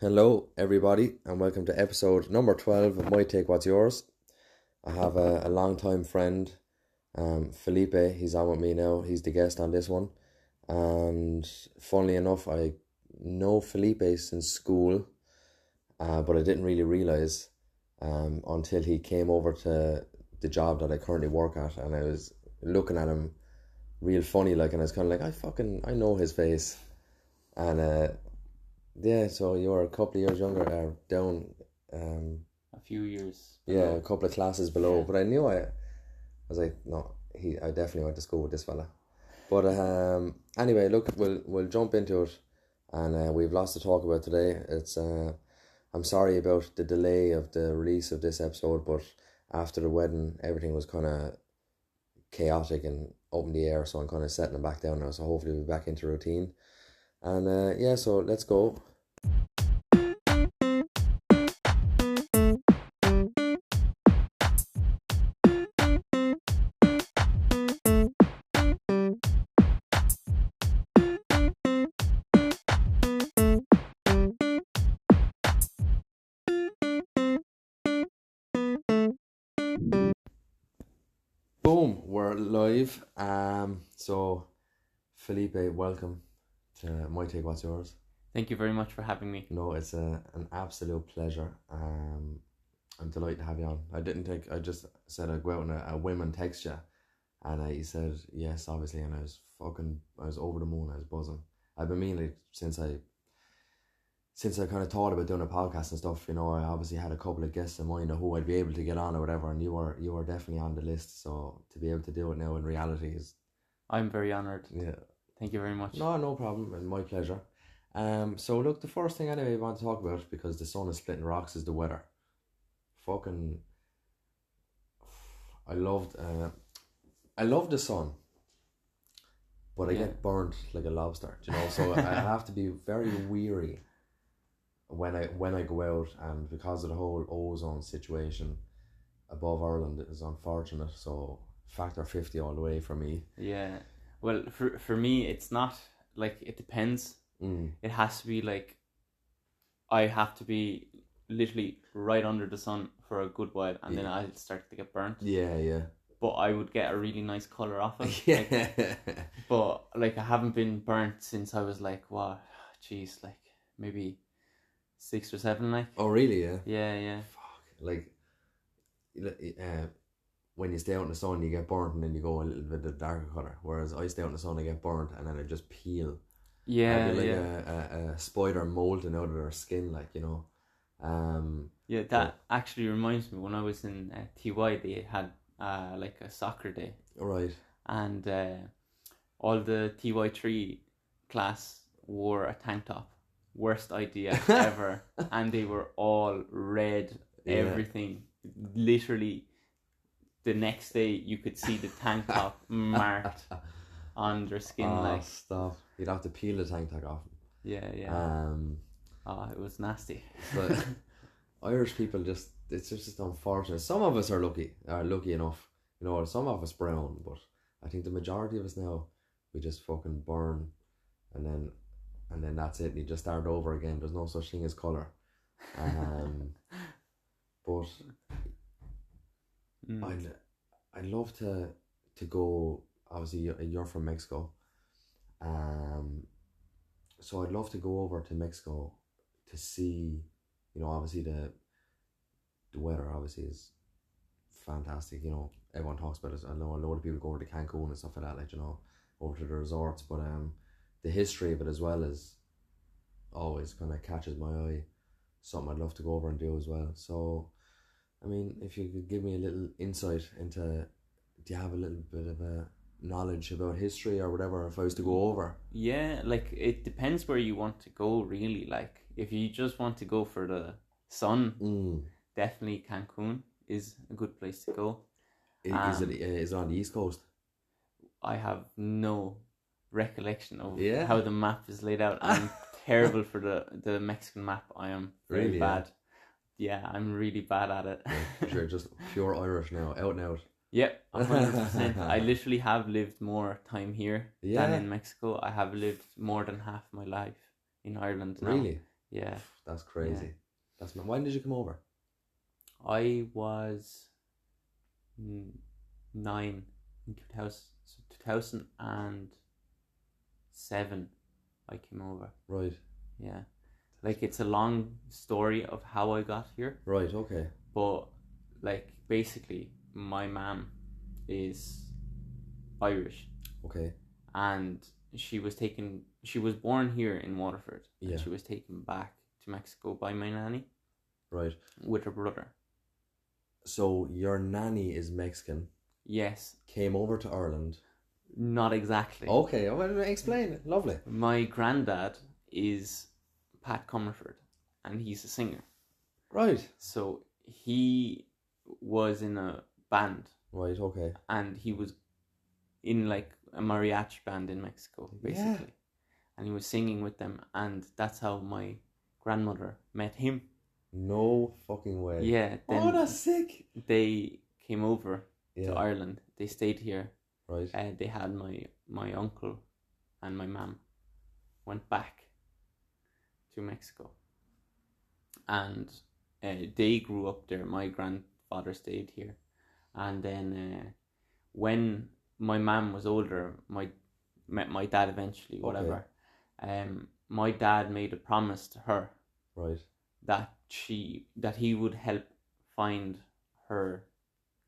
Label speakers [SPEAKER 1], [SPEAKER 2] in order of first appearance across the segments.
[SPEAKER 1] Hello, everybody, and welcome to episode number 12 of My Take What's Yours. I have a, a long time friend, um, Felipe. He's on with me now. He's the guest on this one. And funnily enough, I know Felipe since school, uh, but I didn't really realize um, until he came over to the job that I currently work at. And I was looking at him real funny, like, and I was kind of like, I fucking, I know his face. And, uh, yeah, so you were a couple of years younger, uh, down, um,
[SPEAKER 2] a few years.
[SPEAKER 1] yeah,
[SPEAKER 2] ago.
[SPEAKER 1] a couple of classes below.
[SPEAKER 2] Yeah.
[SPEAKER 1] But I knew I, I was like, no, he, I definitely went to school with this fella. But um, anyway, look, we'll we'll jump into it, and uh, we've lots to talk about today. It's uh, I'm sorry about the delay of the release of this episode, but after the wedding, everything was kind of chaotic and up in the air. So I'm kind of setting it back down now. So hopefully we'll be back into routine. And uh, yeah, so let's go. Boom, we're live. Um, so Felipe, welcome to my take. What's yours?
[SPEAKER 2] Thank you very much for having me.
[SPEAKER 1] No, it's a, an absolute pleasure. Um, I'm delighted to have you on. I didn't think I just said I'd go out and a, a women text you, and uh, you said yes, obviously, and I was fucking, I was over the moon. I was buzzing. I've been meaning it since I, since I kind of thought about doing a podcast and stuff. You know, I obviously had a couple of guests in mind of who I'd be able to get on or whatever, and you were you were definitely on the list. So to be able to do it now in reality is
[SPEAKER 2] I'm very honored.
[SPEAKER 1] yeah,
[SPEAKER 2] Thank you very much.
[SPEAKER 1] no, no problem, and my pleasure. Um, so look, the first thing anyway I want to talk about because the sun is splitting rocks is the weather. Fucking, I loved, uh, I love the sun, but I
[SPEAKER 2] Yeah.
[SPEAKER 1] get burned like a lobster. do You know, so I have to be very weary when I when I go out, and because of the whole ozone situation above Ireland is unfortunate. So factor fifty all the way for me.
[SPEAKER 2] Yeah. Well, for for me, it's not like it depends.
[SPEAKER 1] Mm.
[SPEAKER 2] It has to be like I have to be literally right under the sun for a good while, and then
[SPEAKER 1] Yeah.
[SPEAKER 2] I'll start to get burnt.
[SPEAKER 1] Yeah, yeah.
[SPEAKER 2] But I would get a really nice color off it. like,
[SPEAKER 1] Yeah.
[SPEAKER 2] but like I haven't been burnt since I was like, wow, jeez, like maybe six or seven, like.
[SPEAKER 1] oh, really? Yeah.
[SPEAKER 2] Yeah, yeah.
[SPEAKER 1] Fuck. Like, uh, when you stay out in the sun, you get burnt, and then you go a little bit of darker color. Whereas I stay out in the sun, I get burnt, and then I just peel.
[SPEAKER 2] Yeah,
[SPEAKER 1] I'd be uh, like
[SPEAKER 2] yeah.
[SPEAKER 1] a, a, a spider molding out of their skin, like you know. Um.
[SPEAKER 2] Yeah, that actually reminds me when I was in uh, TY, they had uh, like a soccer day,
[SPEAKER 1] All right.
[SPEAKER 2] and uh, all the TY3 class wore a tank top. Worst idea ever. and they were all red,
[SPEAKER 1] Yeah.
[SPEAKER 2] everything. Literally, the next day you could see the tank top marked on their skin.
[SPEAKER 1] Ah,
[SPEAKER 2] like,
[SPEAKER 1] stop. You'd have to peel the tank tag off.
[SPEAKER 2] yeah, yeah.
[SPEAKER 1] Um.
[SPEAKER 2] oh, it was nasty.
[SPEAKER 1] But Irish people just it's just, just unfortunate. Some of us are lucky are lucky enough, you know, some of us brown, but I think the majority of us now we just fucking burn and then and then that's it, and you just start over again. There's no such thing as colour. Um but
[SPEAKER 2] Mm.
[SPEAKER 1] I'd I'd love to to go. Obviously, you- you're from Mexico, um, so I'd love to go over to Mexico to see. You know, obviously the the weather obviously is fantastic. You know, everyone talks about it. I know a lot of people go over to Cancun and stuff like that. Like you know, over to the resorts, but um, the history of it as well is always kind of catches my eye. Something I'd love to go over and do as well. So. I mean, if you could give me a little insight into, do you have a little bit of a knowledge about history or whatever? If I was to go over,
[SPEAKER 2] Yeah, like it depends where you want to go, really. Like, if you just want to go for the sun,
[SPEAKER 1] mm.
[SPEAKER 2] definitely Cancun is a good place to go.
[SPEAKER 1] is, is
[SPEAKER 2] Um,
[SPEAKER 1] it uh, is it on the east coast?
[SPEAKER 2] I have no recollection of
[SPEAKER 1] Yeah.
[SPEAKER 2] how the map is laid out. I'm terrible for the, the Mexican map. I am very
[SPEAKER 1] Really, yeah?
[SPEAKER 2] bad. Yeah. I'm really bad at it.
[SPEAKER 1] Yeah, You're just pure Irish now, out and out.
[SPEAKER 2] Yep, a hundred percent. I literally have lived more time here
[SPEAKER 1] Yeah.
[SPEAKER 2] than in Mexico. I have lived more than half my life in Ireland now.
[SPEAKER 1] Really?
[SPEAKER 2] Yeah.
[SPEAKER 1] That's crazy. That's my, when did you come over?
[SPEAKER 2] I was n- nine in 2000, so 2007. I came over.
[SPEAKER 1] Right,
[SPEAKER 2] Yeah. Like, it's a long story of how I got here,
[SPEAKER 1] right, okay,
[SPEAKER 2] but like, basically, my mom is Irish
[SPEAKER 1] okay,
[SPEAKER 2] and she was taken, she was born here in Waterford
[SPEAKER 1] Yeah.
[SPEAKER 2] and she was taken back to Mexico by my nanny
[SPEAKER 1] right.
[SPEAKER 2] with her brother.
[SPEAKER 1] So your nanny is Mexican,
[SPEAKER 2] Yes,
[SPEAKER 1] came over to Ireland.
[SPEAKER 2] not exactly.
[SPEAKER 1] Okay, oh, well, explain it. Lovely.
[SPEAKER 2] My granddad is Pat Comerford, and he's a singer.
[SPEAKER 1] Right,
[SPEAKER 2] So he was in a band,
[SPEAKER 1] right, okay.
[SPEAKER 2] and he was in like a mariachi band in Mexico,
[SPEAKER 1] Yeah.
[SPEAKER 2] basically. And he was singing with them, and that's how my grandmother met him.
[SPEAKER 1] No fucking way.
[SPEAKER 2] Yeah, then
[SPEAKER 1] Oh, that's sick.
[SPEAKER 2] they came over
[SPEAKER 1] Yeah,
[SPEAKER 2] to Ireland. They stayed here.
[SPEAKER 1] right.
[SPEAKER 2] Uh, they had my my uncle and my mum went back to Mexico, and uh, they grew up there. My grandfather stayed here, and then uh, when my mum was older, my met my dad eventually. Whatever, um, my dad made a promise to her
[SPEAKER 1] Right.
[SPEAKER 2] that she that he would help find her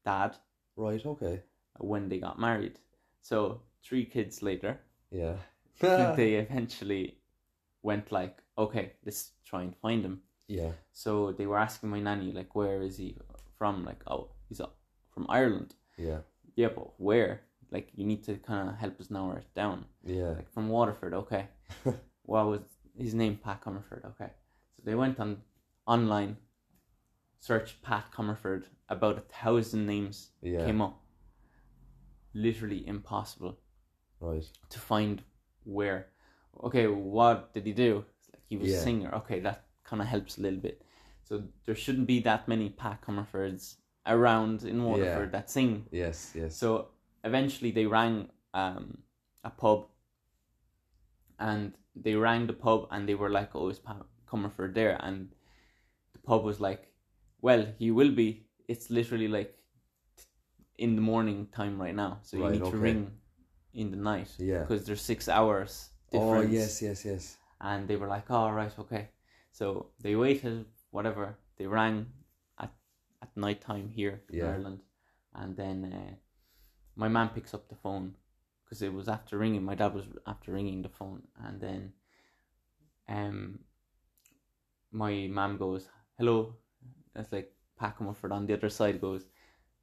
[SPEAKER 2] dad
[SPEAKER 1] Right, okay.
[SPEAKER 2] when they got married. So three kids later,
[SPEAKER 1] Yeah.
[SPEAKER 2] they eventually went like, okay, let's try and find him.
[SPEAKER 1] yeah.
[SPEAKER 2] So they were asking my nanny like, where is he from? Like, oh, he's uh, from Ireland.
[SPEAKER 1] Yeah.
[SPEAKER 2] Yeah, but where? Like, you need to kind of help us narrow it down.
[SPEAKER 1] Yeah.
[SPEAKER 2] Like from Waterford, okay. what was his name? Pat Comerford, okay. So they went on online, searched Pat Comerford. About a thousand names
[SPEAKER 1] Yeah.
[SPEAKER 2] came up. Literally impossible.
[SPEAKER 1] Right.
[SPEAKER 2] to find where okay what did he do It's like he was
[SPEAKER 1] Yeah.
[SPEAKER 2] a singer okay that kind of helps a little bit so there shouldn't be that many pat comerfords around in waterford that sing
[SPEAKER 1] Yes, yes.
[SPEAKER 2] so eventually they rang um, a pub and they rang the pub and they were like oh is pat comerford there and the pub was like well he will be it's literally like t- in the morning time right now so you
[SPEAKER 1] Right,
[SPEAKER 2] need
[SPEAKER 1] okay.
[SPEAKER 2] to ring in the night
[SPEAKER 1] Yeah.
[SPEAKER 2] because there's six hours
[SPEAKER 1] Oh,
[SPEAKER 2] difference.
[SPEAKER 1] yes, yes, yes.
[SPEAKER 2] And they were like, "All right, okay." So they waited, whatever. They rang at at night time here in
[SPEAKER 1] Yeah.
[SPEAKER 2] Ireland, and then uh, my man picks up the phone because it was after ringing. My dad was after ringing the phone, and then um, my mom goes, "Hello." That's like Pat Comerford on the other side goes,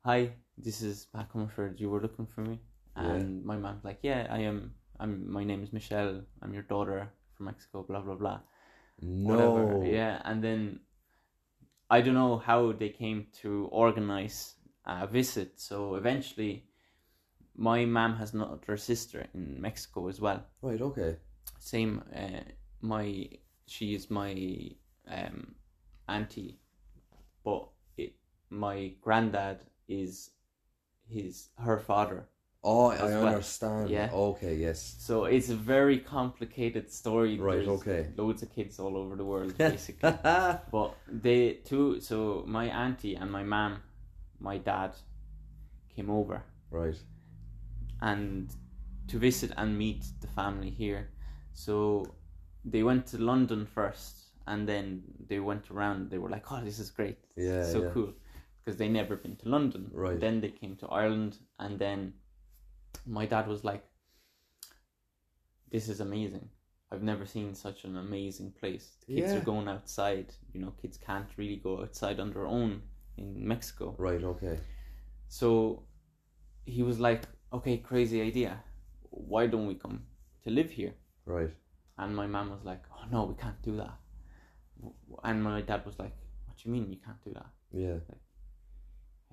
[SPEAKER 2] "Hi, this is Pat Comerford. You were looking for me."
[SPEAKER 1] Yeah.
[SPEAKER 2] And my mom's like, "Yeah, I am. I'm. My name is Michelle. I'm your daughter from Mexico. Blah blah blah.
[SPEAKER 1] No.
[SPEAKER 2] Whatever. Yeah." And then I don't know how they came to organize a visit. So eventually, my mom has another sister in Mexico as well.
[SPEAKER 1] Right, okay.
[SPEAKER 2] Same. Uh, my she is my um auntie, but it my granddad is his her father
[SPEAKER 1] Oh, I
[SPEAKER 2] As well.
[SPEAKER 1] understand.
[SPEAKER 2] Yeah.
[SPEAKER 1] Okay, yes.
[SPEAKER 2] So it's a very complicated story.
[SPEAKER 1] Right,
[SPEAKER 2] There's
[SPEAKER 1] okay.
[SPEAKER 2] Loads of kids all over the world, basically. but they two, so my auntie and my mom, my dad, came over
[SPEAKER 1] right.
[SPEAKER 2] and to visit and meet the family here. So they went to London first, and then they went around. They were like, "Oh, this is great!
[SPEAKER 1] Yeah,
[SPEAKER 2] so
[SPEAKER 1] yeah.
[SPEAKER 2] cool," because they never been to London.
[SPEAKER 1] Right.
[SPEAKER 2] Then they came to Ireland, and then my dad was like, "This is amazing." I've never seen such an amazing place. The kids
[SPEAKER 1] Yeah.
[SPEAKER 2] are going outside. You know, kids can't really go outside on their own in Mexico.
[SPEAKER 1] Right, okay.
[SPEAKER 2] So he was like, okay, crazy idea. Why don't we come to live here?
[SPEAKER 1] Right.
[SPEAKER 2] And my mom was like, oh no, we can't do that. W- And my dad was like, what do you mean you can't do that?
[SPEAKER 1] Yeah,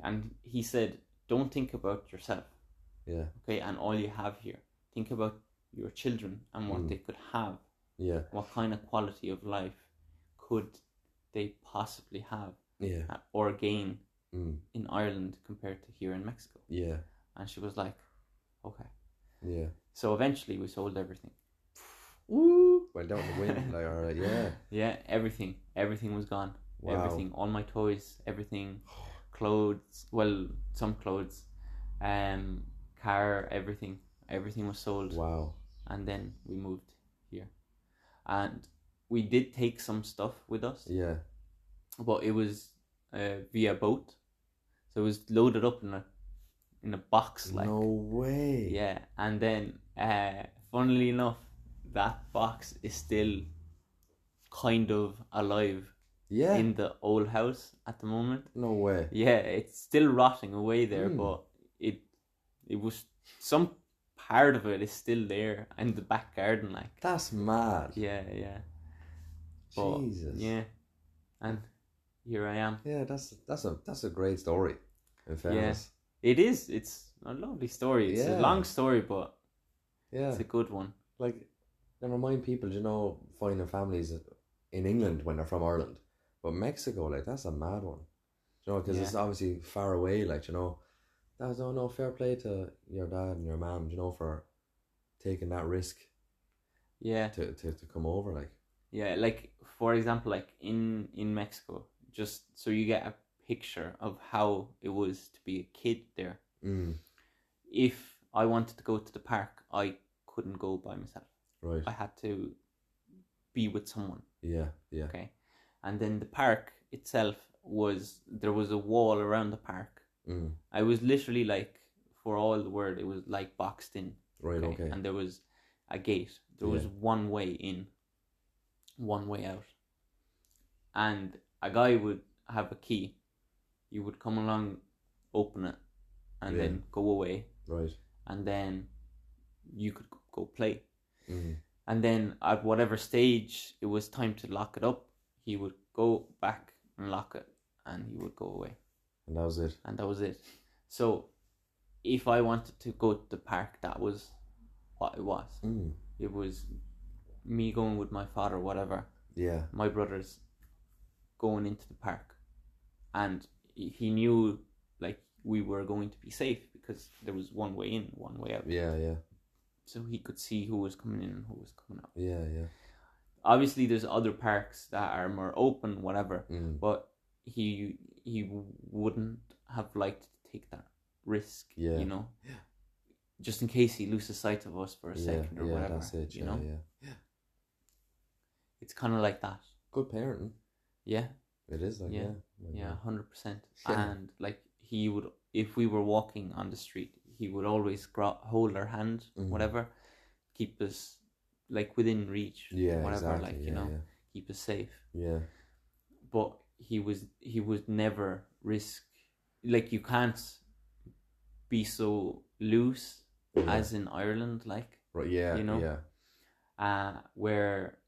[SPEAKER 2] And he said, don't think about yourself,
[SPEAKER 1] yeah,
[SPEAKER 2] okay, and all you have here. Think about your children and what
[SPEAKER 1] Mm.
[SPEAKER 2] they could have.
[SPEAKER 1] yeah,
[SPEAKER 2] What kind of quality of life could they possibly have
[SPEAKER 1] yeah.
[SPEAKER 2] uh, or gain
[SPEAKER 1] Mm.
[SPEAKER 2] in Ireland compared to here in Mexico?
[SPEAKER 1] Yeah,
[SPEAKER 2] And she was like, okay.
[SPEAKER 1] yeah.
[SPEAKER 2] So eventually we sold everything.
[SPEAKER 1] Woo! went down the wind. like, all right, yeah.
[SPEAKER 2] Yeah, everything. Everything was gone.
[SPEAKER 1] Wow.
[SPEAKER 2] Everything. All my toys, everything. Clothes, well, some clothes, um, car, everything. Everything was sold.
[SPEAKER 1] Wow.
[SPEAKER 2] And then we moved here. And we did take some stuff with us,
[SPEAKER 1] Yeah.
[SPEAKER 2] but it was uh, via boat. So it was loaded up in a in a box like
[SPEAKER 1] no way.
[SPEAKER 2] yeah, and then uh, funnily enough, that box is still kind of alive
[SPEAKER 1] Yeah.
[SPEAKER 2] in the old house at the moment.
[SPEAKER 1] no way.
[SPEAKER 2] Yeah, it's still rotting away there,
[SPEAKER 1] Hmm.
[SPEAKER 2] but it it was some part of it is still there in the back garden, like
[SPEAKER 1] That's mad.
[SPEAKER 2] yeah, yeah, but,
[SPEAKER 1] Jesus.
[SPEAKER 2] yeah, and here I am.
[SPEAKER 1] Yeah, that's that's a that's a great story. In fairness.
[SPEAKER 2] It is. It's a lovely story. It's
[SPEAKER 1] Yeah.
[SPEAKER 2] a long story, but
[SPEAKER 1] Yeah.
[SPEAKER 2] it's a good one.
[SPEAKER 1] like never mind people, you know, finding families in England when they're from Ireland. But Mexico, like that's a mad one. You know, because it's obviously far away, like, you know. That's oh, no no fair play to your dad and your mom, you know, for taking that risk
[SPEAKER 2] Yeah.
[SPEAKER 1] to, to, to come over, like.
[SPEAKER 2] Yeah, like for example, like in in Mexico, just so you get a picture of how it was to be a kid there.
[SPEAKER 1] Mm,
[SPEAKER 2] If I wanted to go to the park, I couldn't go by myself.
[SPEAKER 1] right.
[SPEAKER 2] I had to be with someone,
[SPEAKER 1] Yeah, yeah.
[SPEAKER 2] okay? And then the park itself was there was a wall around the park.
[SPEAKER 1] Mm,
[SPEAKER 2] I was literally like for all the word, it was like boxed in.
[SPEAKER 1] right, okay.
[SPEAKER 2] And there was a gate. There was
[SPEAKER 1] Yeah.
[SPEAKER 2] one way in, one way out. And a guy would have a key. You would come along, open it, and
[SPEAKER 1] Yeah.
[SPEAKER 2] then go away.
[SPEAKER 1] Right.
[SPEAKER 2] And then you could go play.
[SPEAKER 1] Mm,
[SPEAKER 2] And then at whatever stage it was time to lock it up, he would go back and lock it, and he would go away
[SPEAKER 1] and that was it.
[SPEAKER 2] and that was it. So, if I wanted to go to the park, that was what it was.
[SPEAKER 1] Mm,
[SPEAKER 2] It was me going with my father, whatever,
[SPEAKER 1] yeah.
[SPEAKER 2] my brothers going into the park, and he knew like we were going to be safe because there was one way in, one way out,
[SPEAKER 1] Yeah, yeah.
[SPEAKER 2] so he could see who was coming in and who was coming out.
[SPEAKER 1] Yeah, yeah.
[SPEAKER 2] Obviously, there's other parks that are more open, whatever,
[SPEAKER 1] Mm,
[SPEAKER 2] but he he wouldn't have liked to take that risk.
[SPEAKER 1] Yeah.
[SPEAKER 2] You know. Just in case he loses sight of us for a
[SPEAKER 1] yeah,
[SPEAKER 2] second or
[SPEAKER 1] yeah,
[SPEAKER 2] whatever.
[SPEAKER 1] that's it.
[SPEAKER 2] You
[SPEAKER 1] yeah,
[SPEAKER 2] know,
[SPEAKER 1] yeah.
[SPEAKER 2] it's kind of like that.
[SPEAKER 1] Good parenting.
[SPEAKER 2] Yeah.
[SPEAKER 1] It is like yeah,
[SPEAKER 2] Yeah,
[SPEAKER 1] like,
[SPEAKER 2] Yeah. Hundred percent.
[SPEAKER 1] Mm-hmm. Yeah.
[SPEAKER 2] And like he would, if we were walking on the street, he would always gra- hold our hand,
[SPEAKER 1] Mhm.
[SPEAKER 2] whatever, keep us like within reach.
[SPEAKER 1] yeah,
[SPEAKER 2] Whatever.
[SPEAKER 1] exactly.
[SPEAKER 2] Like
[SPEAKER 1] yeah,
[SPEAKER 2] you know, keep us safe.
[SPEAKER 1] yeah, yeah,
[SPEAKER 2] but he was he would never risk like you can't be so loose
[SPEAKER 1] yeah.
[SPEAKER 2] as in Ireland like
[SPEAKER 1] right, yeah,
[SPEAKER 2] you know?
[SPEAKER 1] yeah,
[SPEAKER 2] uh where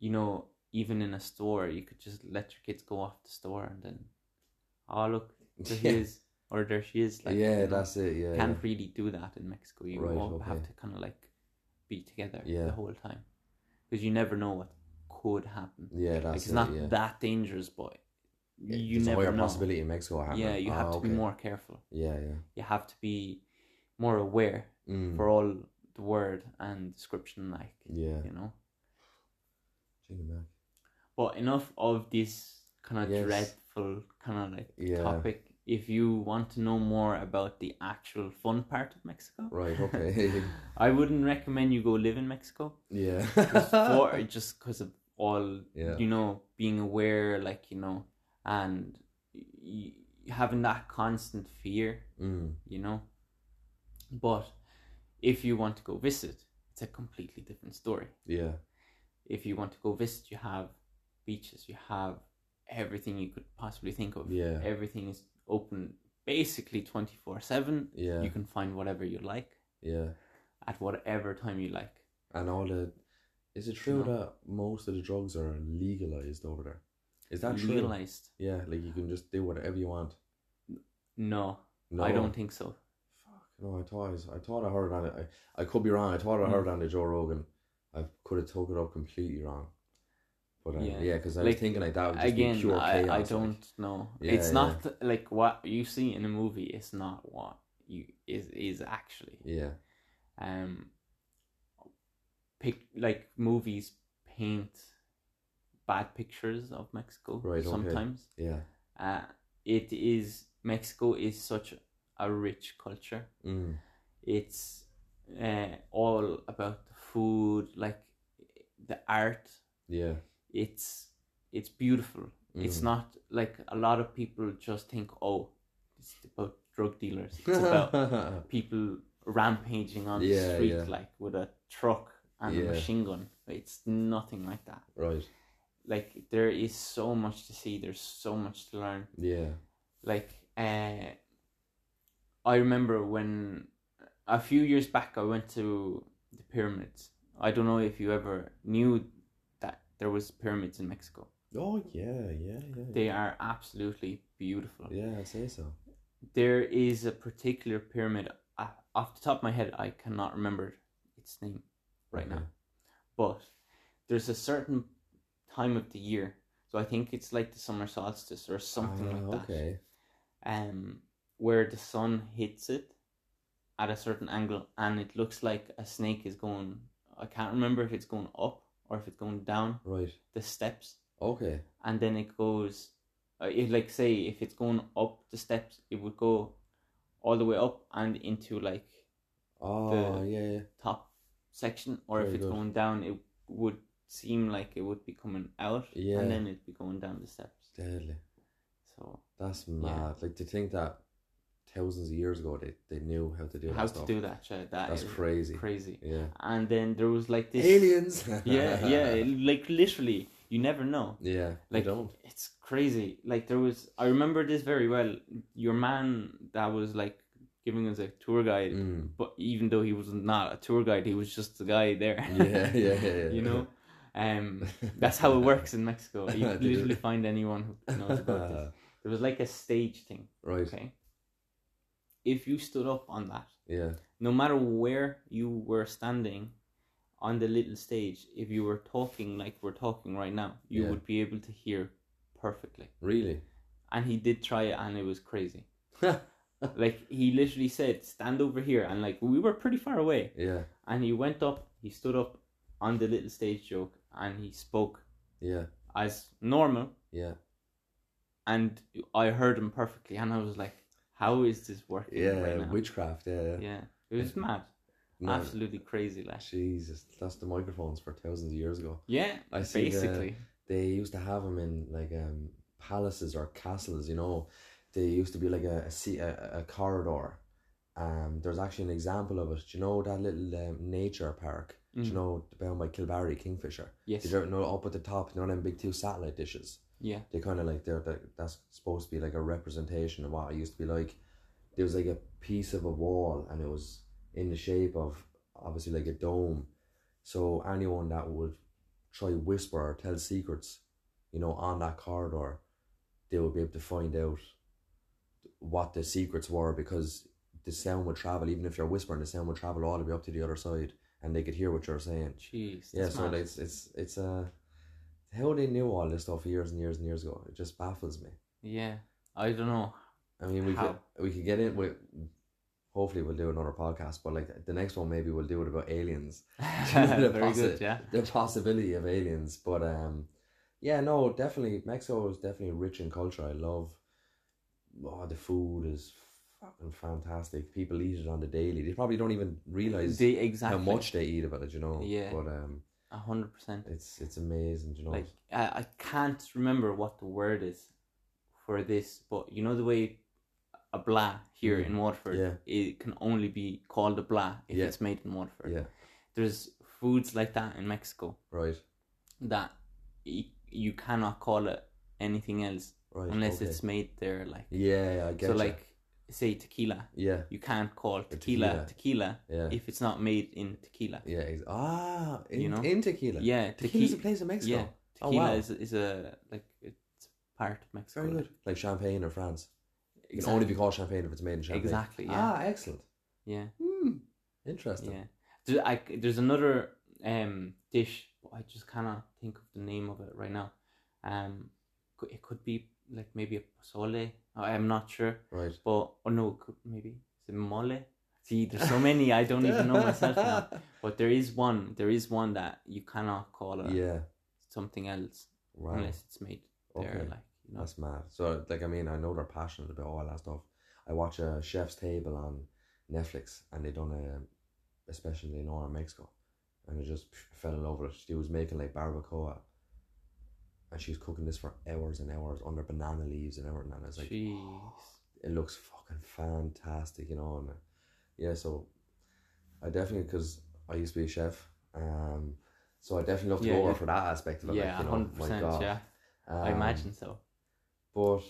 [SPEAKER 2] you know even in a store you could just let your kids go off the store and then oh look there he
[SPEAKER 1] yeah,
[SPEAKER 2] is or there she is like
[SPEAKER 1] yeah,
[SPEAKER 2] you know,
[SPEAKER 1] that's it. Yeah,
[SPEAKER 2] you can't really do that in Mexico you
[SPEAKER 1] Right,
[SPEAKER 2] all have
[SPEAKER 1] okay.
[SPEAKER 2] to kind of like be together
[SPEAKER 1] Yeah.
[SPEAKER 2] the whole time because you never know what could happen
[SPEAKER 1] yeah, yeah, that's
[SPEAKER 2] like it's
[SPEAKER 1] it.
[SPEAKER 2] not
[SPEAKER 1] yeah.
[SPEAKER 2] that dangerous but
[SPEAKER 1] Yeah,
[SPEAKER 2] you
[SPEAKER 1] There's a
[SPEAKER 2] never
[SPEAKER 1] higher
[SPEAKER 2] know
[SPEAKER 1] possibility in Mexico happening.
[SPEAKER 2] yeah you have
[SPEAKER 1] Ah,
[SPEAKER 2] to be
[SPEAKER 1] okay.
[SPEAKER 2] more careful
[SPEAKER 1] Yeah, yeah.
[SPEAKER 2] you have to be more aware
[SPEAKER 1] Mm,
[SPEAKER 2] for all the word and description like
[SPEAKER 1] yeah,
[SPEAKER 2] you know
[SPEAKER 1] Chicken back.
[SPEAKER 2] but enough of this kind of
[SPEAKER 1] Yes.
[SPEAKER 2] dreadful kind of like
[SPEAKER 1] Yeah.
[SPEAKER 2] topic if you want to know more about the actual fun part of mexico
[SPEAKER 1] Right. Okay.
[SPEAKER 2] i wouldn't recommend you go live in mexico
[SPEAKER 1] yeah.
[SPEAKER 2] just for just because of all
[SPEAKER 1] Yeah.
[SPEAKER 2] you know being aware like you know and y- y- having that constant fear
[SPEAKER 1] Mm,
[SPEAKER 2] you know. But if you want to go visit, it's a completely different story.
[SPEAKER 1] yeah.
[SPEAKER 2] If you want to go visit, you have beaches, you have everything you could possibly think of.
[SPEAKER 1] Yeah.
[SPEAKER 2] Everything is open basically 24 7.
[SPEAKER 1] Yeah.
[SPEAKER 2] You can find whatever you like
[SPEAKER 1] Yeah.
[SPEAKER 2] at whatever time you like.
[SPEAKER 1] And all the. Is it true
[SPEAKER 2] No.
[SPEAKER 1] that most of the drugs are legalized over there? Is that true?
[SPEAKER 2] Legalized?
[SPEAKER 1] Yeah, like you can just do whatever you want.
[SPEAKER 2] No,
[SPEAKER 1] No.
[SPEAKER 2] I don't think so.
[SPEAKER 1] Fuck no! I thought I, was- I thought I heard on it. I, I could be wrong. I thought
[SPEAKER 2] Mm.
[SPEAKER 1] I heard on the Joe Rogan. I could have took it up completely wrong. But uh,
[SPEAKER 2] Yeah.
[SPEAKER 1] yeah, because I was
[SPEAKER 2] Like,
[SPEAKER 1] thinking like that would just be
[SPEAKER 2] Again,
[SPEAKER 1] pure chaos.
[SPEAKER 2] I, I
[SPEAKER 1] like.
[SPEAKER 2] don't know.
[SPEAKER 1] Yeah,
[SPEAKER 2] it's
[SPEAKER 1] yeah.
[SPEAKER 2] not like what you see in a movie, it's not what you is is actually.
[SPEAKER 1] Yeah,
[SPEAKER 2] um pick like movies paint bad pictures of Mexico
[SPEAKER 1] Right, okay.
[SPEAKER 2] sometimes.
[SPEAKER 1] Yeah.
[SPEAKER 2] Uh, it is Mexico is such a rich culture.
[SPEAKER 1] Mm.
[SPEAKER 2] It's uh, all about the food, like the art.
[SPEAKER 1] Yeah.
[SPEAKER 2] It's it's beautiful. It's
[SPEAKER 1] Mm.
[SPEAKER 2] not like a lot of people just think, oh, it's about drug dealers. It's about people rampaging on the
[SPEAKER 1] Yeah,
[SPEAKER 2] street
[SPEAKER 1] yeah.
[SPEAKER 2] like with a truck and a
[SPEAKER 1] Yeah.
[SPEAKER 2] machine gun. It's nothing like that.
[SPEAKER 1] right.
[SPEAKER 2] Like there is so much to see. There's so much to learn.
[SPEAKER 1] Yeah.
[SPEAKER 2] Like uh, I remember when a few years back I went to the pyramids. I don't know if you ever knew that there was pyramids in Mexico.
[SPEAKER 1] Oh yeah, yeah, yeah.
[SPEAKER 2] They are absolutely beautiful.
[SPEAKER 1] yeah, I'd say so.
[SPEAKER 2] There is a particular pyramid uh, off the top of my head. I cannot remember its name right now.
[SPEAKER 1] Okay.
[SPEAKER 2] but there's a certain time of the year. So I think it's like the summer solstice or something
[SPEAKER 1] Ah,
[SPEAKER 2] like that.
[SPEAKER 1] Okay.
[SPEAKER 2] Um, where the sun hits it at a certain angle, and it looks like a snake is going. I can't remember if it's going up or if it's going down
[SPEAKER 1] Right.
[SPEAKER 2] the steps,
[SPEAKER 1] Okay.
[SPEAKER 2] and then it goes. uh, It like say if it's going up the steps, it would go all the way up and into like
[SPEAKER 1] Oh yeah, yeah.
[SPEAKER 2] top section, or if
[SPEAKER 1] Very
[SPEAKER 2] it's
[SPEAKER 1] good.
[SPEAKER 2] going down, it would seem like it would be coming out,
[SPEAKER 1] Yeah.
[SPEAKER 2] and then it'd be going down the steps.
[SPEAKER 1] Deadly.
[SPEAKER 2] So
[SPEAKER 1] That's mad. Like to think that thousands of years ago they, they knew how to do
[SPEAKER 2] how
[SPEAKER 1] that
[SPEAKER 2] to
[SPEAKER 1] stuff.
[SPEAKER 2] do that? Yeah, that
[SPEAKER 1] That's
[SPEAKER 2] is
[SPEAKER 1] crazy.
[SPEAKER 2] crazy.
[SPEAKER 1] Yeah.
[SPEAKER 2] And then there was like this.
[SPEAKER 1] Aliens.
[SPEAKER 2] Yeah, yeah, like literally, you never know.
[SPEAKER 1] yeah. They
[SPEAKER 2] Like
[SPEAKER 1] don't.
[SPEAKER 2] it's crazy. Like there was, I remember this very well. Your man that was like giving us a tour guide,
[SPEAKER 1] Mm.
[SPEAKER 2] but even though he was not a tour guide, he was just the guy there.
[SPEAKER 1] Yeah, yeah, yeah, yeah.
[SPEAKER 2] you know, um, That's how it works in Mexico. You
[SPEAKER 1] Did
[SPEAKER 2] can literally
[SPEAKER 1] it?
[SPEAKER 2] find anyone who knows about this. There was like a stage thing,
[SPEAKER 1] right.
[SPEAKER 2] okay? If you stood up on that,
[SPEAKER 1] Yeah.
[SPEAKER 2] no matter where you were standing on the little stage, if you were talking like we're talking right now, you
[SPEAKER 1] Yeah.
[SPEAKER 2] would be able to hear perfectly.
[SPEAKER 1] Really.
[SPEAKER 2] And he did try it and it was crazy. like he literally said, stand over here. And like we were pretty far away.
[SPEAKER 1] Yeah.
[SPEAKER 2] And he went up, he stood up on the little stage joke and he spoke
[SPEAKER 1] Yeah.
[SPEAKER 2] as normal.
[SPEAKER 1] Yeah.
[SPEAKER 2] and I heard him perfectly, and I was like, "How is this working?"
[SPEAKER 1] Yeah.
[SPEAKER 2] right now?
[SPEAKER 1] Witchcraft. Yeah. Yeah.
[SPEAKER 2] yeah, it was mad,
[SPEAKER 1] Man,
[SPEAKER 2] absolutely crazy, like
[SPEAKER 1] Jesus, that's the microphones for thousands of years ago.
[SPEAKER 2] yeah,
[SPEAKER 1] I see the-
[SPEAKER 2] basically,
[SPEAKER 1] they used to have them in like um palaces or castles you know they used to be like a a, se- a, a corridor um there's actually an example of it do you know that little um, nature park do
[SPEAKER 2] Mm.
[SPEAKER 1] you know down by kilbarry kingfisher
[SPEAKER 2] yes,
[SPEAKER 1] They don't know up at the top you know them big two satellite dishes
[SPEAKER 2] yeah,
[SPEAKER 1] they kind of like they're, they that's supposed to be like a representation of what it used to be like there was like a piece of a wall and it was in the shape of obviously like a dome so anyone that would try whisper or tell secrets you know on that corridor they would be able to find out what the secrets were because the sound would travel even if you're whispering the sound would travel all the way up to the other side and they could hear what you're saying
[SPEAKER 2] jeez,
[SPEAKER 1] yeah,
[SPEAKER 2] that's
[SPEAKER 1] so
[SPEAKER 2] mad.
[SPEAKER 1] like, it's it's it's uh how they knew all this stuff years and years and years ago. It just baffles me.
[SPEAKER 2] yeah, I don't know,
[SPEAKER 1] I mean, we
[SPEAKER 2] How?
[SPEAKER 1] could we could get in with. Hopefully, we'll do another podcast, but like the next one, maybe we'll do it about aliens,
[SPEAKER 2] very good,
[SPEAKER 1] Possi-
[SPEAKER 2] yeah,
[SPEAKER 1] the possibility of aliens. But um, yeah, no, definitely Mexico is definitely rich in culture. I love. Oh, the food is fucking fantastic. People eat it on the daily. They probably don't even realize
[SPEAKER 2] the exactly
[SPEAKER 1] how much they eat of it. You know.
[SPEAKER 2] Yeah.
[SPEAKER 1] But um,
[SPEAKER 2] a hundred percent.
[SPEAKER 1] it's it's amazing. You know.
[SPEAKER 2] Like I, I can't remember what the word is for this, but you know the way a blah here
[SPEAKER 1] Mm.
[SPEAKER 2] in Waterford,
[SPEAKER 1] Yeah.
[SPEAKER 2] it can only be called a blah if
[SPEAKER 1] Yeah.
[SPEAKER 2] it's made in Waterford.
[SPEAKER 1] yeah.
[SPEAKER 2] There's foods like that in Mexico.
[SPEAKER 1] Right.
[SPEAKER 2] that y- you cannot call it anything else
[SPEAKER 1] Right.
[SPEAKER 2] unless
[SPEAKER 1] okay.
[SPEAKER 2] it's made there. Like
[SPEAKER 1] yeah, I get
[SPEAKER 2] so,
[SPEAKER 1] ya.
[SPEAKER 2] like say tequila,
[SPEAKER 1] yeah,
[SPEAKER 2] you can't call tequila
[SPEAKER 1] tequila.
[SPEAKER 2] tequila
[SPEAKER 1] yeah,
[SPEAKER 2] if it's not made in tequila.
[SPEAKER 1] yeah. Ex- ah, in,
[SPEAKER 2] You know?
[SPEAKER 1] in tequila.
[SPEAKER 2] Yeah,
[SPEAKER 1] tequila's a
[SPEAKER 2] tequila.
[SPEAKER 1] place in Mexico.
[SPEAKER 2] Yeah,
[SPEAKER 1] Oh,
[SPEAKER 2] tequila
[SPEAKER 1] wow.
[SPEAKER 2] is is a like it's part of Mexico.
[SPEAKER 1] Very
[SPEAKER 2] like,
[SPEAKER 1] good. Like champagne in France. It
[SPEAKER 2] Exactly.
[SPEAKER 1] can only be called champagne if it's made in champagne.
[SPEAKER 2] exactly. Yeah,
[SPEAKER 1] Ah, excellent.
[SPEAKER 2] yeah,
[SPEAKER 1] Hmm. Interesting.
[SPEAKER 2] yeah. There, I, there's another um dish. but I just cannot think of the name of it right now. Um, co- it could be like maybe a pozole. I- I'm not sure.
[SPEAKER 1] Right.
[SPEAKER 2] But oh no, it could- maybe is it mole? See, there's so many I don't even know myself now. But there is one. There is one that you cannot call it
[SPEAKER 1] Yeah.
[SPEAKER 2] something else
[SPEAKER 1] Wow.
[SPEAKER 2] unless it's made there.
[SPEAKER 1] Okay.
[SPEAKER 2] Like you know,
[SPEAKER 1] That's mad. So like I mean, I know they're passionate about all that stuff. I watch a Chef's Table on Netflix, and they done a, a special in Nora Mexico, and I just fell in love with it. She was making like barbacoa, and she was cooking this for hours and hours under banana leaves and everything. And I was like,
[SPEAKER 2] jeez.
[SPEAKER 1] it looks fucking fantastic, you know. And uh, yeah, so I definitely because I used to be a chef, um, so I definitely love to
[SPEAKER 2] Yeah,
[SPEAKER 1] go over
[SPEAKER 2] yeah.
[SPEAKER 1] for that aspect of it.
[SPEAKER 2] yeah,
[SPEAKER 1] like, you know,
[SPEAKER 2] hundred
[SPEAKER 1] my
[SPEAKER 2] percent.
[SPEAKER 1] God.
[SPEAKER 2] Yeah,
[SPEAKER 1] Um,
[SPEAKER 2] I imagine so.
[SPEAKER 1] but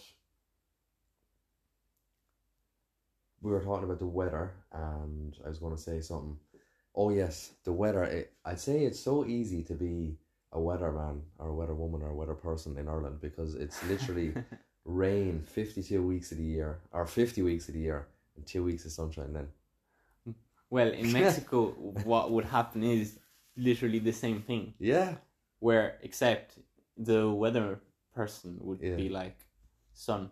[SPEAKER 1] we were talking about the weather, and I was going to say something. Oh yes, the weather. It, I'd say it's so easy to be a weatherman or a weather woman or a weather person in Ireland because it's literally rain fifty-two weeks of the year or fifty weeks of the year and two weeks of sunshine. Then
[SPEAKER 2] well in Mexico. what would happen is literally the same thing.
[SPEAKER 1] yeah,
[SPEAKER 2] where except the weather person would
[SPEAKER 1] Yeah.
[SPEAKER 2] be like sun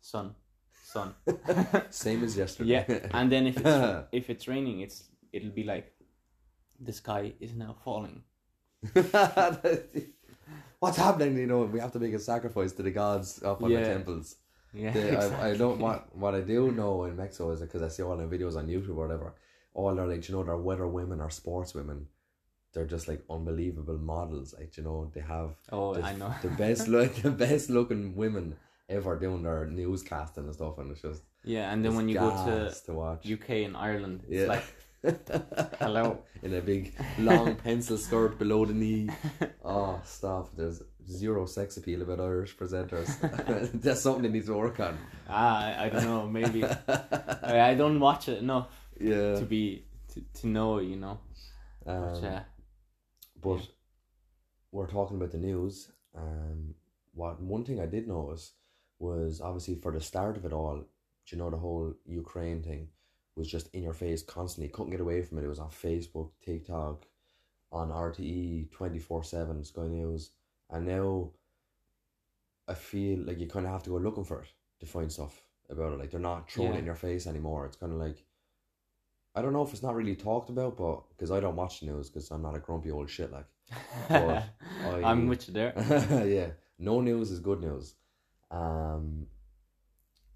[SPEAKER 2] sun sun
[SPEAKER 1] same as
[SPEAKER 2] yeah
[SPEAKER 1] yesterday.
[SPEAKER 2] and then if it's, if it's raining it's it'll be like the sky is now falling
[SPEAKER 1] What's happening? You know, we have to make a sacrifice to the gods up on the
[SPEAKER 2] Yeah.
[SPEAKER 1] temples.
[SPEAKER 2] yeah
[SPEAKER 1] The, I, I
[SPEAKER 2] exactly.
[SPEAKER 1] don't what what I do know in Mexico is because I see all the videos on YouTube or whatever. All they're like, you know, they're weather women or sports women. They're just like unbelievable models. Like you know, they have
[SPEAKER 2] oh
[SPEAKER 1] the,
[SPEAKER 2] i know
[SPEAKER 1] the best look, the best looking women ever doing their newscasting and stuff, and it's just
[SPEAKER 2] yeah and then
[SPEAKER 1] it's
[SPEAKER 2] when you go to
[SPEAKER 1] gas to watch,
[SPEAKER 2] uk and ireland
[SPEAKER 1] yeah,
[SPEAKER 2] it's
[SPEAKER 1] Oh,
[SPEAKER 2] like hello
[SPEAKER 1] in a big long pencil skirt below the knee. Oh, stop! There's zero sex appeal about Irish presenters. That's something they need to work on.
[SPEAKER 2] ah I, I don't know maybe I, I don't watch it enough
[SPEAKER 1] Yeah.
[SPEAKER 2] to be to, to know you know
[SPEAKER 1] Um,
[SPEAKER 2] but, uh,
[SPEAKER 1] But
[SPEAKER 2] Yeah.
[SPEAKER 1] we're talking about the news. Um, what one thing I did notice was obviously for the start of it all, do you know the whole Ukraine thing was just in your face constantly. Couldn't get away from it. It was on Facebook, TikTok, on RTE, twenty four seven, Sky News, and now I feel like you kind of have to go looking for it to find stuff about it. Like they're not throwing it
[SPEAKER 2] Yeah.
[SPEAKER 1] in your face anymore. It's kind of like I don't know if it's not really talked about, but because I don't watch the news because I'm not a grumpy old shit like. But I-
[SPEAKER 2] I'm with you there.
[SPEAKER 1] yeah, no news is good news. Um,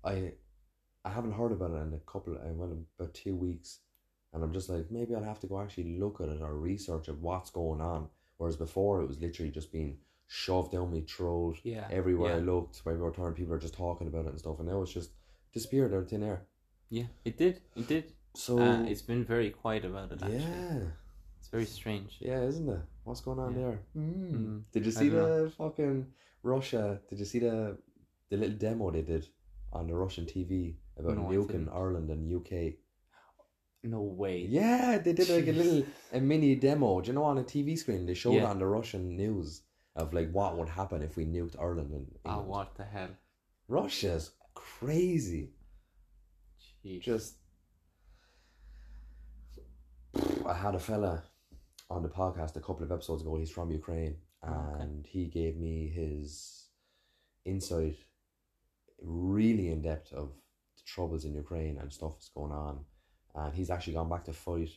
[SPEAKER 1] I I haven't heard about it in a couple, uh, well, about two weeks, and I'm just like, maybe I'll have to go actually look at it or research at what's going on. Whereas before, it was literally just being shoved down my throat
[SPEAKER 2] Yeah.
[SPEAKER 1] everywhere I
[SPEAKER 2] Yeah.
[SPEAKER 1] looked. Where we were turning, people are just talking about it and stuff, and now it's just disappeared out of thin air.
[SPEAKER 2] Yeah, it did. It did.
[SPEAKER 1] So
[SPEAKER 2] uh, it's been very quiet about it. Actually.
[SPEAKER 1] yeah,
[SPEAKER 2] It's very strange.
[SPEAKER 1] yeah, isn't it? What's going on
[SPEAKER 2] Yeah.
[SPEAKER 1] there? Hmm.
[SPEAKER 2] Mm.
[SPEAKER 1] Did you
[SPEAKER 2] I
[SPEAKER 1] see the
[SPEAKER 2] don't know.
[SPEAKER 1] fucking Russia? Did you see the the little demo they did on the Russian TV about
[SPEAKER 2] No, I
[SPEAKER 1] nuking
[SPEAKER 2] didn't.
[SPEAKER 1] Ireland and UK?
[SPEAKER 2] No way.
[SPEAKER 1] Yeah, they did like a
[SPEAKER 2] Jeez.
[SPEAKER 1] little a mini demo. Do you know on a TV screen they showed
[SPEAKER 2] Yeah.
[SPEAKER 1] on the Russian news of like what would happen if we nuked Ireland and
[SPEAKER 2] Ah,
[SPEAKER 1] England.
[SPEAKER 2] what the hell?
[SPEAKER 1] Russia's crazy.
[SPEAKER 2] Jeez.
[SPEAKER 1] Just I had a fella on the podcast a couple of episodes ago. He's from Ukraine,
[SPEAKER 2] Okay.
[SPEAKER 1] and he gave me his insight, really in depth of the troubles in Ukraine and stuff that's going on. And he's actually gone back to fight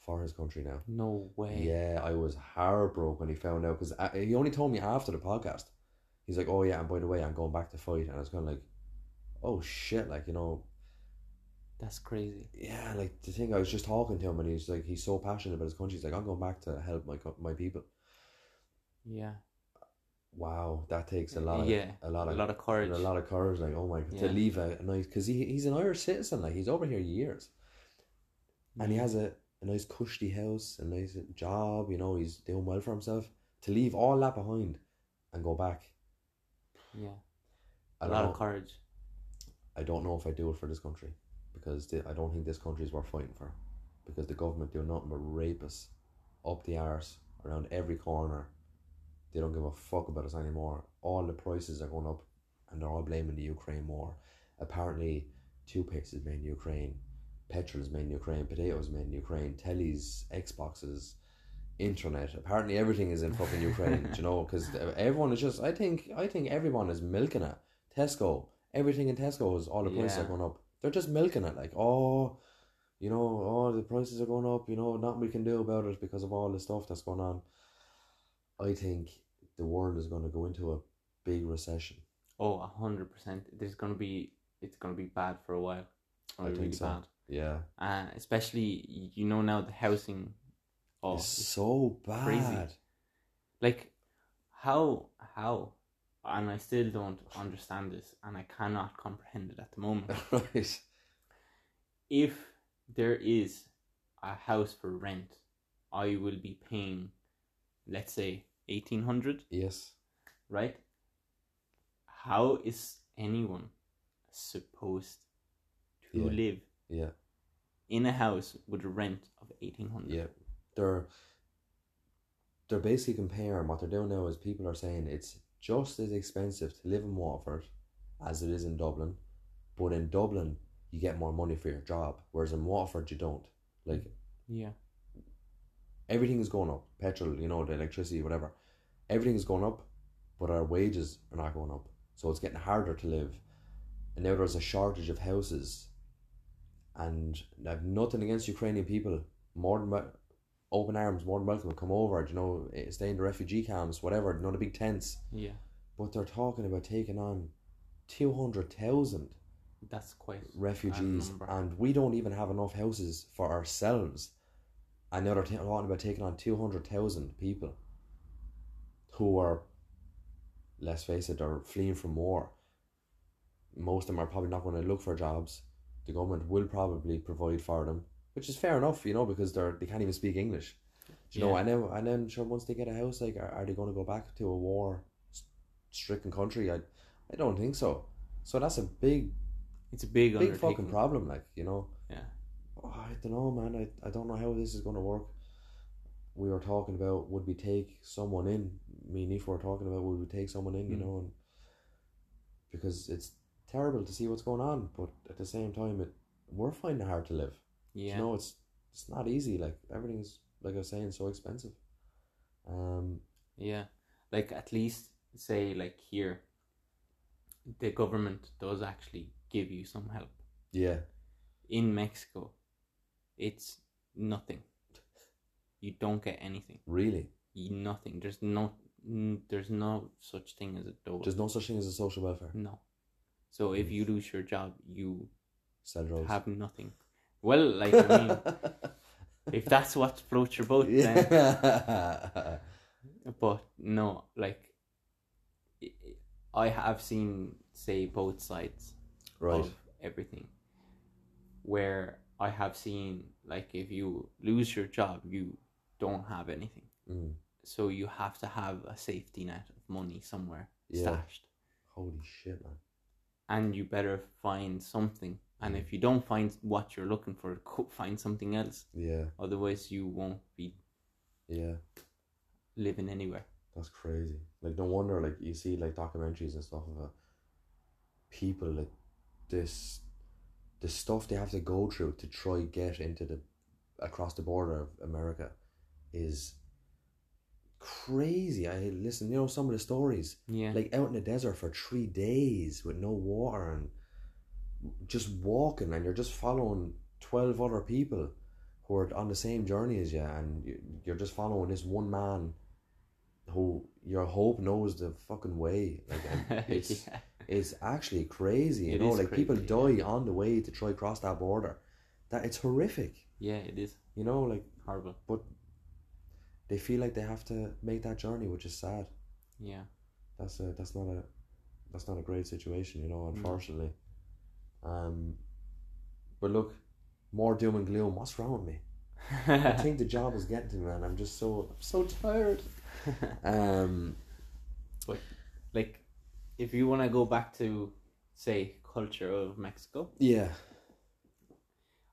[SPEAKER 1] for his country now.
[SPEAKER 2] no way.
[SPEAKER 1] Yeah, I was heartbroken when he found out because he only told me after the podcast. He's like, "Oh yeah, and by the way, I'm going back to fight," and I was kind of like, "Oh shit!" Like you know,
[SPEAKER 2] That's crazy.
[SPEAKER 1] yeah, like the thing I was just talking to him, and he's like, he's so passionate about his country. He's like, I'm going back to help my co- my people.
[SPEAKER 2] Yeah.
[SPEAKER 1] Wow, that takes a lot. Of,
[SPEAKER 2] yeah.
[SPEAKER 1] a lot of,
[SPEAKER 2] a lot of courage.
[SPEAKER 1] a lot of courage. Like, oh my god,
[SPEAKER 2] Yeah.
[SPEAKER 1] to leave a, a nice because he he's an Irish citizen. Like, he's over here years, and
[SPEAKER 2] Mm.
[SPEAKER 1] he has a, a nice cushy house, a nice job. You know, he's doing well for himself. To leave all that behind, and go back.
[SPEAKER 2] Yeah.
[SPEAKER 1] I
[SPEAKER 2] A
[SPEAKER 1] don't
[SPEAKER 2] lot
[SPEAKER 1] know,
[SPEAKER 2] of courage.
[SPEAKER 1] I don't know if I do it for this country because the, I don't think this country is worth fighting for because the government do nothing but rape us up the arse around every corner. They don't give a fuck about us anymore. All the prices are going up and they're all blaming the Ukraine war. Apparently, toothpaste is made in Ukraine, petrol is made in Ukraine, potatoes made in Ukraine, tellies, Xboxes, internet. Apparently, everything is in fucking Ukraine. do you know? Because everyone is just. I think. I think everyone is milking it. Tesco. Everything in Tesco is all the prices
[SPEAKER 2] Yeah.
[SPEAKER 1] are going up. They're just milking it. Like oh, you know, all the prices are going up, you know, nothing we can do about it because of all the stuff that's going on. I think the world is going to go into a big recession.
[SPEAKER 2] Oh, a hundred percent. There's gonna be it's gonna be bad for a while. It's gonna
[SPEAKER 1] I
[SPEAKER 2] be
[SPEAKER 1] think so.
[SPEAKER 2] bad.
[SPEAKER 1] Yeah.
[SPEAKER 2] Uh, especially you know now the housing. Oh,
[SPEAKER 1] it's so bad.
[SPEAKER 2] crazy. like how how, and I still don't understand this, and I cannot comprehend it at the moment.
[SPEAKER 1] right.
[SPEAKER 2] if there is a house for rent, I will be paying, let's say, eighteen hundred,
[SPEAKER 1] Yes.
[SPEAKER 2] right? How is anyone supposed to
[SPEAKER 1] Yeah.
[SPEAKER 2] live
[SPEAKER 1] Yeah.
[SPEAKER 2] in a house with a rent of eighteen hundred?
[SPEAKER 1] Yeah. They're they're basically comparing what they're doing now is people are saying it's just as expensive to live in Waterford as it is in Dublin, but in Dublin you get more money for your job, whereas in Waterford you don't. Like
[SPEAKER 2] yeah,
[SPEAKER 1] everything is going up, petrol, you know, the electricity, whatever. Everything is going up, but our wages are not going up, so it's getting harder to live. And now there's a shortage of houses, and I've nothing against Ukrainian people. More than wel- open arms, more than welcome. Come over, you know, eh, stay in the refugee camps, whatever. Not the big tents,
[SPEAKER 2] yeah.
[SPEAKER 1] but they're talking about taking on two hundred thousand
[SPEAKER 2] That's quite
[SPEAKER 1] refugees,
[SPEAKER 2] number.
[SPEAKER 1] and we don't even have enough houses for ourselves. And now they're ta- talking about taking on 200,000 people who are, let's face it, are fleeing from war. Most of them are probably not going to look for jobs. The government will probably provide for them, which is fair enough, you know, because they're they can't even speak English. Do you know,
[SPEAKER 2] Yeah.
[SPEAKER 1] and then and then sure, once they get a house, like, are, are they going to go back to a war-stricken country? I, I don't think so. So that's a big
[SPEAKER 2] It's a big,
[SPEAKER 1] big fucking
[SPEAKER 2] undertaking.
[SPEAKER 1] problem. Like you know,
[SPEAKER 2] Yeah.
[SPEAKER 1] Oh, I don't know, man. I, I don't know how this is gonna work. We were talking about would we take someone in? Me and Aoife were talking about would we take someone in? You
[SPEAKER 2] Mm.
[SPEAKER 1] know, and because it's terrible to see what's going on, but at the same time, it we're finding it hard to live.
[SPEAKER 2] yeah.
[SPEAKER 1] You know, it's it's not easy. Like everything's like I was saying, so expensive. Um.
[SPEAKER 2] Yeah, like at least say like here, the government does actually give you some help.
[SPEAKER 1] Yeah.
[SPEAKER 2] In Mexico, it's nothing. You don't get anything.
[SPEAKER 1] Really.
[SPEAKER 2] You, nothing. There's no. n- There's no such thing as a dole.
[SPEAKER 1] There's no such thing as a social welfare.
[SPEAKER 2] no. So if you lose your job, you
[SPEAKER 1] Sell drugs.
[SPEAKER 2] have nothing. Well, like I mean, if that's what floats your boat, then
[SPEAKER 1] yeah.
[SPEAKER 2] but no, like i- I have seen say both sides
[SPEAKER 1] right.
[SPEAKER 2] of everything. Where I have seen like if you lose your job, you don't have anything,
[SPEAKER 1] Mm.
[SPEAKER 2] so you have to have a safety net of money somewhere
[SPEAKER 1] Yeah.
[SPEAKER 2] stashed,
[SPEAKER 1] Holy shit, man.
[SPEAKER 2] and you better find something. And if you don't find what you're looking for, co- find something else.
[SPEAKER 1] Yeah,
[SPEAKER 2] Otherwise, you won't be
[SPEAKER 1] yeah,
[SPEAKER 2] living anywhere.
[SPEAKER 1] that's crazy. Like, no wonder, like, you see, like, documentaries and stuff of uh, people that this, the stuff they have to go through to try get into the, across the border of America is crazy. I listen, you know, some of the stories,
[SPEAKER 2] Yeah,
[SPEAKER 1] like, out in the desert for three days with no water and just walking, and you're just following 12 other people who are on the same journey as you, and you- you're just following this one man who your hope knows the fucking way. Like, and it's,
[SPEAKER 2] Yeah.
[SPEAKER 1] it's actually crazy, you
[SPEAKER 2] It
[SPEAKER 1] know,
[SPEAKER 2] is
[SPEAKER 1] like people
[SPEAKER 2] crazy,
[SPEAKER 1] die on the way to try cross that border. That it's horrific,
[SPEAKER 2] yeah, it is
[SPEAKER 1] you know, like,
[SPEAKER 2] horrible.
[SPEAKER 1] but they feel like they have to make that journey, which is sad.
[SPEAKER 2] Yeah.
[SPEAKER 1] That's a, that's not a that's not a great situation, you know,
[SPEAKER 2] No.
[SPEAKER 1] unfortunately. Um but look, more doom and gloom. What's wrong with me? I think the job is getting to me, man. I'm just so I'm so tired. Um,
[SPEAKER 2] like if you want to go back to say culture of mexico
[SPEAKER 1] yeah,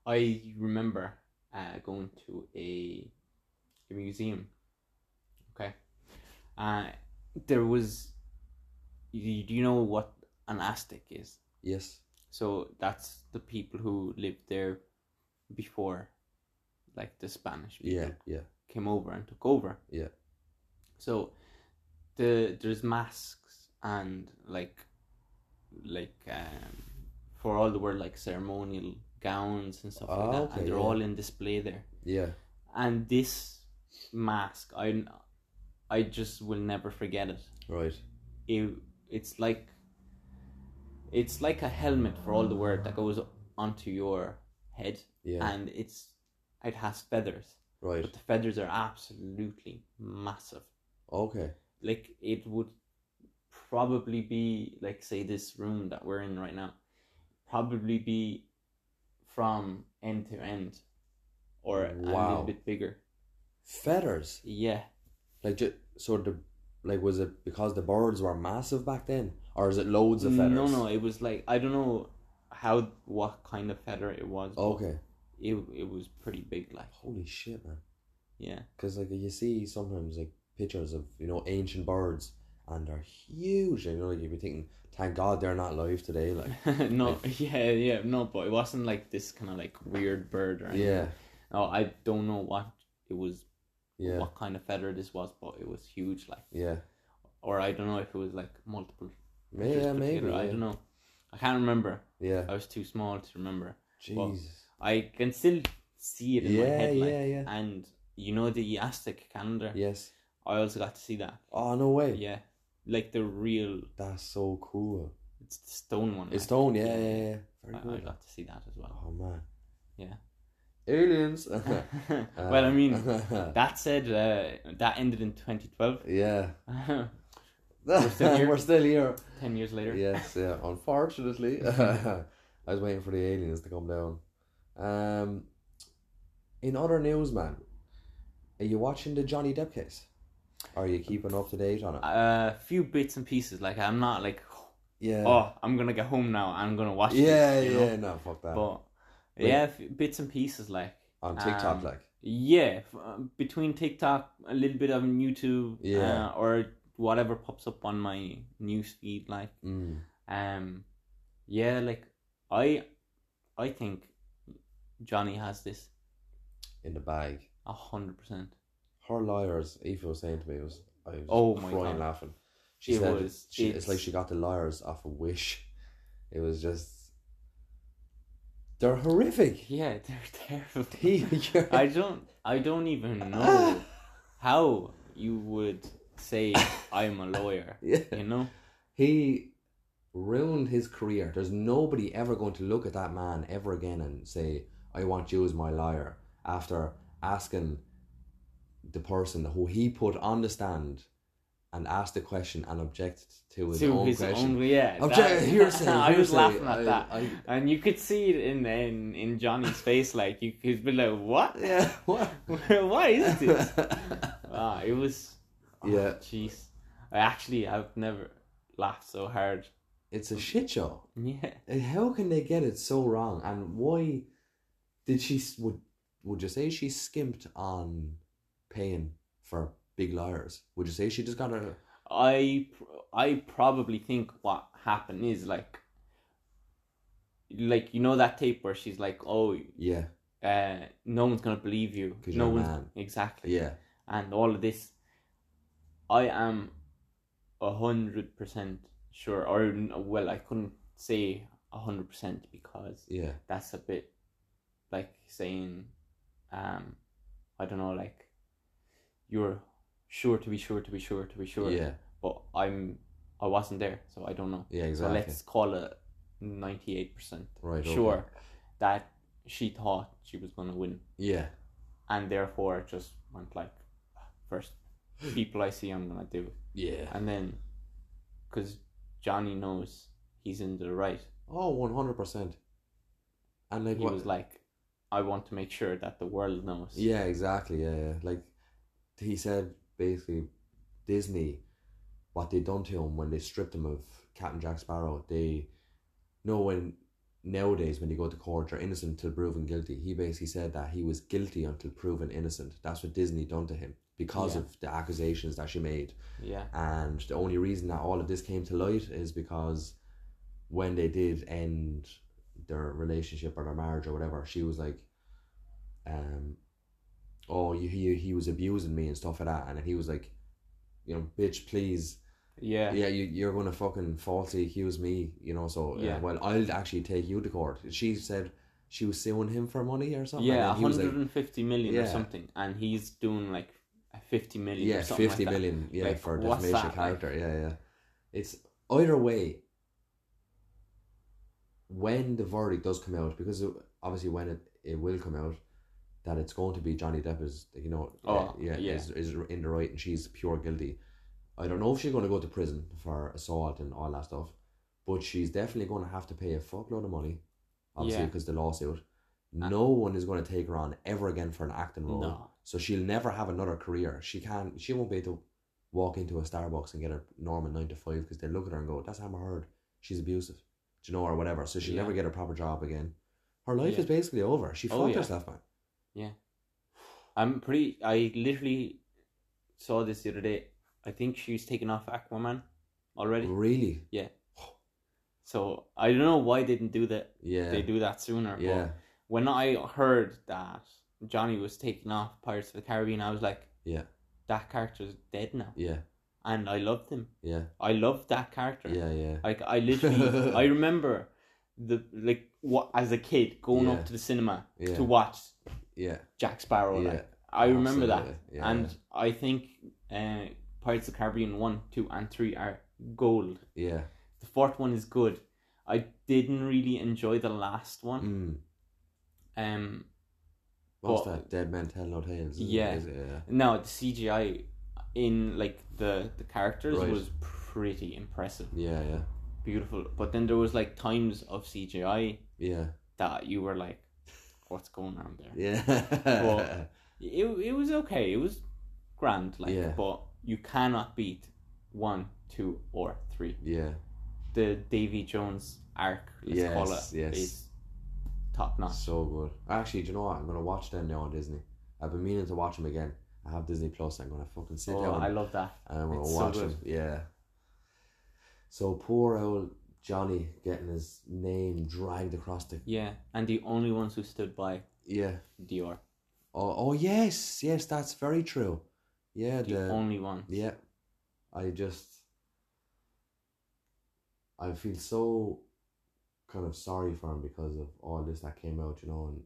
[SPEAKER 2] i remember uh, going to a, a museum okay uh, there was you- do you know what an aztec is
[SPEAKER 1] yes,
[SPEAKER 2] so that's the people who lived there before like the spanish people
[SPEAKER 1] yeah, yeah,
[SPEAKER 2] came over and took over
[SPEAKER 1] Yeah.
[SPEAKER 2] so the there's masks and like like um for all the word like ceremonial gowns and stuff
[SPEAKER 1] Ah,
[SPEAKER 2] like that,
[SPEAKER 1] okay,
[SPEAKER 2] and they're
[SPEAKER 1] yeah.
[SPEAKER 2] all in display there.
[SPEAKER 1] Yeah.
[SPEAKER 2] And this mask, I, I just will never forget it.
[SPEAKER 1] Right.
[SPEAKER 2] it. It's like, it's like a helmet for all the word that goes onto your head,
[SPEAKER 1] Yeah.
[SPEAKER 2] and it's, it has feathers,
[SPEAKER 1] right.
[SPEAKER 2] but the feathers are absolutely massive.
[SPEAKER 1] Okay.
[SPEAKER 2] like it would probably be like say this room that we're in right now probably be from end to end or a
[SPEAKER 1] Wow.
[SPEAKER 2] little bit bigger
[SPEAKER 1] Feathers.
[SPEAKER 2] yeah
[SPEAKER 1] Like just so the like was it because the birds were massive back then, or is it loads of feathers?
[SPEAKER 2] no no it was like i don't know how what kind of feather it was but
[SPEAKER 1] Okay.
[SPEAKER 2] it, it was pretty big like
[SPEAKER 1] Holy shit, man.
[SPEAKER 2] yeah
[SPEAKER 1] Because like you see sometimes like pictures of you know ancient birds and they're huge. And, you know, like, you'd be thinking, thank God they're not live today. Like
[SPEAKER 2] no yeah yeah no but it wasn't like this kind of like weird bird or anything.
[SPEAKER 1] yeah,
[SPEAKER 2] no i don't know what it was
[SPEAKER 1] yeah,
[SPEAKER 2] what kind of feather this was but it was huge like
[SPEAKER 1] yeah,
[SPEAKER 2] or I don't know if it was like multiple.
[SPEAKER 1] May-
[SPEAKER 2] pictures
[SPEAKER 1] yeah,
[SPEAKER 2] put
[SPEAKER 1] maybe.
[SPEAKER 2] together. I
[SPEAKER 1] Yeah.
[SPEAKER 2] don't know. I can't remember.
[SPEAKER 1] yeah.
[SPEAKER 2] I was too small to remember. Well,
[SPEAKER 1] Jesus.
[SPEAKER 2] I can still see it in my
[SPEAKER 1] yeah,
[SPEAKER 2] head, like,
[SPEAKER 1] yeah, yeah.
[SPEAKER 2] and you know the Aztec calendar.
[SPEAKER 1] Yes.
[SPEAKER 2] I also got to see that.
[SPEAKER 1] Oh no way.
[SPEAKER 2] Yeah, like the real,
[SPEAKER 1] That's so cool.
[SPEAKER 2] it's the stone one.
[SPEAKER 1] It's
[SPEAKER 2] like.
[SPEAKER 1] stone. Yeah, yeah,
[SPEAKER 2] yeah.
[SPEAKER 1] yeah.
[SPEAKER 2] I,
[SPEAKER 1] Very
[SPEAKER 2] I
[SPEAKER 1] good.
[SPEAKER 2] got to see that as well.
[SPEAKER 1] Oh man.
[SPEAKER 2] Yeah.
[SPEAKER 1] Aliens.
[SPEAKER 2] well, I mean, that said, uh, that ended in 2012.
[SPEAKER 1] yeah.
[SPEAKER 2] We're still here.
[SPEAKER 1] We're still here.
[SPEAKER 2] Ten years later.
[SPEAKER 1] Yes, yeah. Unfortunately, I was waiting for the aliens to come down. Um, in other news, man, are you watching the Johnny Depp case? Are you keeping up to date on it?
[SPEAKER 2] A few bits and pieces. Like I'm not like
[SPEAKER 1] Yeah.
[SPEAKER 2] oh, I'm gonna get home now. I'm gonna watch.
[SPEAKER 1] yeah,
[SPEAKER 2] this, you
[SPEAKER 1] yeah.
[SPEAKER 2] know?
[SPEAKER 1] No, fuck that.
[SPEAKER 2] But
[SPEAKER 1] Wait.
[SPEAKER 2] yeah, f- bits and pieces like
[SPEAKER 1] on TikTok,
[SPEAKER 2] um,
[SPEAKER 1] like.
[SPEAKER 2] yeah, f- uh, between TikTok, a little bit of YouTube,
[SPEAKER 1] Yeah.
[SPEAKER 2] uh, or whatever pops up on my news feed. Like,
[SPEAKER 1] Mm.
[SPEAKER 2] um, yeah, like I, I think Johnny has this
[SPEAKER 1] In the bag.
[SPEAKER 2] a hundred percent.
[SPEAKER 1] Her lawyers, Aoife was saying to me, was I was
[SPEAKER 2] Oh my
[SPEAKER 1] crying
[SPEAKER 2] God.
[SPEAKER 1] laughing. She
[SPEAKER 2] It
[SPEAKER 1] said
[SPEAKER 2] was-
[SPEAKER 1] she, it's,
[SPEAKER 2] it's-
[SPEAKER 1] like she got the lawyers off a wish. It was just they're horrific.
[SPEAKER 2] Yeah, they're
[SPEAKER 1] He-
[SPEAKER 2] terrible. I don't, I don't even know how you would say I'm a lawyer.
[SPEAKER 1] yeah.
[SPEAKER 2] You know.
[SPEAKER 1] He ruined his career. There's nobody ever going to look at that man ever again and say, I want you as my lawyer after asking the person who he put on the stand and asked the question and objected to his
[SPEAKER 2] to
[SPEAKER 1] own
[SPEAKER 2] his
[SPEAKER 1] question.
[SPEAKER 2] own yeah.
[SPEAKER 1] Obje-
[SPEAKER 2] that-
[SPEAKER 1] hearsay,
[SPEAKER 2] I was
[SPEAKER 1] hearsay.
[SPEAKER 2] laughing at
[SPEAKER 1] I-
[SPEAKER 2] that,
[SPEAKER 1] I-
[SPEAKER 2] and you could see it in in, in Johnny's face. Like you, he's been like, "What?
[SPEAKER 1] Yeah, what?
[SPEAKER 2] Why is this?" Ah, it was. oh,
[SPEAKER 1] Yeah.
[SPEAKER 2] Jeez, I actually I've never laughed so hard.
[SPEAKER 1] it's a shit show.
[SPEAKER 2] Yeah.
[SPEAKER 1] And How can they get it so wrong? And why did she s- would would you say she skimped on paying for big liars? Would you say she just got a
[SPEAKER 2] I pr- I probably think what happened is like. Like you know that tape where she's like, "Oh,
[SPEAKER 1] yeah,
[SPEAKER 2] uh, no one's gonna believe you.
[SPEAKER 1] 'Cause
[SPEAKER 2] no
[SPEAKER 1] you're a
[SPEAKER 2] one's
[SPEAKER 1] man."
[SPEAKER 2] exactly.
[SPEAKER 1] yeah,
[SPEAKER 2] and all of this, I am a hundred percent sure, or n- well, I couldn't say a hundred percent because
[SPEAKER 1] yeah,
[SPEAKER 2] that's a bit like saying, um, I don't know, like you're sure to be sure to be sure to be sure,
[SPEAKER 1] yeah,
[SPEAKER 2] but I'm I wasn't there, so I don't know.
[SPEAKER 1] yeah,
[SPEAKER 2] So
[SPEAKER 1] exactly.
[SPEAKER 2] let's call it ninety eight percent
[SPEAKER 1] right, okay.
[SPEAKER 2] sure that she thought she was gonna win
[SPEAKER 1] Yeah,
[SPEAKER 2] and therefore it just went like first people I see I'm gonna do it.
[SPEAKER 1] yeah.
[SPEAKER 2] and then because Johnny knows he's in the right
[SPEAKER 1] Oh, one hundred percent. And like
[SPEAKER 2] he
[SPEAKER 1] what?
[SPEAKER 2] was like I want to make sure that the world knows
[SPEAKER 1] Yeah, exactly. Yeah, yeah. Like he said, basically, Disney, what they done to him when they stripped him of Captain Jack Sparrow. They know when nowadays when you go to court, you're innocent until proven guilty. He basically said that he was guilty until proven innocent. That's what Disney done to him because
[SPEAKER 2] Yeah.
[SPEAKER 1] of the accusations that she made.
[SPEAKER 2] yeah
[SPEAKER 1] And the only reason that all of this came to light is because when they did end their relationship or their marriage or whatever, she was like, um, oh, he, he, he was abusing me and stuff like that. And then he was like, you know, bitch, please.
[SPEAKER 2] yeah
[SPEAKER 1] Yeah, you, you're going to fucking falsely accuse me, you know, so, uh, yeah.
[SPEAKER 2] Yeah.
[SPEAKER 1] well, I'll actually take you to court. She said, she was suing him for money or something.
[SPEAKER 2] yeah,
[SPEAKER 1] and he was like,
[SPEAKER 2] 150 million
[SPEAKER 1] Yeah.
[SPEAKER 2] or something, and he's doing like 50 million.
[SPEAKER 1] yeah,
[SPEAKER 2] or something
[SPEAKER 1] fifty
[SPEAKER 2] like that.
[SPEAKER 1] million. Yeah,
[SPEAKER 2] Like,
[SPEAKER 1] for
[SPEAKER 2] what's
[SPEAKER 1] defamation
[SPEAKER 2] that, like?
[SPEAKER 1] character. Yeah, yeah. It's either way. When the verdict does come out, because it, obviously when it, it will come out, that it's going to be Johnny Depp is you know uh,
[SPEAKER 2] Oh,
[SPEAKER 1] yeah,
[SPEAKER 2] yeah.
[SPEAKER 1] is is in the right and she's pure guilty. I don't know if she's going to go to prison for assault and all that stuff, but she's definitely going to have to pay a fuckload of money, obviously
[SPEAKER 2] Yeah. Uh,
[SPEAKER 1] because the lawsuit. No one is going to take her on ever again for an acting role.
[SPEAKER 2] No.
[SPEAKER 1] So she'll never have another career. She can not she won't be able to walk into a Starbucks and get a normal nine to five because they look at her and go, That's Amber Heard. She's abusive. Do you know or whatever? So she'll
[SPEAKER 2] Yeah.
[SPEAKER 1] never get a proper job again. Her life
[SPEAKER 2] Yeah.
[SPEAKER 1] is basically over. She
[SPEAKER 2] Oh,
[SPEAKER 1] fucked
[SPEAKER 2] yeah.
[SPEAKER 1] herself, man.
[SPEAKER 2] I'm pretty. I literally saw this the other day. I think she's taken off Aquaman already.
[SPEAKER 1] Really?
[SPEAKER 2] So I don't know why they didn't do that.
[SPEAKER 1] Yeah.
[SPEAKER 2] They do that sooner. but
[SPEAKER 1] yeah.
[SPEAKER 2] when I heard that Johnny was taking off Pirates of the Caribbean, I was like,
[SPEAKER 1] Yeah.
[SPEAKER 2] that character's dead now,
[SPEAKER 1] Yeah.
[SPEAKER 2] and I loved him.
[SPEAKER 1] Yeah.
[SPEAKER 2] I loved that character.
[SPEAKER 1] Yeah. Yeah.
[SPEAKER 2] Like I literally, I remember the like what as a kid going
[SPEAKER 1] Yeah.
[SPEAKER 2] up to the cinema
[SPEAKER 1] Yeah.
[SPEAKER 2] to watch
[SPEAKER 1] Yeah.
[SPEAKER 2] Jack Sparrow.
[SPEAKER 1] yeah.
[SPEAKER 2] Like I remember that,
[SPEAKER 1] absolutely. Yeah,
[SPEAKER 2] and I think uh, Pirates of the Caribbean one, two, and three are gold.
[SPEAKER 1] yeah.
[SPEAKER 2] The fourth one is good. I didn't really enjoy the last one.
[SPEAKER 1] Mm.
[SPEAKER 2] Um,
[SPEAKER 1] What's that?
[SPEAKER 2] But-
[SPEAKER 1] Dead men tell no tales. isn't it?
[SPEAKER 2] Yeah.
[SPEAKER 1] Is it? Yeah.
[SPEAKER 2] no, the CGI in like the the characters
[SPEAKER 1] Right.
[SPEAKER 2] was pretty impressive,
[SPEAKER 1] Yeah. Yeah.
[SPEAKER 2] beautiful. But then there was like times of CGI
[SPEAKER 1] Yeah.
[SPEAKER 2] that you were like, what's going on there?
[SPEAKER 1] Yeah.
[SPEAKER 2] Well, It, it was okay. It was grand, like,
[SPEAKER 1] Yeah.
[SPEAKER 2] but you cannot beat one, two, or three.
[SPEAKER 1] yeah.
[SPEAKER 2] The Davy Jones arc, let's call it,
[SPEAKER 1] Yes, yes.
[SPEAKER 2] is top notch.
[SPEAKER 1] So good. Actually, do you know what? I'm gonna watch them now on Disney. I've been meaning to watch them again. I have Disney Plus. I'm gonna fucking sit
[SPEAKER 2] Oh,
[SPEAKER 1] down
[SPEAKER 2] I love that.
[SPEAKER 1] and I'm gonna
[SPEAKER 2] it's so
[SPEAKER 1] watch
[SPEAKER 2] good.
[SPEAKER 1] them. Yeah. So poor old Johnny getting his name dragged across the
[SPEAKER 2] Yeah, and the only ones who stood by
[SPEAKER 1] yeah.
[SPEAKER 2] Dior,
[SPEAKER 1] Oh, oh yes, yes, that's very true. Yeah,
[SPEAKER 2] the
[SPEAKER 1] the,
[SPEAKER 2] only ones.
[SPEAKER 1] yeah. I just I feel so kind of sorry for him because of all this that came out, you know, and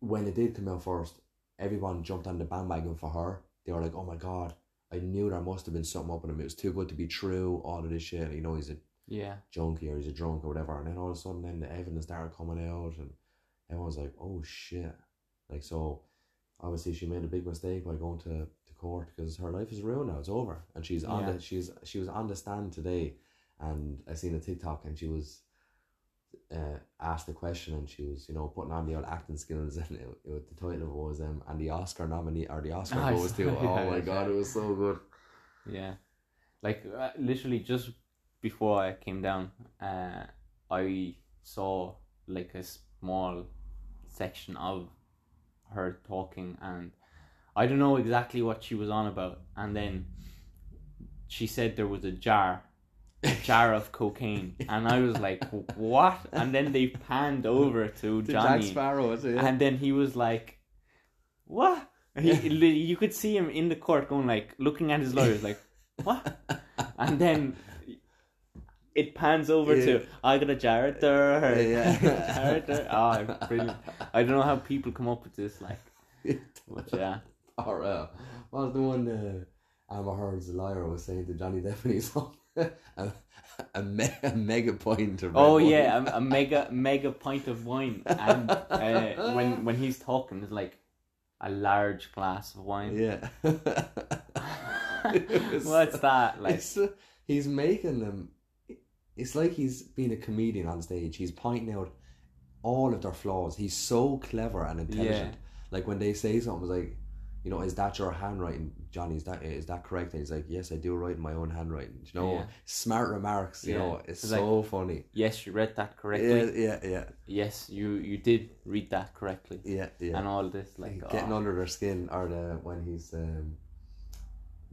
[SPEAKER 1] when it did come out first, everyone jumped on the bandwagon for her. They were like, "Oh my god, I knew there must have been something up with him. It was too good to be true. All of this shit, you know, he's a
[SPEAKER 2] Yeah,
[SPEAKER 1] junkie or he's a drunk or whatever. And then all of a sudden, then the evidence started coming out, and everyone's like, "Oh shit!" Like so, obviously she made a big mistake by going to, to court because her life is ruined now. It's over, and she's on
[SPEAKER 2] Yeah.
[SPEAKER 1] the she's she was on the stand today, and I seen a TikTok, and she was. Uh, asked the question and she was, you know, putting on the old acting skills and it, it, the title of it was um and the Oscar nominee or the Oscar
[SPEAKER 2] I
[SPEAKER 1] goes to
[SPEAKER 2] saw-
[SPEAKER 1] oh my
[SPEAKER 2] yeah,
[SPEAKER 1] god it was so good
[SPEAKER 2] yeah. Like uh, literally just before I came down, uh, I saw like a small section of her talking, and I don't know exactly what she was on about. And then she said there was a jar. A jar of cocaine, and I was like, "What?" And then they panned over to Johnny,
[SPEAKER 1] Sparrow is it
[SPEAKER 2] and then he was like, "What?" He, li- you could see him in the court going like, looking at his lawyers like, "What?" And then it pans over to, "I got a jar at there, or,
[SPEAKER 1] Yeah, yeah.
[SPEAKER 2] "I got a jar at there." Oh, brilliant! I don't know how people come up with this, like, but yeah,
[SPEAKER 1] Or uh, what was the one uh, Amber Heard's liar was saying to Johnny Depp when he saw a, a, me- a mega point of red
[SPEAKER 2] oh
[SPEAKER 1] wine.
[SPEAKER 2] yeah, a, a mega mega pint of wine, and uh, when when he's talking, it's like a large glass of wine.
[SPEAKER 1] yeah. was-
[SPEAKER 2] What's that like?
[SPEAKER 1] It's, uh, he's making them. It's like he's being a comedian on stage. He's pointing out all of their flaws. He's so clever and intelligent. Like when they say something, it's like, you know, is that your handwriting, Johnny? Is that is that correct? And he's like, yes, I do write in my own handwriting. Do You know,
[SPEAKER 2] Yeah.
[SPEAKER 1] smart remarks. You
[SPEAKER 2] Yeah.
[SPEAKER 1] know, it's,
[SPEAKER 2] It's like-
[SPEAKER 1] so funny.
[SPEAKER 2] Yes, you read that correctly.
[SPEAKER 1] Yeah, yeah, yeah,
[SPEAKER 2] Yes, you you did read that correctly,
[SPEAKER 1] yeah, yeah.
[SPEAKER 2] and all this like
[SPEAKER 1] Getting
[SPEAKER 2] oh,
[SPEAKER 1] under their skin, or the when he's. Um,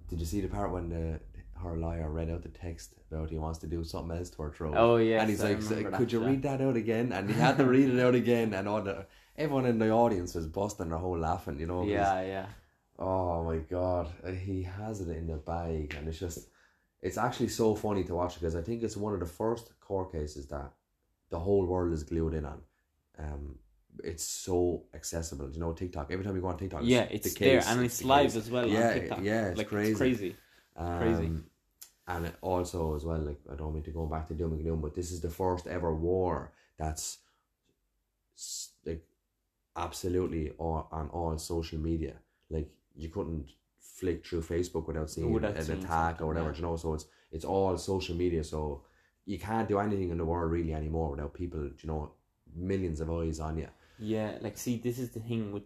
[SPEAKER 1] did you see the part when the her liar read out the text about he wants to do something else to her throat?
[SPEAKER 2] oh yes,
[SPEAKER 1] and he's
[SPEAKER 2] I
[SPEAKER 1] like, "So,
[SPEAKER 2] remember
[SPEAKER 1] "Could
[SPEAKER 2] that,
[SPEAKER 1] you
[SPEAKER 2] yeah.
[SPEAKER 1] read that out again?" And he had to read it out again, and all the everyone in the audience was busting their whole laughing. You know, 'cause-
[SPEAKER 2] Yeah, yeah,
[SPEAKER 1] Oh my god, Uh, he has it in the bag, and it's just, it's actually so funny to watch because I think it's one of the first court cases that the whole world is glued in on. um, it's so accessible. You know, TikTok. Every time you go on TikTok,
[SPEAKER 2] yeah, it's there and it's
[SPEAKER 1] the
[SPEAKER 2] live
[SPEAKER 1] case.
[SPEAKER 2] as well
[SPEAKER 1] Yeah,
[SPEAKER 2] on TikTok.
[SPEAKER 1] yeah, it's
[SPEAKER 2] like
[SPEAKER 1] crazy.
[SPEAKER 2] it's crazy. crazy.
[SPEAKER 1] Um, And it also, as well, like I don't mean to go back to doom and gloom, but this is the first ever war that's s- like absolutely all, on all social media. Like you couldn't flick through Facebook without seeing
[SPEAKER 2] Without
[SPEAKER 1] an
[SPEAKER 2] seeing
[SPEAKER 1] attack
[SPEAKER 2] something,
[SPEAKER 1] or whatever.
[SPEAKER 2] yeah.
[SPEAKER 1] You know, so it's it's all social media. So you can't do anything in the world really anymore without people. You know, millions of eyes on you.
[SPEAKER 2] Yeah, like see, this is the thing with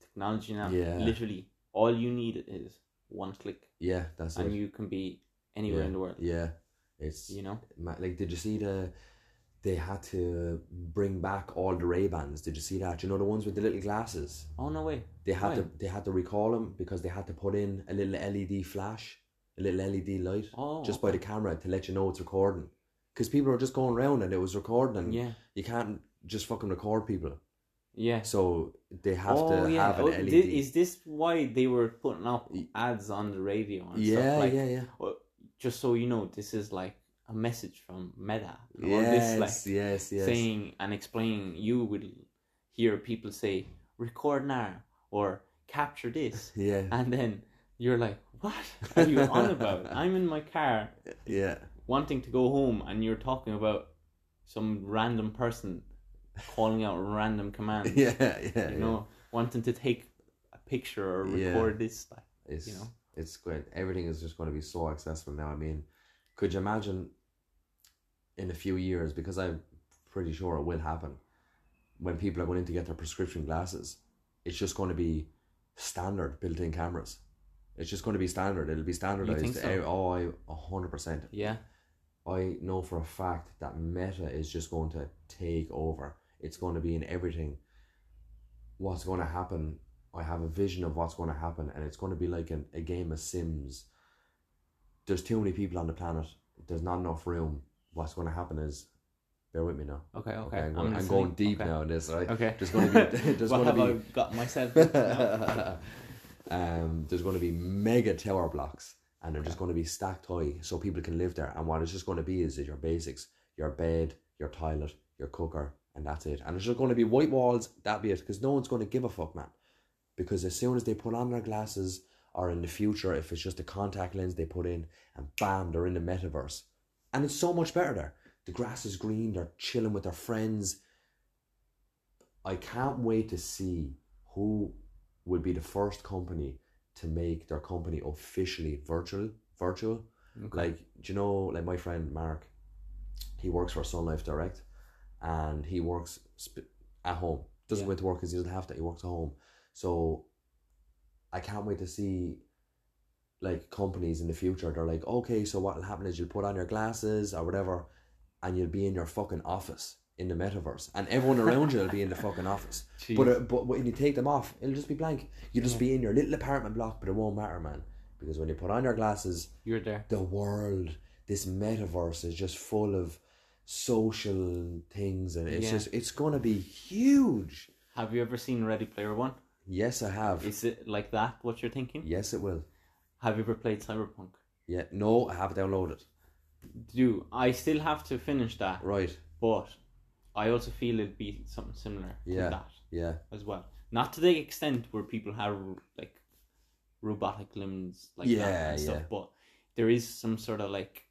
[SPEAKER 2] technology now.
[SPEAKER 1] Yeah.
[SPEAKER 2] Literally, all you need is one click,
[SPEAKER 1] Yeah, that's
[SPEAKER 2] and
[SPEAKER 1] it.
[SPEAKER 2] you can be anywhere
[SPEAKER 1] Yeah.
[SPEAKER 2] in the world.
[SPEAKER 1] yeah, it's
[SPEAKER 2] You know,
[SPEAKER 1] Ma- like did you see the they had to bring back all the Ray Bans. Did you see that? You know the ones with the little glasses.
[SPEAKER 2] oh no way,
[SPEAKER 1] They had
[SPEAKER 2] Why?
[SPEAKER 1] to they had to recall them because they had to put in a little LED flash, a little LED light,
[SPEAKER 2] oh
[SPEAKER 1] just by the camera to let you know it's recording. Because people were just going around and it was recording, and
[SPEAKER 2] yeah,
[SPEAKER 1] you can't just fucking record people.
[SPEAKER 2] yeah.
[SPEAKER 1] So they have
[SPEAKER 2] oh
[SPEAKER 1] to
[SPEAKER 2] yeah,
[SPEAKER 1] have an E
[SPEAKER 2] oh,
[SPEAKER 1] LED.
[SPEAKER 2] thi- is this why they were putting up
[SPEAKER 1] Y-
[SPEAKER 2] ads on the radio and
[SPEAKER 1] yeah,
[SPEAKER 2] stuff like?
[SPEAKER 1] yeah, yeah,
[SPEAKER 2] well, Just so you know, this is like a message from Meta. and all
[SPEAKER 1] yes,
[SPEAKER 2] this, like,
[SPEAKER 1] yes, yes,
[SPEAKER 2] saying and explaining, you will hear people say, record now or capture this.
[SPEAKER 1] yeah,
[SPEAKER 2] And then you're like, what are you on about? I'm in my car
[SPEAKER 1] yeah,
[SPEAKER 2] wanting to go home and you're talking about some random person calling out random commands,
[SPEAKER 1] yeah, yeah.
[SPEAKER 2] you know, wanting to take a picture or
[SPEAKER 1] Yeah.
[SPEAKER 2] record this. Like,
[SPEAKER 1] It's
[SPEAKER 2] you know?
[SPEAKER 1] it's great. Everything is just going to be so accessible now. I mean, could you imagine in a few years? Because I'm pretty sure it will happen when people are going in to get their prescription glasses. It's just going to be standard built-in cameras. It's just going to be standard. It'll be standardized.
[SPEAKER 2] so?
[SPEAKER 1] Eh, Oh, I a hundred percent.
[SPEAKER 2] yeah.
[SPEAKER 1] I know for a fact that Meta is just going to take over. It's going to be in everything. What's going to happen? I have a vision of what's going to happen, and it's going to be like an, a game of Sims. There's too many people on the planet. There's not enough room. What's going to happen is, bear with me now.
[SPEAKER 2] Okay, okay.
[SPEAKER 1] I'm going, I'm
[SPEAKER 2] listening.
[SPEAKER 1] going deep
[SPEAKER 2] okay.
[SPEAKER 1] now in this, right?
[SPEAKER 2] Okay.
[SPEAKER 1] There's going to be there's
[SPEAKER 2] what
[SPEAKER 1] going
[SPEAKER 2] have
[SPEAKER 1] to
[SPEAKER 2] I got myself
[SPEAKER 1] be
[SPEAKER 2] into now?
[SPEAKER 1] um, there's going to be mega tower blocks, and they're just going to be stacked high, so people can live there. And what it's just going to be is, is your basics, your bed, your toilet, your cooker, and that's it. And it's just going to be white walls. That be it, because no one's going to give a fuck, man. Because as soon as they put on their glasses, or in the future, if it's just a contact lens they put in, and bam, they're in the metaverse, and it's so much better there. The grass is green. They're chilling with their friends. I can't wait to see who will be the first company to make their company officially virtual. Virtual,
[SPEAKER 2] Okay.
[SPEAKER 1] like do you know, like my friend Mark, he works for Sun Life Direct, and he works sp- at home. Doesn't
[SPEAKER 2] Yeah.
[SPEAKER 1] go to work because he doesn't have to. He works at home, so I can't wait to see like companies in the future. They're like, okay, so what will happen is you'll put on your glasses or whatever, and you'll be in your fucking office in the metaverse, and everyone around you will be in the fucking office. But, uh, but when you take them off, it'll just be blank. You'll just
[SPEAKER 2] Yeah.
[SPEAKER 1] be in your little apartment block, but it won't matter, man. Because when you put on your glasses,
[SPEAKER 2] you're there.
[SPEAKER 1] the world, this metaverse is just full of social things, and it's
[SPEAKER 2] Yeah.
[SPEAKER 1] just, it's gonna be huge.
[SPEAKER 2] Have you ever seen Ready Player One?
[SPEAKER 1] Yes, I have.
[SPEAKER 2] Is it like that? What you're thinking?
[SPEAKER 1] yes, it will.
[SPEAKER 2] Have you ever played Cyberpunk?
[SPEAKER 1] Yeah, no, I have downloaded.
[SPEAKER 2] Do I still have to finish that?
[SPEAKER 1] Right.
[SPEAKER 2] But I also feel it'd be something similar
[SPEAKER 1] Yeah.
[SPEAKER 2] to that
[SPEAKER 1] Yeah.
[SPEAKER 2] as well. Not to the extent where people have like robotic limbs like
[SPEAKER 1] Yeah,
[SPEAKER 2] that and stuff,
[SPEAKER 1] yeah.
[SPEAKER 2] but there is some sort of like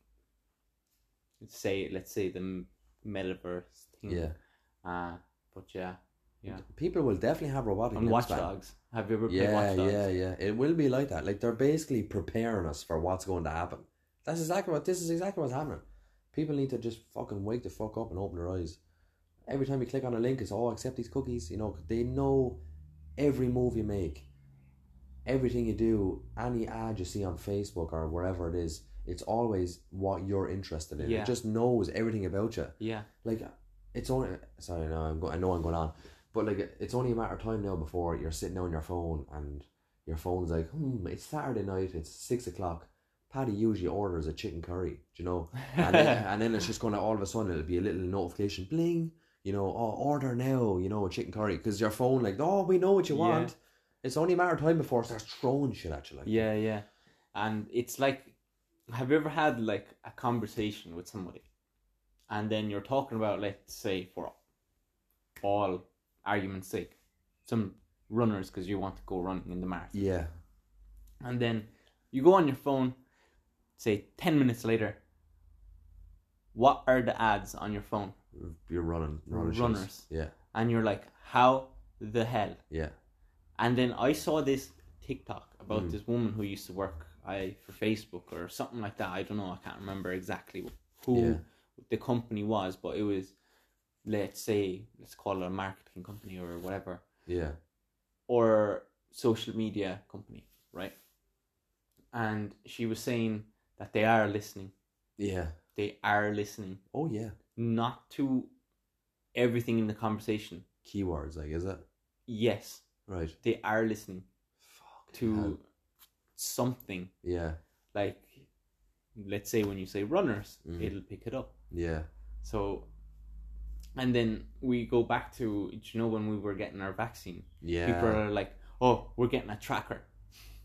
[SPEAKER 2] say let's say the m- metaverse thing.
[SPEAKER 1] Yeah.
[SPEAKER 2] Uh, but yeah. Yeah.
[SPEAKER 1] People will definitely have robotic
[SPEAKER 2] And
[SPEAKER 1] limbs
[SPEAKER 2] Watch
[SPEAKER 1] back.
[SPEAKER 2] Dogs. Have you ever played
[SPEAKER 1] Yeah,
[SPEAKER 2] Watch Dogs?
[SPEAKER 1] yeah, yeah. It will be like that. Like they're basically preparing us for what's going to happen. That's exactly what this is exactly what's happening. People need to just fucking wake the fuck up and open their eyes. Every time you click on a link, it's oh, accept these cookies. You know, they know every move you make, everything you do, any ad you see on Facebook or wherever it is. It's always what you're interested in.
[SPEAKER 2] Yeah.
[SPEAKER 1] It just knows everything about you
[SPEAKER 2] Yeah.
[SPEAKER 1] like it's only sorry no I'm go, I know I'm going on but like it's only a matter of time now before you're sitting on your phone and your phone's like hmm it's Saturday night it's six o'clock Paddy usually orders a chicken curry do you know and then, and then it's just going to all of a sudden it'll be a little notification bling you know oh order now you know a chicken curry because your phone like oh we know what you
[SPEAKER 2] Yeah.
[SPEAKER 1] want it's only a matter of time before it starts throwing shit at you like
[SPEAKER 2] Yeah, yeah. And it's like, have you ever had like a conversation with somebody, and then you're talking about, let's say, for all argument's sake, some runners because you want to go running in the marathon.
[SPEAKER 1] Yeah.
[SPEAKER 2] And then you go on your phone, say 10 minutes later, what are the ads on your phone?
[SPEAKER 1] You're running. running shoes.
[SPEAKER 2] Runners.
[SPEAKER 1] Yeah.
[SPEAKER 2] And you're like, how the hell?
[SPEAKER 1] Yeah.
[SPEAKER 2] And then I saw this TikTok about
[SPEAKER 1] Mm.
[SPEAKER 2] this woman who used to work I for Facebook or something like that. I don't know. I can't remember exactly who
[SPEAKER 1] Yeah.
[SPEAKER 2] the company was, but it was let's say let's call it a marketing company or whatever
[SPEAKER 1] Yeah.
[SPEAKER 2] or social media company, right? And she was saying that they are listening.
[SPEAKER 1] Yeah.
[SPEAKER 2] They are listening,
[SPEAKER 1] Oh yeah.
[SPEAKER 2] not to everything in the conversation.
[SPEAKER 1] Keywords like is it
[SPEAKER 2] Yes,
[SPEAKER 1] right?
[SPEAKER 2] they are listening
[SPEAKER 1] Fuck.
[SPEAKER 2] to something
[SPEAKER 1] Yeah.
[SPEAKER 2] like let's say when you say runners
[SPEAKER 1] Mm.
[SPEAKER 2] it'll pick it up
[SPEAKER 1] Yeah.
[SPEAKER 2] so and then we go back to do you know when we were getting our vaccine
[SPEAKER 1] Yeah.
[SPEAKER 2] people are like oh we're getting a tracker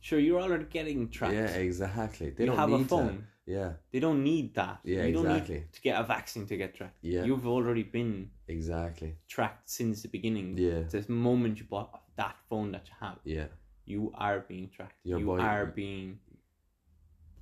[SPEAKER 2] sure you're already getting tracked
[SPEAKER 1] yeah. Exactly. They
[SPEAKER 2] you
[SPEAKER 1] don't
[SPEAKER 2] have
[SPEAKER 1] need
[SPEAKER 2] a phone
[SPEAKER 1] To. Yeah.
[SPEAKER 2] they don't need that
[SPEAKER 1] Yeah.
[SPEAKER 2] you don't
[SPEAKER 1] exactly.
[SPEAKER 2] need to get a vaccine to get tracked
[SPEAKER 1] Yeah.
[SPEAKER 2] you've already been
[SPEAKER 1] Exactly.
[SPEAKER 2] tracked since the beginning
[SPEAKER 1] Yeah.
[SPEAKER 2] It's this moment you bought that phone that you have
[SPEAKER 1] Yeah.
[SPEAKER 2] you are being tracked
[SPEAKER 1] You're
[SPEAKER 2] you
[SPEAKER 1] buying-
[SPEAKER 2] are being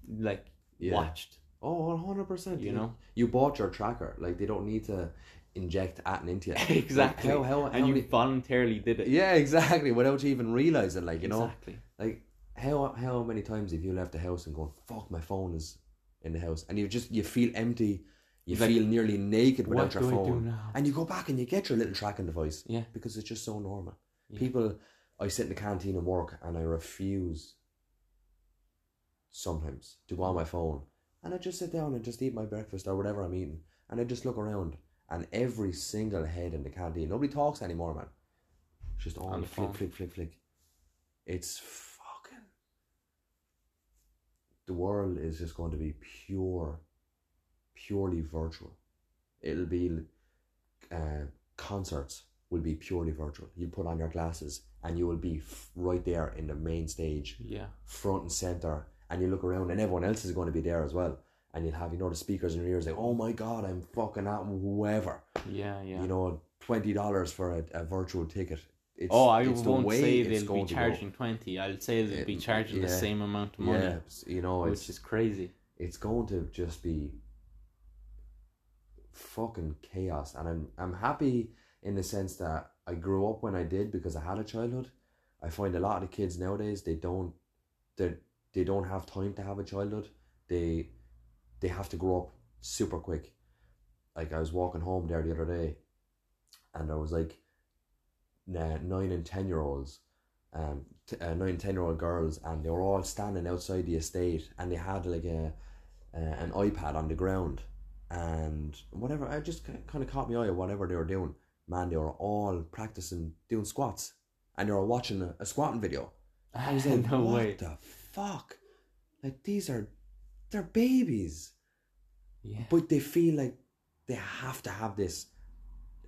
[SPEAKER 2] like
[SPEAKER 1] Yeah.
[SPEAKER 2] watched
[SPEAKER 1] Oh, one hundred percent.
[SPEAKER 2] you know
[SPEAKER 1] you bought your tracker. Like they don't need to inject at and into you. Like,
[SPEAKER 2] exactly
[SPEAKER 1] how, how, how
[SPEAKER 2] and you
[SPEAKER 1] many-
[SPEAKER 2] voluntarily did it
[SPEAKER 1] Yeah, exactly. Without you even realizing, like you know,
[SPEAKER 2] exactly
[SPEAKER 1] like how how many times have you left the house and gone, "Fuck, my phone is in the house," and you just you feel empty, you
[SPEAKER 2] Like,
[SPEAKER 1] feel nearly naked
[SPEAKER 2] what
[SPEAKER 1] without
[SPEAKER 2] do
[SPEAKER 1] your
[SPEAKER 2] i do
[SPEAKER 1] phone,
[SPEAKER 2] now
[SPEAKER 1] and you go back and you get your little tracking device
[SPEAKER 2] yeah
[SPEAKER 1] because it's just so normal.
[SPEAKER 2] Yeah.
[SPEAKER 1] People, I sit in the canteen and work, and I refuse sometimes to go on my phone, and I just sit down and just eat my breakfast or whatever I'm eating, and I just look around, and every single head in the canteen, nobody talks anymore, man. It's just all
[SPEAKER 2] On the
[SPEAKER 1] flick,
[SPEAKER 2] phone.
[SPEAKER 1] flick, flick, flick. It's fucking. The world is just going to be pure, purely virtual. It'll be uh, concerts will be purely virtual. You put on your glasses and you will be f- right there in the main stage,
[SPEAKER 2] yeah
[SPEAKER 1] front and center, and you look around and everyone else is going to be there as well. And you'll have you know the speakers in your ears like, oh my god, I'm fucking at whoever.
[SPEAKER 2] yeah yeah
[SPEAKER 1] You know, twenty dollars for a, a virtual ticket. It's,
[SPEAKER 2] oh i
[SPEAKER 1] it's the
[SPEAKER 2] won't
[SPEAKER 1] way
[SPEAKER 2] say
[SPEAKER 1] it's
[SPEAKER 2] they'll be
[SPEAKER 1] going to go.
[SPEAKER 2] charging 20 i'll say they'll be
[SPEAKER 1] It-
[SPEAKER 2] charging the
[SPEAKER 1] yeah.
[SPEAKER 2] same amount of money
[SPEAKER 1] Yeah, it's- you know, it's
[SPEAKER 2] which is crazy
[SPEAKER 1] it's going to just be fucking chaos and I'm I'm happy in the sense that I grew up when I did because I had a childhood. I find a lot of the kids nowadays they don't they they don't have time to have a childhood. They they have to grow up super quick. Like I was walking home there the other day and I was like nah, nine and ten year olds um, t- uh, nine ten year old girls, and they were all standing outside the estate, and they had like a uh, an iPad on the ground, and whatever. I just kind of caught my eye at whatever they were doing. Man, they were all practicing doing squats, and they were watching a, a squatting video. I was like,
[SPEAKER 2] no
[SPEAKER 1] what
[SPEAKER 2] way
[SPEAKER 1] the fuck? Like these are, they're babies,
[SPEAKER 2] yeah
[SPEAKER 1] but they feel like they have to have this.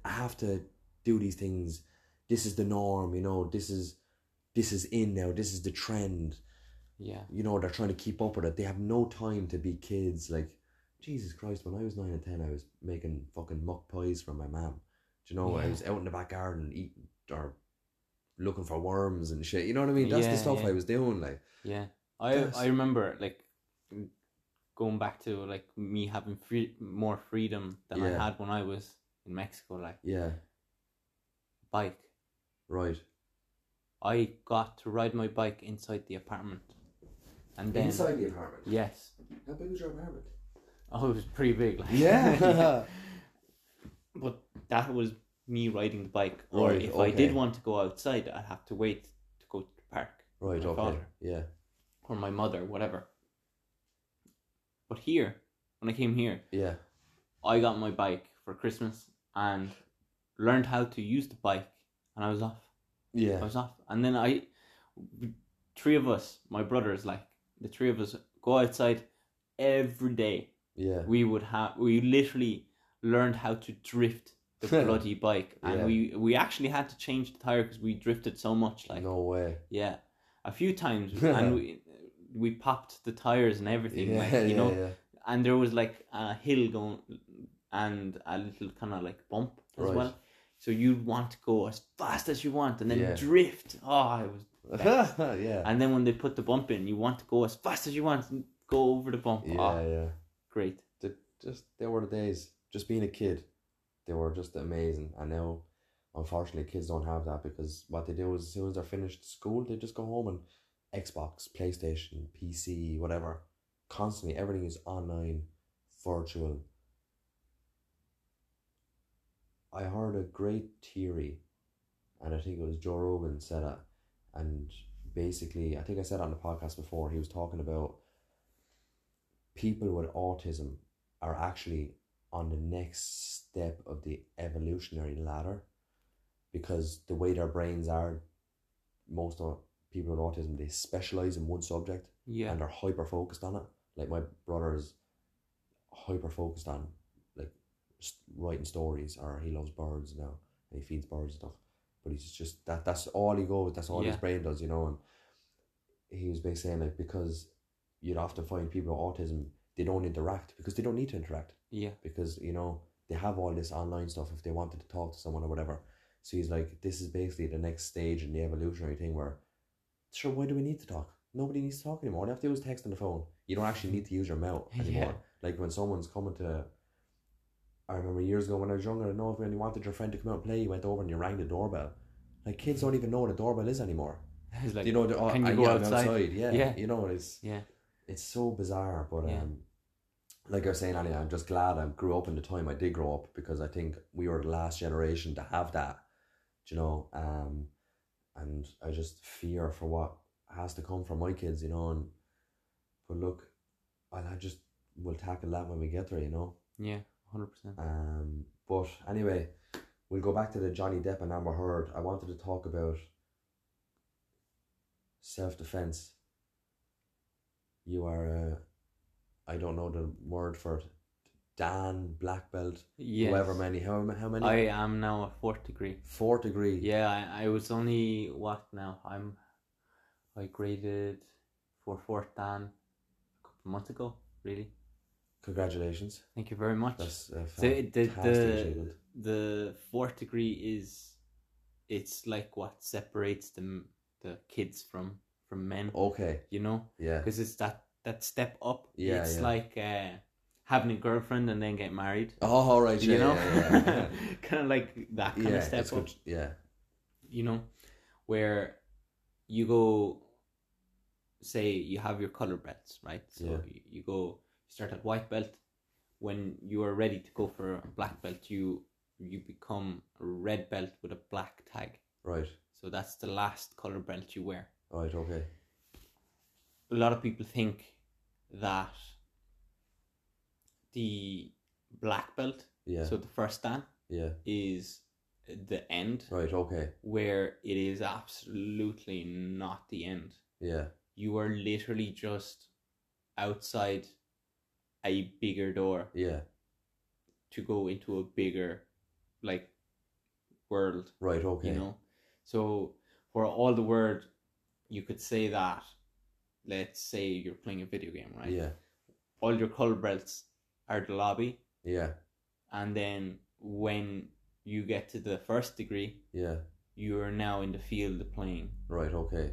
[SPEAKER 1] I have to do these things. This is the norm, you know. This is this is in now. This is the trend.
[SPEAKER 2] yeah
[SPEAKER 1] You know, they're trying to keep up with it. They have no time to be kids. Like, Jesus Christ, when I was nine and ten, I was making fucking muck pies for my mom. Do you know? I
[SPEAKER 2] Yeah.
[SPEAKER 1] was out in the back garden eating or looking for worms and shit. You know what I mean? That's
[SPEAKER 2] Yeah,
[SPEAKER 1] the stuff
[SPEAKER 2] yeah.
[SPEAKER 1] I was doing. Like,
[SPEAKER 2] yeah i
[SPEAKER 1] That's-
[SPEAKER 2] i remember like going back to like me having free, more freedom than i
[SPEAKER 1] Yeah.
[SPEAKER 2] had when i was in mexico like
[SPEAKER 1] yeah,
[SPEAKER 2] bike
[SPEAKER 1] right.
[SPEAKER 2] I got to ride my bike inside the apartment. And then
[SPEAKER 1] Inside the apartment.
[SPEAKER 2] Yes.
[SPEAKER 1] How big was your apartment?
[SPEAKER 2] Oh, it was pretty big like
[SPEAKER 1] Yeah.
[SPEAKER 2] but that was me riding the bike. Or
[SPEAKER 1] Right,
[SPEAKER 2] if I
[SPEAKER 1] okay.
[SPEAKER 2] did want to go outside I'd have to wait to go to the park.
[SPEAKER 1] right.
[SPEAKER 2] with my
[SPEAKER 1] Okay.
[SPEAKER 2] father
[SPEAKER 1] Yeah.
[SPEAKER 2] or my mother, whatever. But here, when I came here,
[SPEAKER 1] Yeah.
[SPEAKER 2] I got my bike for Christmas and learned how to use the bike and I was off. I
[SPEAKER 1] Yeah.
[SPEAKER 2] was off. And then I, three of us, my brothers, like the three of us, go outside every day.
[SPEAKER 1] Yeah.
[SPEAKER 2] We would have, we literally learned how to drift the bloody bike, and
[SPEAKER 1] Yeah.
[SPEAKER 2] we we actually had to change the tire because we drifted so much. Like,
[SPEAKER 1] no way.
[SPEAKER 2] yeah, a few times, and we we popped the tires and everything. like, you know,
[SPEAKER 1] yeah.
[SPEAKER 2] and there was like a hill going and a little kind of like bump as
[SPEAKER 1] Right.
[SPEAKER 2] well. So you'd want to go as fast as you want and then
[SPEAKER 1] Yeah.
[SPEAKER 2] drift. Oh, it was.
[SPEAKER 1] yeah.
[SPEAKER 2] And then when they put the bump in, you want to go as fast as you want and go over the bump.
[SPEAKER 1] Yeah,
[SPEAKER 2] Oh,
[SPEAKER 1] yeah.
[SPEAKER 2] great.
[SPEAKER 1] The, just they were the days. Just being a kid, they were just amazing. And now, unfortunately, kids don't have that because what they do is as soon as they're finished school, they just go home and Xbox, PlayStation, PC, whatever. Constantly, everything is online, virtual. I heard a great theory, and I think it was Joe Rogan said it. And basically, I think I said it on the podcast before. He was talking about people with autism are actually on the next step of the evolutionary ladder because the way their brains are most of people with autism they specialize in one subject
[SPEAKER 2] Yeah.
[SPEAKER 1] and they're hyper focused on it like my brother is hyper focused on like s- writing stories or he loves birds now and he feeds birds and stuff but he's just that that's all he goes that's all his
[SPEAKER 2] Yeah.
[SPEAKER 1] brain does you know and he was basically saying like because you'd often find people with autism they don't interact because they don't need to interact
[SPEAKER 2] Yeah.
[SPEAKER 1] because you know they have all this online stuff if they wanted to talk to someone or whatever so he's like this is basically the next stage in the evolutionary thing where sure why do we need to talk nobody needs to talk anymore all you have to do is text on the phone you don't actually need to use your mouth
[SPEAKER 2] Yeah.
[SPEAKER 1] anymore like when someone's coming to I remember years ago when I was younger, I don't know if when you wanted your friend to come out and play, you went over and you rang the doorbell. Like kids don't even know what a doorbell is anymore.
[SPEAKER 2] It's like,
[SPEAKER 1] you know, they're, oh,
[SPEAKER 2] can
[SPEAKER 1] I
[SPEAKER 2] you go
[SPEAKER 1] yeah, I'm
[SPEAKER 2] outside?
[SPEAKER 1] Yeah,
[SPEAKER 2] Yeah.
[SPEAKER 1] you know, it's
[SPEAKER 2] yeah.
[SPEAKER 1] it's so bizarre, but
[SPEAKER 2] Yeah.
[SPEAKER 1] um, like I was saying earlier, I'm just glad I grew up in the time I did grow up because I think we were the last generation to have that, you know. Um, and I just fear for what has to come for my kids, you know. And but look, and I just will tackle that when we get there, you know.
[SPEAKER 2] Yeah. 100%.
[SPEAKER 1] Um, but anyway, we'll go back to the Johnny Depp and Amber Heard. I wanted to talk about self defense. You are, uh, I I don't know the word for it, Dan Black Belt,
[SPEAKER 2] Yes.
[SPEAKER 1] whoever many, how, how many?
[SPEAKER 2] I am now a fourth degree.
[SPEAKER 1] Fourth degree.
[SPEAKER 2] Yeah, I, I was only what now? I'm I graded for fourth Dan a couple months ago. Really,
[SPEAKER 1] Congratulations.
[SPEAKER 2] thank you very much.
[SPEAKER 1] That's a
[SPEAKER 2] So it- the-
[SPEAKER 1] fantastic
[SPEAKER 2] the-
[SPEAKER 1] achievement.
[SPEAKER 2] The fourth degree is it's like what separates the the kids from from men.
[SPEAKER 1] Okay,
[SPEAKER 2] You know,
[SPEAKER 1] yeah.
[SPEAKER 2] because it's that that step up.
[SPEAKER 1] Yeah,
[SPEAKER 2] it's
[SPEAKER 1] yeah.
[SPEAKER 2] like uh, having a girlfriend and then get married.
[SPEAKER 1] Oh, all right, yeah,
[SPEAKER 2] you know,
[SPEAKER 1] yeah, yeah,
[SPEAKER 2] kind of like that
[SPEAKER 1] yeah.
[SPEAKER 2] kind
[SPEAKER 1] yeah,
[SPEAKER 2] of step
[SPEAKER 1] it's
[SPEAKER 2] up.
[SPEAKER 1] good. yeah,
[SPEAKER 2] you know, where you go, say you have your color belts, right? So
[SPEAKER 1] Yeah.
[SPEAKER 2] you- you go, you start at white belt. When you are ready to go for a black belt, you you become a red belt with a black tag.
[SPEAKER 1] right,
[SPEAKER 2] So that's the last color belt you wear.
[SPEAKER 1] all right, okay,
[SPEAKER 2] A lot of people think that the black belt,
[SPEAKER 1] yeah,
[SPEAKER 2] so the first dan,
[SPEAKER 1] yeah,
[SPEAKER 2] is the end,
[SPEAKER 1] right, okay,
[SPEAKER 2] where it is absolutely not the end.
[SPEAKER 1] yeah,
[SPEAKER 2] you are literally just outside a bigger door
[SPEAKER 1] yeah,
[SPEAKER 2] to go into a bigger like world
[SPEAKER 1] right, okay.
[SPEAKER 2] you know so for all the word you could say that let's say you're playing a video game right
[SPEAKER 1] Yeah,
[SPEAKER 2] all your color belts are the lobby
[SPEAKER 1] yeah,
[SPEAKER 2] and then when you get to the first degree
[SPEAKER 1] yeah.
[SPEAKER 2] you are now in the field playing
[SPEAKER 1] Right, okay.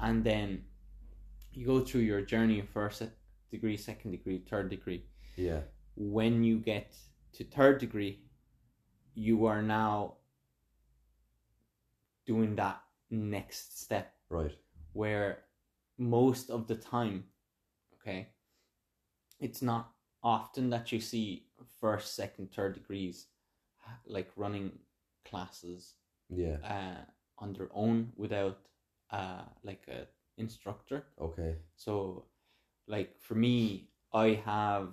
[SPEAKER 2] and then you go through your journey of first degree second degree third degree
[SPEAKER 1] Yeah,
[SPEAKER 2] when you get to third degree, you are now doing that next step
[SPEAKER 1] right.
[SPEAKER 2] where most of the time, okay, it's not often that you see first, second, third degrees like running classes
[SPEAKER 1] Yeah,
[SPEAKER 2] uh, on their own without uh, like a instructor.
[SPEAKER 1] okay.
[SPEAKER 2] So, like for me, I have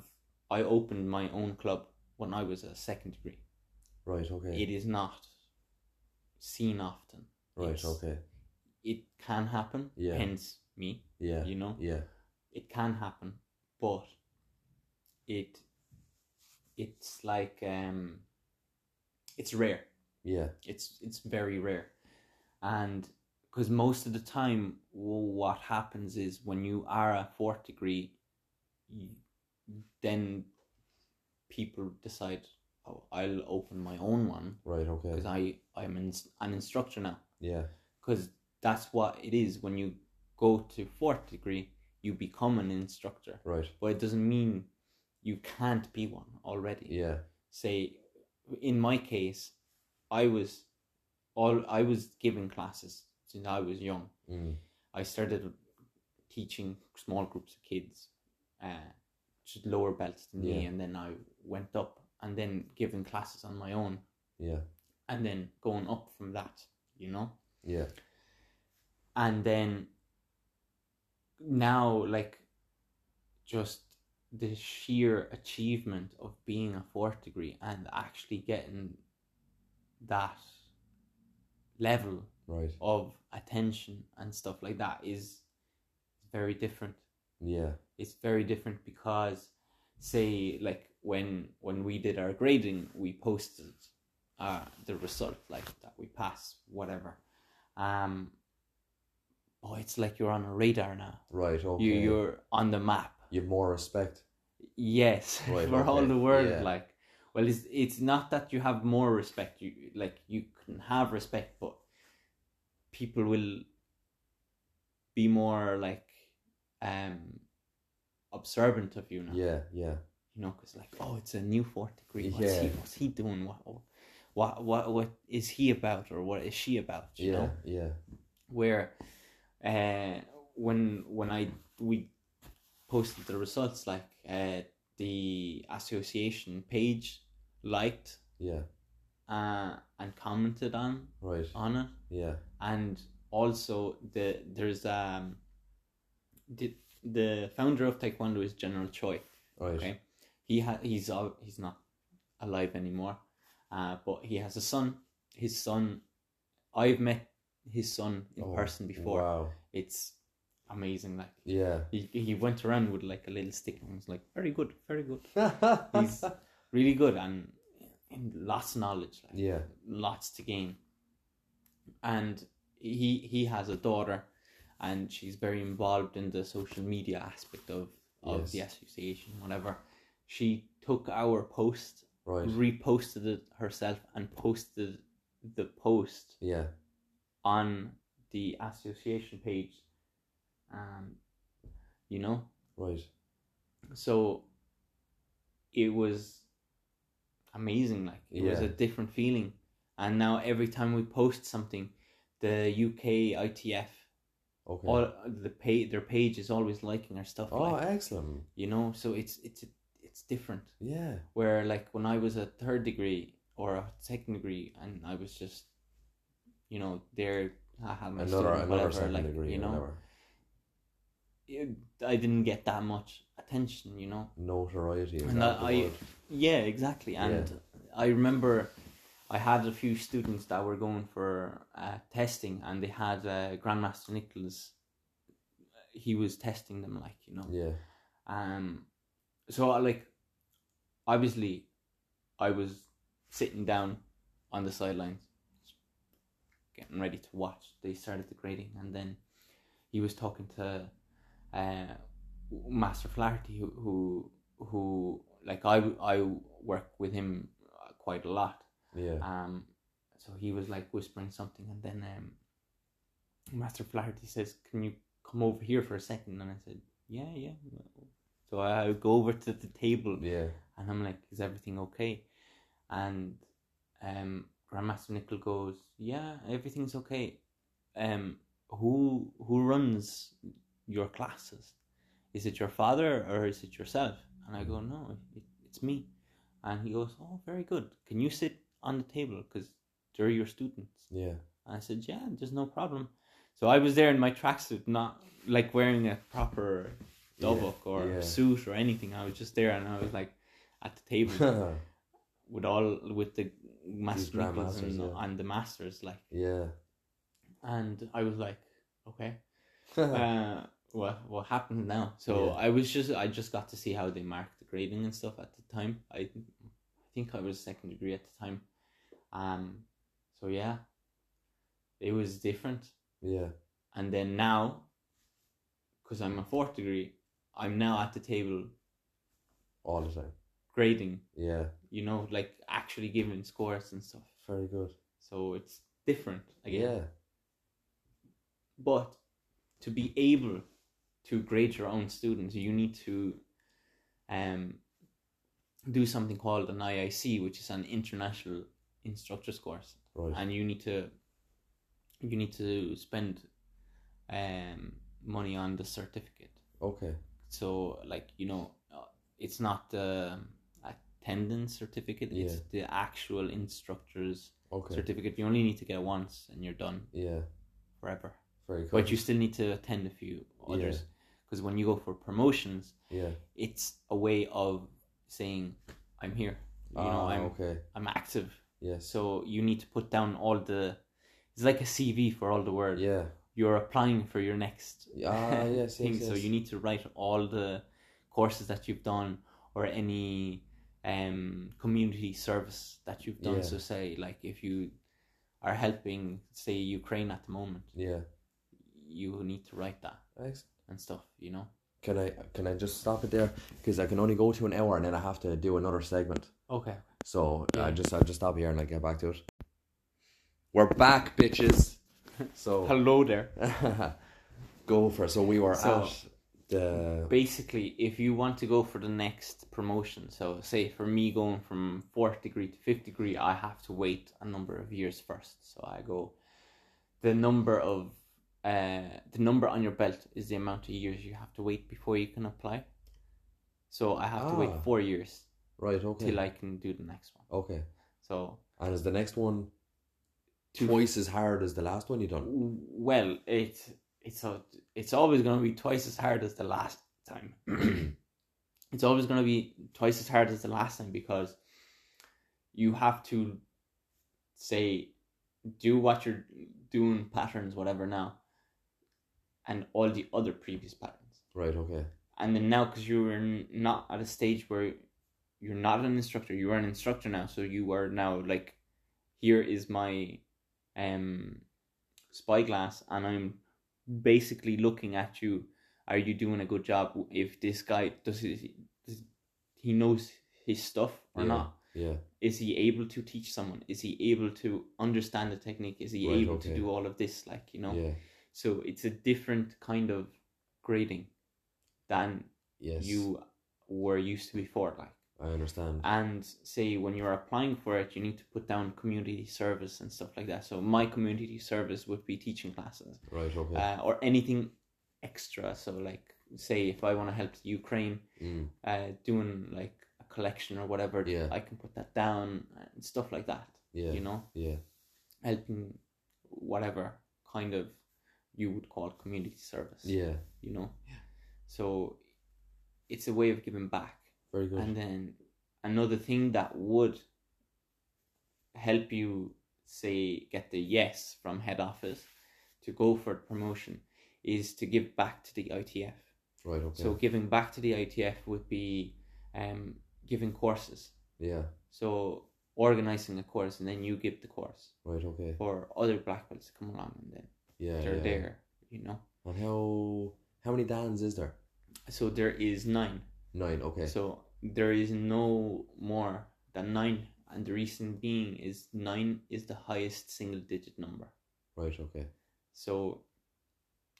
[SPEAKER 2] I opened my own club when I was a second degree.
[SPEAKER 1] Right, okay.
[SPEAKER 2] It is not seen often.
[SPEAKER 1] right,
[SPEAKER 2] it's-
[SPEAKER 1] okay.
[SPEAKER 2] It can happen.
[SPEAKER 1] Yeah.
[SPEAKER 2] Hence me.
[SPEAKER 1] Yeah.
[SPEAKER 2] You know,
[SPEAKER 1] Yeah.
[SPEAKER 2] it can happen, but it it's like um, it's rare.
[SPEAKER 1] Yeah.
[SPEAKER 2] It's it's very rare, and because most of the time, w- what happens is when you are a fourth degree, you, then people decide oh, I'll open my own one
[SPEAKER 1] Right. Okay.
[SPEAKER 2] because I I'm in, an instructor now
[SPEAKER 1] Yeah.
[SPEAKER 2] because that's what it is when you go to fourth degree you become an instructor
[SPEAKER 1] Right.
[SPEAKER 2] but it doesn't mean you can't be one already
[SPEAKER 1] Yeah.
[SPEAKER 2] say in my case i was all i was giving classes since i was young
[SPEAKER 1] Mm.
[SPEAKER 2] i started teaching small groups of kids uh just lower belts than me
[SPEAKER 1] Yeah.
[SPEAKER 2] and then i went up and then giving classes on my own
[SPEAKER 1] Yeah.
[SPEAKER 2] and then going up from that you know
[SPEAKER 1] Yeah.
[SPEAKER 2] and then now like just the sheer achievement of being a fourth degree and actually getting that level
[SPEAKER 1] Right.
[SPEAKER 2] of attention and stuff like that is very different
[SPEAKER 1] Yeah.
[SPEAKER 2] it's very different because say like when when we did our grading we posted uh the result like that we pass whatever um oh it's like you're on a radar now
[SPEAKER 1] Right. Okay.
[SPEAKER 2] you you're on the map
[SPEAKER 1] You have more respect.
[SPEAKER 2] yes
[SPEAKER 1] Right,
[SPEAKER 2] for all
[SPEAKER 1] okay,
[SPEAKER 2] the world
[SPEAKER 1] yeah.
[SPEAKER 2] like well it's it's not that you have more respect you like you can have respect but people will be more like um observant of you now
[SPEAKER 1] Yeah. Yeah.
[SPEAKER 2] you know because like oh it's a new fourth degree what's, he,
[SPEAKER 1] Yeah.
[SPEAKER 2] what's he doing what, what what what is he about or what is she about you
[SPEAKER 1] Yeah.
[SPEAKER 2] know
[SPEAKER 1] Yeah.
[SPEAKER 2] where uh when when i we posted the results like uh the association page liked
[SPEAKER 1] Yeah.
[SPEAKER 2] uh and commented on
[SPEAKER 1] Right.
[SPEAKER 2] on it
[SPEAKER 1] Yeah.
[SPEAKER 2] and also the there's um the the founder of taekwondo is general choi
[SPEAKER 1] Right.
[SPEAKER 2] Okay. he ha- he's al- he's not alive anymore uh but he has a son his son i've met his son in
[SPEAKER 1] Oh,
[SPEAKER 2] person before
[SPEAKER 1] Wow.
[SPEAKER 2] it's amazing like
[SPEAKER 1] Yeah.
[SPEAKER 2] he, he went around with like a little stick and was like very good very good
[SPEAKER 1] He's,
[SPEAKER 2] he's really good and, and lots of knowledge like,
[SPEAKER 1] yeah.
[SPEAKER 2] lots to gain and he he has a daughter and she's very involved in the social media aspect of of
[SPEAKER 1] Yes.
[SPEAKER 2] the association whatever she took our post
[SPEAKER 1] Right.
[SPEAKER 2] reposted it herself and posted the post
[SPEAKER 1] Yeah.
[SPEAKER 2] on the association page um you know
[SPEAKER 1] Right.
[SPEAKER 2] so it was amazing like it was
[SPEAKER 1] Yeah.
[SPEAKER 2] a different feeling and now every time we post something the uk itf
[SPEAKER 1] Okay.
[SPEAKER 2] all the pay their page is always liking our stuff
[SPEAKER 1] oh,
[SPEAKER 2] like,
[SPEAKER 1] excellent.
[SPEAKER 2] you know so it's it's it's different
[SPEAKER 1] Yeah.
[SPEAKER 2] where like when i was a third degree or a second degree and i was just you know there i had my
[SPEAKER 1] another
[SPEAKER 2] student,
[SPEAKER 1] another
[SPEAKER 2] whatever,
[SPEAKER 1] second
[SPEAKER 2] like,
[SPEAKER 1] degree.
[SPEAKER 2] you
[SPEAKER 1] or
[SPEAKER 2] know
[SPEAKER 1] whatever.
[SPEAKER 2] it- i didn't get that much attention you know
[SPEAKER 1] Notoriety. is
[SPEAKER 2] And
[SPEAKER 1] that
[SPEAKER 2] I-
[SPEAKER 1] the
[SPEAKER 2] I-
[SPEAKER 1] word?
[SPEAKER 2] Yeah, exactly. And I remember I had a few students that were going for uh, testing, and they had uh, Grandmaster Nicholas. He was testing them, like you know.
[SPEAKER 1] Yeah.
[SPEAKER 2] Um, so I like, obviously, I was sitting down on the sidelines, getting ready to watch. They started the grading, and then he was talking to uh, Master Flaherty, who, who who like I I work with him uh, quite a lot.
[SPEAKER 1] Yeah.
[SPEAKER 2] Um, so he was like whispering something, and then um, Master Flaherty says, "Can you come over here for a second? And I said, "Yeah, yeah." So I, I go over to the table,
[SPEAKER 1] Yeah.
[SPEAKER 2] and I'm like, "Is everything okay?" And um, Grandmaster Nickel goes, "Yeah, everything's okay." Um, who who runs your classes? Is it your father or is it yourself? And I go, "No, it, it's me." And he goes, "Oh, very good. Can you sit on the table because they're your students?"
[SPEAKER 1] Yeah.
[SPEAKER 2] And I said, "Yeah, there's no problem." So I was there in my tracksuit, not like wearing a proper dobok or
[SPEAKER 1] yeah.
[SPEAKER 2] suit or anything. I was just there, and I was like at the table with all with the master
[SPEAKER 1] grandmasters,
[SPEAKER 2] Nichols and,
[SPEAKER 1] yeah.
[SPEAKER 2] and the masters, like.
[SPEAKER 1] yeah.
[SPEAKER 2] And I was like, "Okay,
[SPEAKER 1] yeah.
[SPEAKER 2] uh, what what happened now?" So
[SPEAKER 1] Yeah.
[SPEAKER 2] I was just I just got to see how they marked the grading and stuff at the time. I, I think I was second degree at the time, um. So yeah, it was different
[SPEAKER 1] Yeah.
[SPEAKER 2] and then now because i'm a fourth degree i'm now at the table
[SPEAKER 1] All the time.
[SPEAKER 2] grading,
[SPEAKER 1] Yeah,
[SPEAKER 2] you know, like actually giving scores and stuff.
[SPEAKER 1] very good.
[SPEAKER 2] So it's different again.
[SPEAKER 1] Yeah,
[SPEAKER 2] But to be able to grade your own students, you need to um, do something called an IIC, which is an international instructor's course,
[SPEAKER 1] right.
[SPEAKER 2] and you need to you need to spend um, money on the certificate.
[SPEAKER 1] okay.
[SPEAKER 2] So like you know, uh, it's not the attendance certificate; it's the actual instructor's
[SPEAKER 1] Okay.
[SPEAKER 2] certificate. You only need to get it once, and you're done
[SPEAKER 1] yeah,
[SPEAKER 2] forever
[SPEAKER 1] very cool.
[SPEAKER 2] but you still need to attend a few
[SPEAKER 1] Yeah.
[SPEAKER 2] others because when you go for promotions
[SPEAKER 1] yeah.
[SPEAKER 2] it's a way of saying i'm here you know
[SPEAKER 1] Ah,
[SPEAKER 2] i'm
[SPEAKER 1] okay.
[SPEAKER 2] i'm active
[SPEAKER 1] Yes.
[SPEAKER 2] so you need to put down all the it's like a cv for all the words
[SPEAKER 1] Yeah.
[SPEAKER 2] you're applying for your next
[SPEAKER 1] Ah, yes, yes,
[SPEAKER 2] thing so
[SPEAKER 1] yes.
[SPEAKER 2] you need to write all the courses that you've done or any um community service that you've done
[SPEAKER 1] Yeah.
[SPEAKER 2] so say like if you are helping say ukraine at the moment
[SPEAKER 1] Yeah.
[SPEAKER 2] you need to write that
[SPEAKER 1] Ex-
[SPEAKER 2] and stuff, you know?
[SPEAKER 1] Can I can I just stop it there because I can only go to an hour and then I have to do another segment.
[SPEAKER 2] Okay.
[SPEAKER 1] So
[SPEAKER 2] Yeah.
[SPEAKER 1] I just I'll just stop here and I'll get back to it. We're back, bitches. So
[SPEAKER 2] Hello there.
[SPEAKER 1] go for it. So we were
[SPEAKER 2] So-
[SPEAKER 1] at the
[SPEAKER 2] Basically, if you want to go for the next promotion, so say for me going from fourth degree to fifth degree, I have to wait a number of years first. So I go the number of uh the number on your belt is the amount of years you have to wait before you can apply. So I have to
[SPEAKER 1] Ah.
[SPEAKER 2] wait four years
[SPEAKER 1] right. Okay.
[SPEAKER 2] till I can do the next one.
[SPEAKER 1] okay.
[SPEAKER 2] So
[SPEAKER 1] And is the next one
[SPEAKER 2] Two-
[SPEAKER 1] twice as hard as the last one you done?
[SPEAKER 2] well, it it's a, it's always going to be twice as hard as the last time. it's always going to be twice as hard as the last time because you have to say do what you're doing patterns whatever now and all the other previous patterns
[SPEAKER 1] Right. Okay.
[SPEAKER 2] and then now because you're n- not at a stage where you're not an instructor you are an instructor now so you are now like here is my um spyglass and i'm basically looking at you are you doing a good job if this guy does he, does he knows his stuff or
[SPEAKER 1] Yeah.
[SPEAKER 2] not
[SPEAKER 1] Yeah.
[SPEAKER 2] is he able to teach someone is he able to understand the technique is he
[SPEAKER 1] Right,
[SPEAKER 2] able to
[SPEAKER 1] okay.
[SPEAKER 2] do all of this like you know
[SPEAKER 1] Yeah.
[SPEAKER 2] so it's a different kind of grading than
[SPEAKER 1] Yes.
[SPEAKER 2] you were used to before like
[SPEAKER 1] I understand.
[SPEAKER 2] and say when you're applying for it you need to put down community service and stuff like that so my community service would be teaching classes
[SPEAKER 1] Right. Okay.
[SPEAKER 2] uh, or anything extra so like say if i want to help ukraine
[SPEAKER 1] Mm,
[SPEAKER 2] uh, doing like a collection or whatever
[SPEAKER 1] Yeah.
[SPEAKER 2] i can put that down and stuff like that
[SPEAKER 1] yeah.
[SPEAKER 2] you know
[SPEAKER 1] Yeah.
[SPEAKER 2] helping whatever kind of you would call community service
[SPEAKER 1] Yeah.
[SPEAKER 2] you know so it's a way of giving back
[SPEAKER 1] Very good.
[SPEAKER 2] and then another thing that would help you say get the yes from head office to go for promotion is to give back to the ITF.
[SPEAKER 1] right. Okay.
[SPEAKER 2] So giving back to the ITF would be um, giving courses.
[SPEAKER 1] yeah.
[SPEAKER 2] So organizing a course and then you give the course
[SPEAKER 1] Right. Okay.
[SPEAKER 2] for other black belts to come along and then
[SPEAKER 1] Yeah.
[SPEAKER 2] they're
[SPEAKER 1] yeah.
[SPEAKER 2] there, you know.
[SPEAKER 1] And how how many Dans is there?
[SPEAKER 2] So there is nine.
[SPEAKER 1] Nine. Okay.
[SPEAKER 2] So there is no more than nine, and the reason being is nine is the highest single digit number.
[SPEAKER 1] right. Okay.
[SPEAKER 2] So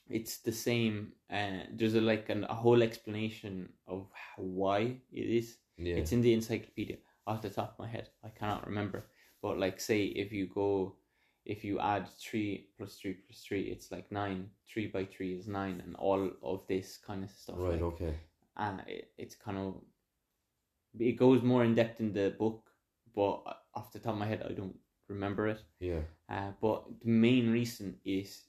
[SPEAKER 2] it's the same. Uh, there's a, like an, a whole explanation of h- why it is.
[SPEAKER 1] Yeah.
[SPEAKER 2] It's in the encyclopedia off the top of my head. I cannot remember, but like say if you go. If you add three plus three plus three, it's like nine. Three by three is nine, and all of this kind of stuff.
[SPEAKER 1] right.
[SPEAKER 2] like-
[SPEAKER 1] okay.
[SPEAKER 2] and it, it's kind of it goes more in depth in the book but off the top of my head i don't remember it
[SPEAKER 1] Yeah.
[SPEAKER 2] uh, but the main reason is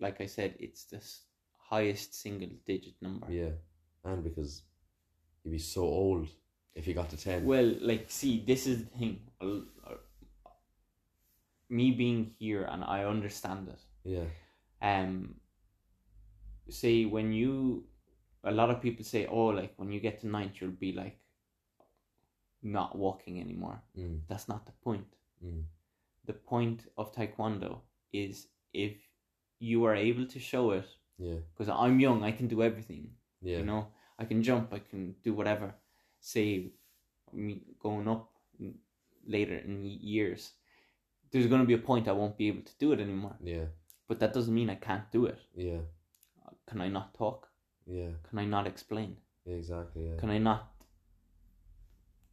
[SPEAKER 2] like i said it's the s- highest single digit number
[SPEAKER 1] Yeah. And because you'd be so old if you got to ten.
[SPEAKER 2] well like see this is the thing I'll- I'll- me being here and i understand it
[SPEAKER 1] yeah.
[SPEAKER 2] um say when you a lot of people say oh like when you get to ninth you'll be like not walking anymore
[SPEAKER 1] Mm,
[SPEAKER 2] that's not the point
[SPEAKER 1] mm.
[SPEAKER 2] the point of taekwondo is if you are able to show it
[SPEAKER 1] Yeah.
[SPEAKER 2] because i'm young i can do everything
[SPEAKER 1] Yeah.
[SPEAKER 2] you know i can jump i can do whatever say me going up n- later in y- years, there's going to be a point I won't be able to do it anymore.
[SPEAKER 1] Yeah.
[SPEAKER 2] But that doesn't mean I can't do it.
[SPEAKER 1] Yeah.
[SPEAKER 2] Can I not talk?
[SPEAKER 1] Yeah.
[SPEAKER 2] Can I not explain?
[SPEAKER 1] Yeah. Exactly. Yeah.
[SPEAKER 2] Can I not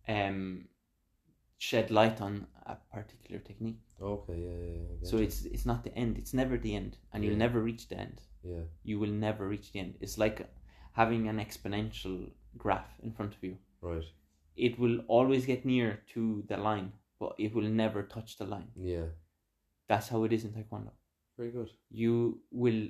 [SPEAKER 2] um shed light on a particular technique?
[SPEAKER 1] Okay. Yeah. Yeah. yeah, I get
[SPEAKER 2] So
[SPEAKER 1] you.
[SPEAKER 2] it's it's not the end. It's never the end, and
[SPEAKER 1] Yeah.
[SPEAKER 2] you'll never reach the end.
[SPEAKER 1] yeah.
[SPEAKER 2] You will never reach the end. It's like having an exponential graph in front of you.
[SPEAKER 1] Right.
[SPEAKER 2] It will always get near to the line, but it will never touch the line.
[SPEAKER 1] Yeah.
[SPEAKER 2] That's how it is in taekwondo.
[SPEAKER 1] Very good.
[SPEAKER 2] You will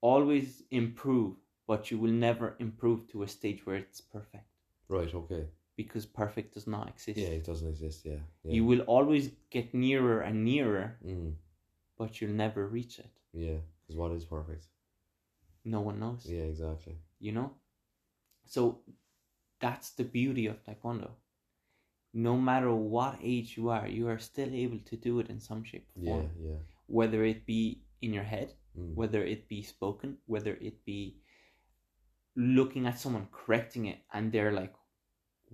[SPEAKER 2] always improve, but you will never improve to a stage where it's perfect
[SPEAKER 1] Right. Okay.
[SPEAKER 2] because perfect does not exist.
[SPEAKER 1] Yeah. It doesn't exist. Yeah. Yeah.
[SPEAKER 2] You will always get nearer and nearer,
[SPEAKER 1] Mm.
[SPEAKER 2] but you'll never reach it.
[SPEAKER 1] Yeah. Because what is perfect?
[SPEAKER 2] No one knows.
[SPEAKER 1] Yeah. Exactly.
[SPEAKER 2] you know so that's the beauty of taekwondo no matter what age you are you are still able to do it in some shape or
[SPEAKER 1] Yeah.
[SPEAKER 2] form
[SPEAKER 1] Yeah.
[SPEAKER 2] whether it be in your head
[SPEAKER 1] Mm.
[SPEAKER 2] whether it be spoken whether it be looking at someone correcting it and they're like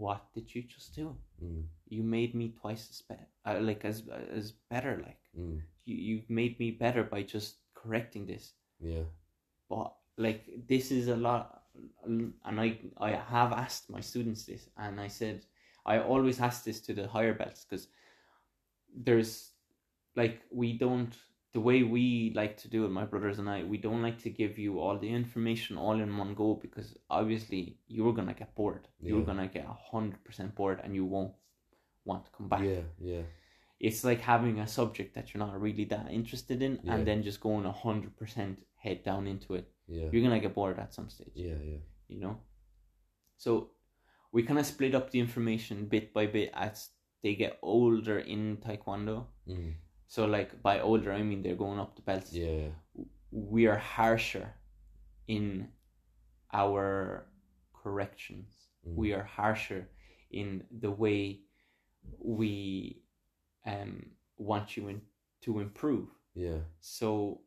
[SPEAKER 2] what did you just do
[SPEAKER 1] Mm.
[SPEAKER 2] you made me twice as bad uh, like as as better like
[SPEAKER 1] Mm.
[SPEAKER 2] you, you've made me better by just correcting this
[SPEAKER 1] Yeah.
[SPEAKER 2] but like this is a lot and i i have asked my students this and i said i always ask this to the higher belts because there's like we don't the way we like to do it my brothers and i we don't like to give you all the information all in one go because obviously you're gonna get bored you're
[SPEAKER 1] Yeah.
[SPEAKER 2] gonna get 100% bored and you won't want to come back
[SPEAKER 1] Yeah. Yeah.
[SPEAKER 2] it's like having a subject that you're not really that interested in
[SPEAKER 1] Yeah.
[SPEAKER 2] and then just going 100% head down into it
[SPEAKER 1] Yeah.
[SPEAKER 2] you're gonna get bored at some stage
[SPEAKER 1] Yeah. Yeah.
[SPEAKER 2] you know so we kind of split up the information bit by bit as they get older in taekwondo
[SPEAKER 1] Mm.
[SPEAKER 2] so like by older i mean they're going up the belts
[SPEAKER 1] Yeah.
[SPEAKER 2] we are harsher in our corrections
[SPEAKER 1] Mm.
[SPEAKER 2] we are harsher in the way we um want you in, to improve
[SPEAKER 1] Yeah.
[SPEAKER 2] so,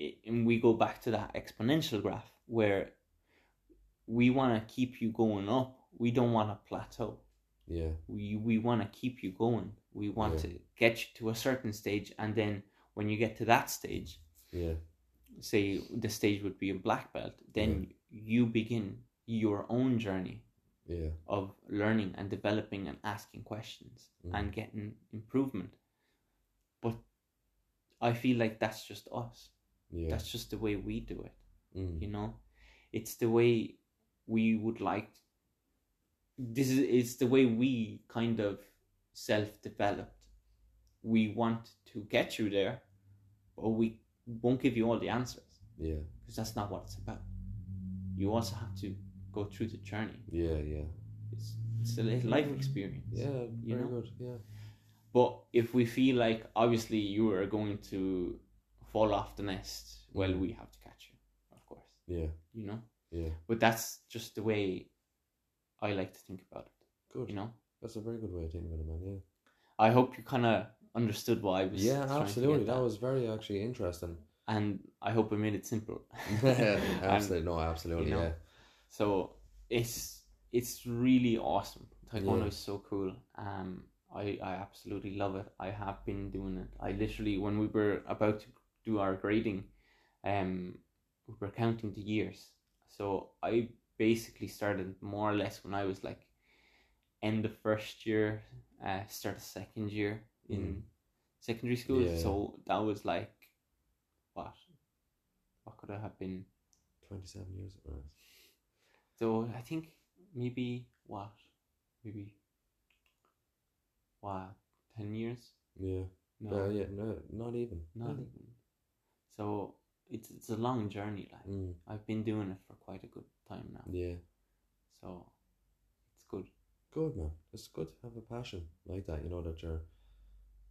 [SPEAKER 2] i- and we go back to that exponential graph where we want to keep you going up. We don't want to plateau.
[SPEAKER 1] Yeah.
[SPEAKER 2] We we want to keep you going. We want
[SPEAKER 1] Yeah.
[SPEAKER 2] to get you to a certain stage, and then when you get to that stage,
[SPEAKER 1] Yeah.
[SPEAKER 2] say the stage would be a black belt, then you begin your own journey
[SPEAKER 1] Yeah.
[SPEAKER 2] of learning and developing and asking questions
[SPEAKER 1] Mm.
[SPEAKER 2] and getting improvement. But I feel like that's just us
[SPEAKER 1] Yeah.
[SPEAKER 2] that's just the way we do it
[SPEAKER 1] mm.
[SPEAKER 2] you know it's the way we would like this is it's the way we kind of self-developed we want to get you there but we won't give you all the answers
[SPEAKER 1] Yeah.
[SPEAKER 2] because that's not what it's about you also have to go through the journey
[SPEAKER 1] Yeah. Yeah.
[SPEAKER 2] it's, it's a li- life experience
[SPEAKER 1] Yeah.
[SPEAKER 2] You
[SPEAKER 1] Very
[SPEAKER 2] know?
[SPEAKER 1] good. Yeah.
[SPEAKER 2] But if we feel like obviously you are going to fall off the nest, well,
[SPEAKER 1] Mhm.
[SPEAKER 2] we have to catch you, of course.
[SPEAKER 1] Yeah.
[SPEAKER 2] You know.
[SPEAKER 1] Yeah.
[SPEAKER 2] But that's just the way I like to think about it.
[SPEAKER 1] Good.
[SPEAKER 2] You know.
[SPEAKER 1] That's a very good way of thinking about it, man. Yeah.
[SPEAKER 2] I hope you kind of understood what I was.
[SPEAKER 1] Yeah,
[SPEAKER 2] trying to get
[SPEAKER 1] absolutely. That
[SPEAKER 2] at.
[SPEAKER 1] was very actually interesting.
[SPEAKER 2] And I hope I made it simple. And
[SPEAKER 1] absolutely, no, absolutely,
[SPEAKER 2] you know,
[SPEAKER 1] yeah,
[SPEAKER 2] So it's it's really awesome. Taekwondo
[SPEAKER 1] Yeah.
[SPEAKER 2] is so cool. Um, I I absolutely love it. I have been doing it. I literally when we were about to do our grading, um, we were counting the years. So I basically started more or less when I was like end of first year, uh, start of second year in secondary school.
[SPEAKER 1] Mm. Yeah.
[SPEAKER 2] So that was like what what could I have been
[SPEAKER 1] twenty-seven years. Right.
[SPEAKER 2] so I think maybe what, maybe wow, ten years?
[SPEAKER 1] Yeah,
[SPEAKER 2] No,
[SPEAKER 1] no, yeah, no, not even.
[SPEAKER 2] not
[SPEAKER 1] Really.
[SPEAKER 2] even. So it's it's a long journey. Like
[SPEAKER 1] Mm,
[SPEAKER 2] I've been doing it for quite a good time now.
[SPEAKER 1] yeah,
[SPEAKER 2] So it's good.
[SPEAKER 1] good man. It's good to have a passion like that. You know that you're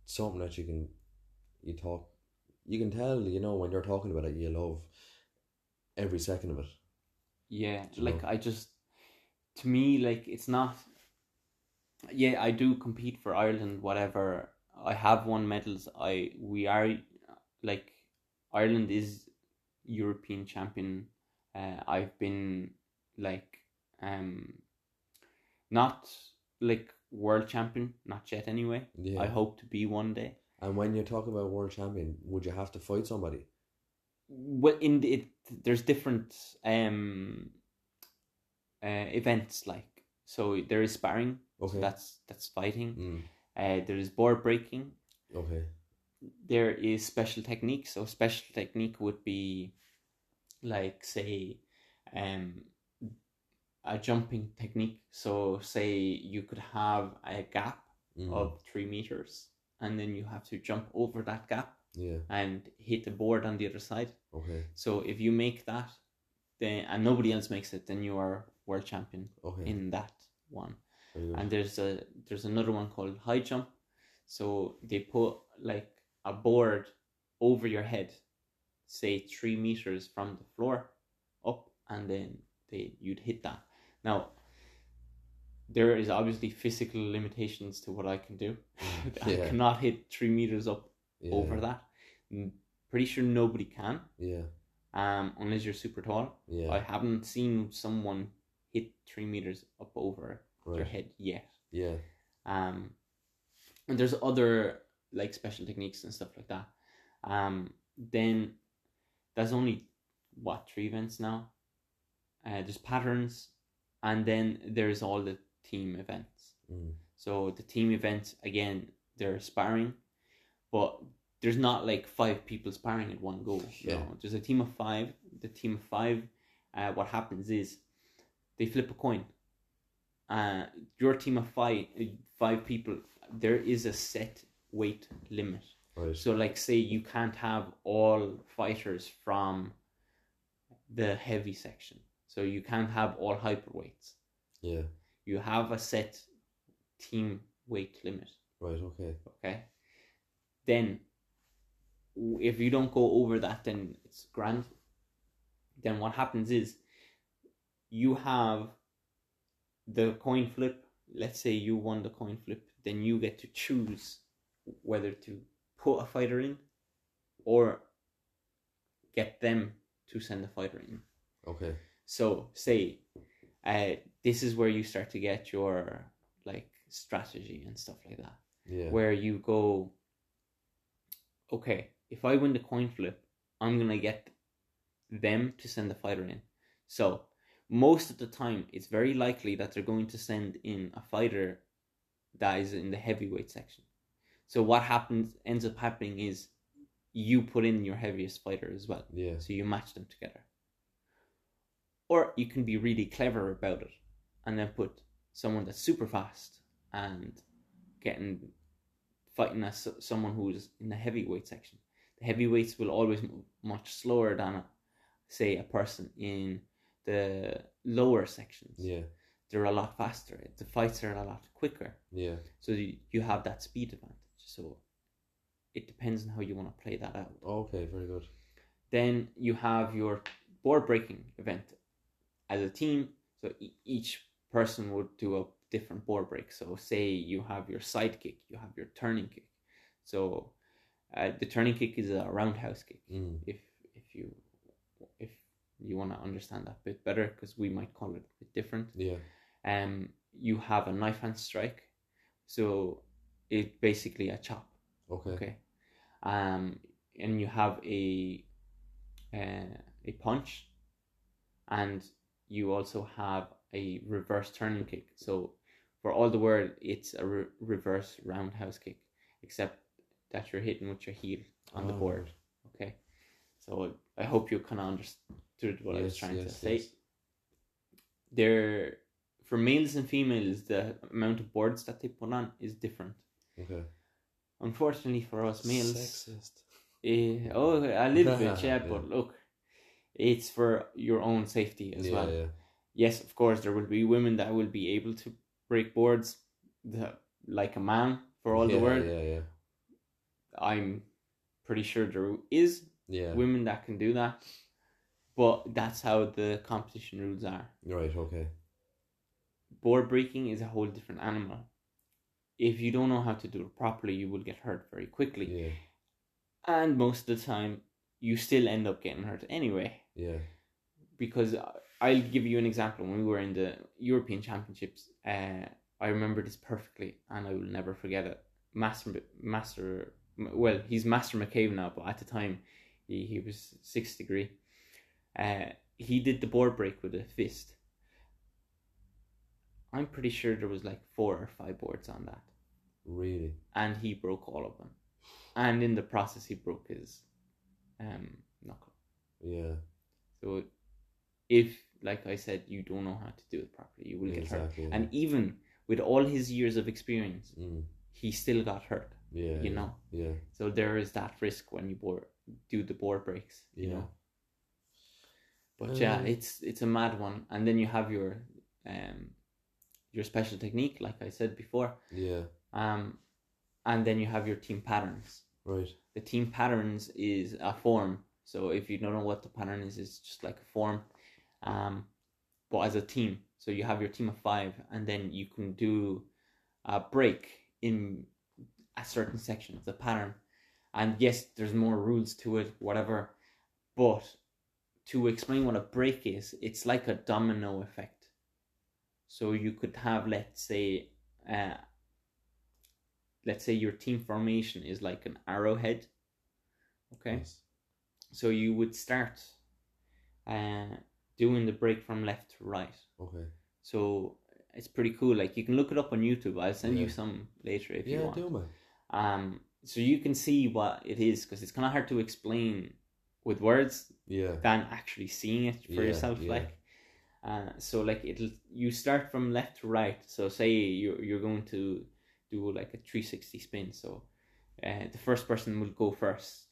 [SPEAKER 1] something that you can, you talk, you can tell. You know when you're talking about it, you love every second of it.
[SPEAKER 2] Yeah,
[SPEAKER 1] Do you
[SPEAKER 2] like
[SPEAKER 1] know?
[SPEAKER 2] I just to me like it's not. Yeah, I do compete for Ireland. Whatever I have won medals. I we are like Ireland is European champion. Uh, I've been like um not like world champion, not yet anyway.
[SPEAKER 1] Yeah.
[SPEAKER 2] I hope to be one day.
[SPEAKER 1] and when you're talking about world champion, would you have to fight somebody?
[SPEAKER 2] well in the, it there's different um uh events like so there is sparring so
[SPEAKER 1] Okay.
[SPEAKER 2] that's that's fighting
[SPEAKER 1] Mm.
[SPEAKER 2] uh there is board breaking
[SPEAKER 1] Okay.
[SPEAKER 2] there is special technique so special technique would be like say um a jumping technique so say you could have a gap
[SPEAKER 1] Mm.
[SPEAKER 2] of three meters and then you have to jump over that gap
[SPEAKER 1] Yeah.
[SPEAKER 2] and hit the board on the other side
[SPEAKER 1] Okay.
[SPEAKER 2] so if you make that, then and nobody else makes it, then you are world champion
[SPEAKER 1] Okay.
[SPEAKER 2] in that one.
[SPEAKER 1] Very good.
[SPEAKER 2] And there's a there's another one called high jump. So they put like a board over your head, say three meters from the floor up, and then they you'd hit that. Now there is obviously physical limitations to what I can do. I
[SPEAKER 1] Yeah.
[SPEAKER 2] cannot hit three meters up
[SPEAKER 1] yeah.
[SPEAKER 2] over that. Mm, Pretty sure nobody can
[SPEAKER 1] Yeah.
[SPEAKER 2] um, unless you're super tall.
[SPEAKER 1] Yeah.
[SPEAKER 2] I haven't seen someone hit three meters up over their
[SPEAKER 1] right.
[SPEAKER 2] head yet.
[SPEAKER 1] Yeah.
[SPEAKER 2] Um, and there's other like special techniques and stuff like that. Um, then there's only what three events now. Uh, there's patterns, and then there's all the team events.
[SPEAKER 1] Mm.
[SPEAKER 2] So the team events again, they're sparring, but there's not like five people sparring at one go.
[SPEAKER 1] Yeah.
[SPEAKER 2] No, there's a team of five. The team of five, uh, what happens is, they flip a coin. Uh, your team of five, five people, there is a set weight limit.
[SPEAKER 1] Right.
[SPEAKER 2] So like, say you can't have all fighters from the heavy section. So you can't have all hyperweights
[SPEAKER 1] Yeah.
[SPEAKER 2] you have a set team weight limit
[SPEAKER 1] Right. Okay.
[SPEAKER 2] okay then w- if you don't go over that then it's grand then what happens is you have the coin flip let's say you won the coin flip then you get to choose whether to put a fighter in or get them to send a fighter in
[SPEAKER 1] Okay.
[SPEAKER 2] so say, uh, this is where you start to get your like strategy and stuff like that,
[SPEAKER 1] Yeah.
[SPEAKER 2] where you go, okay, if I win the coin flip, I'm gonna get them to send the fighter in. So most of the time, it's very likely that they're going to send in a fighter that is in the heavyweight section. So what happens ends up happening is you put in your heaviest fighter as well.
[SPEAKER 1] Yeah.
[SPEAKER 2] So you match them together. Or you can be really clever about it and then put someone that's super fast and getting fighting as someone who's in the heavyweight section. The heavyweights will always move much slower than, a, say, a person in the lower sections.
[SPEAKER 1] Yeah.
[SPEAKER 2] They're a lot faster. The fights are a lot quicker.
[SPEAKER 1] Yeah.
[SPEAKER 2] So you, you have that speed advantage. So it depends on how you want to play that out
[SPEAKER 1] Okay. Very good.
[SPEAKER 2] then you have your board breaking event as a team so e- each person would do a different board break so say you have your side kick you have your turning kick so uh, the turning kick is a roundhouse kick
[SPEAKER 1] Mm.
[SPEAKER 2] if if you if you want to understand that bit better because we might call it a bit different
[SPEAKER 1] Yeah.
[SPEAKER 2] um you have a knife hand strike so it basically a chop
[SPEAKER 1] Okay.
[SPEAKER 2] Okay. Um, and you have a uh, a punch, and you also have a reverse turning kick. So for all the world, it's a re- reverse roundhouse kick, except that you're hitting with your heel on the
[SPEAKER 1] Ah,
[SPEAKER 2] board. Okay. So I hope you kind of understood what I was
[SPEAKER 1] Yes,
[SPEAKER 2] trying to
[SPEAKER 1] yes,
[SPEAKER 2] say.
[SPEAKER 1] yes.
[SPEAKER 2] There, for males and females, the amount of boards that they put on is different.
[SPEAKER 1] Okay.
[SPEAKER 2] Unfortunately for us males,
[SPEAKER 1] Sexist.
[SPEAKER 2] Eh, oh, a little bit, yeah, but look, it's for your own safety as
[SPEAKER 1] yeah,
[SPEAKER 2] well.
[SPEAKER 1] Yeah.
[SPEAKER 2] Yes, of course, there will be women that will be able to break boards the, like a man for all
[SPEAKER 1] yeah,
[SPEAKER 2] the world.
[SPEAKER 1] Yeah. Yeah.
[SPEAKER 2] I'm pretty sure there is
[SPEAKER 1] Yeah.
[SPEAKER 2] women that can do that, but that's how the competition rules are.
[SPEAKER 1] Right. Okay.
[SPEAKER 2] Board breaking is a whole different animal. If you don't know how to do it properly, you will get hurt very quickly.
[SPEAKER 1] Yeah.
[SPEAKER 2] And most of the time, you still end up getting hurt anyway.
[SPEAKER 1] Yeah.
[SPEAKER 2] because I- I'll give you an example. When we were in the European Championships, uh, I remember this perfectly, and I will never forget it. Master, master, well, he's Master McCabe now, but at the time, he, he was sixth degree. Uh, he did the board break with a fist. I'm pretty sure there was like four or five boards on that,
[SPEAKER 1] Really?
[SPEAKER 2] and he broke all of them. And in the process, he broke his um knuckle.
[SPEAKER 1] Yeah.
[SPEAKER 2] So, if like I said, you don't know how to do it properly, you will get hurt.
[SPEAKER 1] exactly.
[SPEAKER 2] And even with all his years of experience,
[SPEAKER 1] mm,
[SPEAKER 2] he still got hurt.
[SPEAKER 1] yeah.
[SPEAKER 2] you know.
[SPEAKER 1] Yeah.
[SPEAKER 2] So there is that risk when you board, do the board breaks, you
[SPEAKER 1] Yeah.
[SPEAKER 2] know. But yeah,
[SPEAKER 1] Um,
[SPEAKER 2] it's it's a mad one. And then you have your um your special technique, like I said before.
[SPEAKER 1] Yeah.
[SPEAKER 2] Um and then you have your team patterns.
[SPEAKER 1] Right.
[SPEAKER 2] The team patterns is a form. So if you don't know what the pattern is, it's just like a form. Um but as a team. So you have your team of five and then you can do a break in a certain section of the pattern. And yes, there's more rules to it, whatever. But to explain what a break is, it's like a domino effect. So you could have, let's say, uh, let's say your team formation is like an arrowhead. Okay,
[SPEAKER 1] Nice.
[SPEAKER 2] so you would start uh, doing the break from left to right.
[SPEAKER 1] Okay.
[SPEAKER 2] So it's pretty cool. Like you can look it up on YouTube. I'll send you
[SPEAKER 1] Yeah.
[SPEAKER 2] some later if you
[SPEAKER 1] yeah,
[SPEAKER 2] want
[SPEAKER 1] do man.
[SPEAKER 2] um so you can see what it is because it's kind of hard to explain with words
[SPEAKER 1] Yeah.
[SPEAKER 2] than actually seeing it for
[SPEAKER 1] Yeah,
[SPEAKER 2] yourself
[SPEAKER 1] yeah.
[SPEAKER 2] like uh so like it'll you start from left to right so say you're, you're going to do like a 360 spin so uh, the first person will go first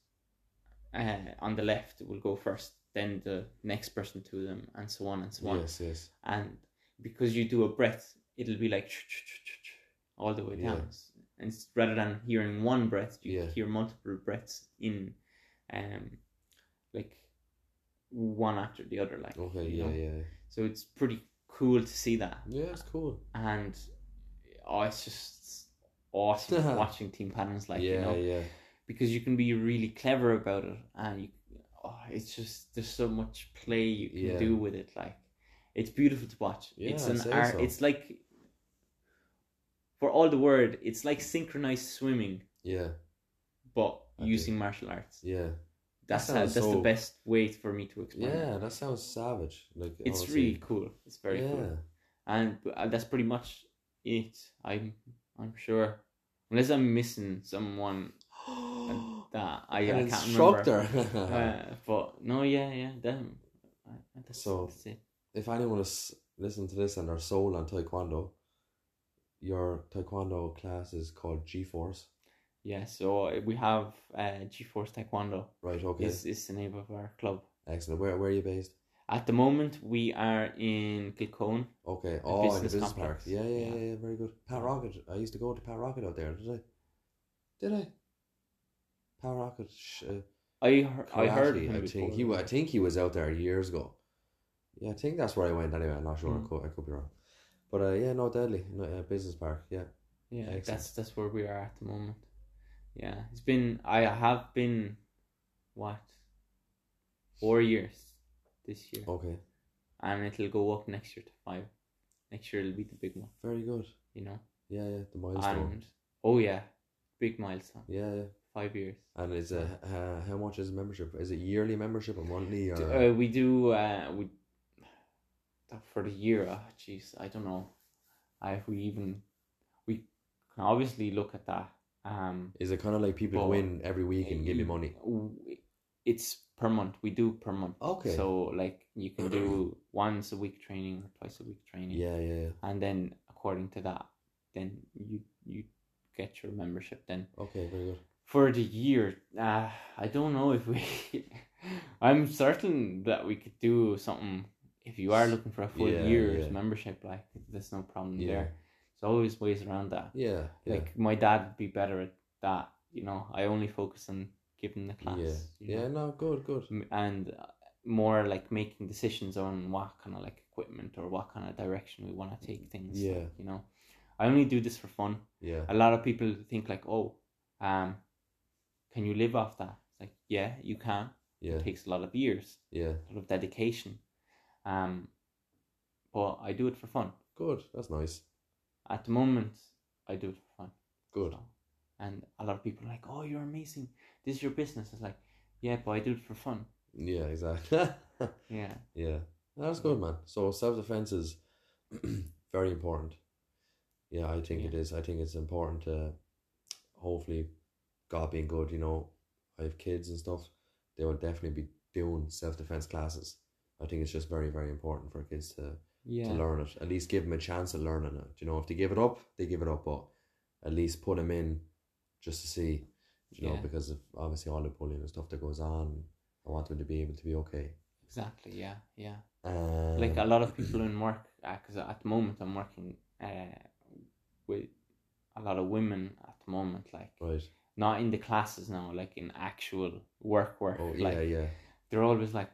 [SPEAKER 2] uh, on the left will go first then the next person to them and so on and so on
[SPEAKER 1] Yes, yes.
[SPEAKER 2] and because you do a breath, it'll be like ch- ch- ch- ch- ch all the way down.
[SPEAKER 1] Yeah.
[SPEAKER 2] And s- rather than hearing one breath, you
[SPEAKER 1] Yeah.
[SPEAKER 2] hear multiple breaths in, um, like one after the other. Like
[SPEAKER 1] Okay,
[SPEAKER 2] you
[SPEAKER 1] yeah,
[SPEAKER 2] know?
[SPEAKER 1] yeah.
[SPEAKER 2] So it's pretty cool to see that,
[SPEAKER 1] Yeah, it's cool.
[SPEAKER 2] and oh, it's just awesome watching team patterns like
[SPEAKER 1] yeah,
[SPEAKER 2] you know
[SPEAKER 1] yeah.
[SPEAKER 2] because you can be really clever about it and you, oh, it's just there's so much play you can
[SPEAKER 1] Yeah.
[SPEAKER 2] do with it like it's beautiful to watch
[SPEAKER 1] Yeah,
[SPEAKER 2] it's
[SPEAKER 1] I'd
[SPEAKER 2] an
[SPEAKER 1] say
[SPEAKER 2] art
[SPEAKER 1] so.
[SPEAKER 2] it's like for all the word it's like synchronized swimming
[SPEAKER 1] Yeah,
[SPEAKER 2] but
[SPEAKER 1] Okay.
[SPEAKER 2] using martial arts
[SPEAKER 1] yeah.
[SPEAKER 2] that's how,
[SPEAKER 1] sounds
[SPEAKER 2] that's the
[SPEAKER 1] so-
[SPEAKER 2] best way for me to explain it.
[SPEAKER 1] Yeah, that sounds savage. Like
[SPEAKER 2] it's
[SPEAKER 1] honestly.
[SPEAKER 2] really cool it's very
[SPEAKER 1] yeah.
[SPEAKER 2] cool and uh, that's pretty much it i'm i'm sure unless i'm missing someone that i, I
[SPEAKER 1] An
[SPEAKER 2] can't remember
[SPEAKER 1] instructor.
[SPEAKER 2] uh, but no, yeah, yeah, them. I- I- That's,
[SPEAKER 1] So-
[SPEAKER 2] that's it.
[SPEAKER 1] if anyone is listening to this and they're sold on taekwondo, your taekwondo class is called G Force.
[SPEAKER 2] Yeah, so uh, we have uh, G-Force Taekwondo
[SPEAKER 1] Right, okay.
[SPEAKER 2] is, is the name of our club.
[SPEAKER 1] Excellent. Where where are you based?
[SPEAKER 2] At the moment, we are in Kilcone.
[SPEAKER 1] Okay. Oh, in the
[SPEAKER 2] business
[SPEAKER 1] business park.
[SPEAKER 2] complex.
[SPEAKER 1] Yeah, yeah,
[SPEAKER 2] Yeah.
[SPEAKER 1] yeah, yeah, very good. Pat Rocket. I used to go to Pat Rocket out there, did I? Did I? Pat Rocket sh- uh,
[SPEAKER 2] I, hear- I heard of
[SPEAKER 1] Karate,
[SPEAKER 2] him
[SPEAKER 1] I think
[SPEAKER 2] before.
[SPEAKER 1] he wa- I think he was out there years ago. Yeah, I think that's where I went anyway. I'm not sure.
[SPEAKER 2] Mm.
[SPEAKER 1] I, could, I could be wrong. But uh, yeah, no, deadly. No, uh, business park. Yeah,
[SPEAKER 2] Yeah,
[SPEAKER 1] Excellent.
[SPEAKER 2] that's that's where we are at the moment. Yeah, it's been I have been what four years this year,
[SPEAKER 1] okay,
[SPEAKER 2] and it'll go up next year to five. Next year it'll be the big one,
[SPEAKER 1] very good.
[SPEAKER 2] you know.
[SPEAKER 1] Yeah, yeah, the milestone.
[SPEAKER 2] And oh yeah, big milestone.
[SPEAKER 1] yeah, yeah.
[SPEAKER 2] Five years.
[SPEAKER 1] And is uh, h- uh, how much is membership? Is it yearly membership or monthly
[SPEAKER 2] D-
[SPEAKER 1] or
[SPEAKER 2] Uh, we do uh, we that for the year. ah, Jeez, I don't know. I if we even we can obviously look at that. Um,
[SPEAKER 1] is it kind of like people
[SPEAKER 2] Well, mm.
[SPEAKER 1] win every week and give you money? Oh,
[SPEAKER 2] w- It's per month. We do per month.
[SPEAKER 1] Okay.
[SPEAKER 2] So like you can do once a week training or twice a week training,
[SPEAKER 1] yeah, yeah, yeah.
[SPEAKER 2] and then according to that, then you you get your membership then.
[SPEAKER 1] Okay, very good.
[SPEAKER 2] for the year, uh, I don't know if we. I'm certain that we could do something if you are looking for a full
[SPEAKER 1] Yeah,
[SPEAKER 2] year's
[SPEAKER 1] yeah.
[SPEAKER 2] membership. Like, there's no problem
[SPEAKER 1] Yeah,
[SPEAKER 2] there. There's always ways around that.
[SPEAKER 1] yeah, yeah.
[SPEAKER 2] Like my dad would be better at that. You know, I only focus on giving the class.
[SPEAKER 1] yeah,
[SPEAKER 2] you know,
[SPEAKER 1] yeah. No, good, good.
[SPEAKER 2] m- And uh, more like making decisions on what kind of like equipment or what kind of direction we want to take things.
[SPEAKER 1] Mm. Yeah.
[SPEAKER 2] like, you know, I only do this for fun
[SPEAKER 1] Yeah,
[SPEAKER 2] a lot of people think like, oh, um, can you live off that? It's like, yeah, you can.
[SPEAKER 1] yeah,
[SPEAKER 2] It takes a lot of years,
[SPEAKER 1] yeah.
[SPEAKER 2] a lot of dedication. Um, but I do it for fun.
[SPEAKER 1] Good. That's nice.
[SPEAKER 2] at the moment, I do it for fun.
[SPEAKER 1] Good.
[SPEAKER 2] So- And a lot of people are like, "Oh, you're amazing. This is your business." It's like, yeah, but I do it for fun.
[SPEAKER 1] Yeah, exactly.
[SPEAKER 2] Yeah,
[SPEAKER 1] yeah, that's good, man. So self defense is very important. Yeah, I think it is. I think it's important to hopefully, God being good, you know, I have kids and stuff. They will definitely be doing self defense classes. I think it's just very, very important for kids to
[SPEAKER 2] yeah,
[SPEAKER 1] to learn it. At least give them a chance at learning it. You know, if they give it up, they give it up. But at least put them in just to see. You know,
[SPEAKER 2] Yeah.
[SPEAKER 1] because of obviously all the bullying and stuff that goes on, I want them to be able to be okay.
[SPEAKER 2] exactly. Yeah, yeah.
[SPEAKER 1] Um,
[SPEAKER 2] like a lot of people in work because at the moment i'm working uh, with a lot of women at the moment like
[SPEAKER 1] right?
[SPEAKER 2] not in the classes now like in actual work work
[SPEAKER 1] Oh yeah,
[SPEAKER 2] like
[SPEAKER 1] yeah,
[SPEAKER 2] they're always like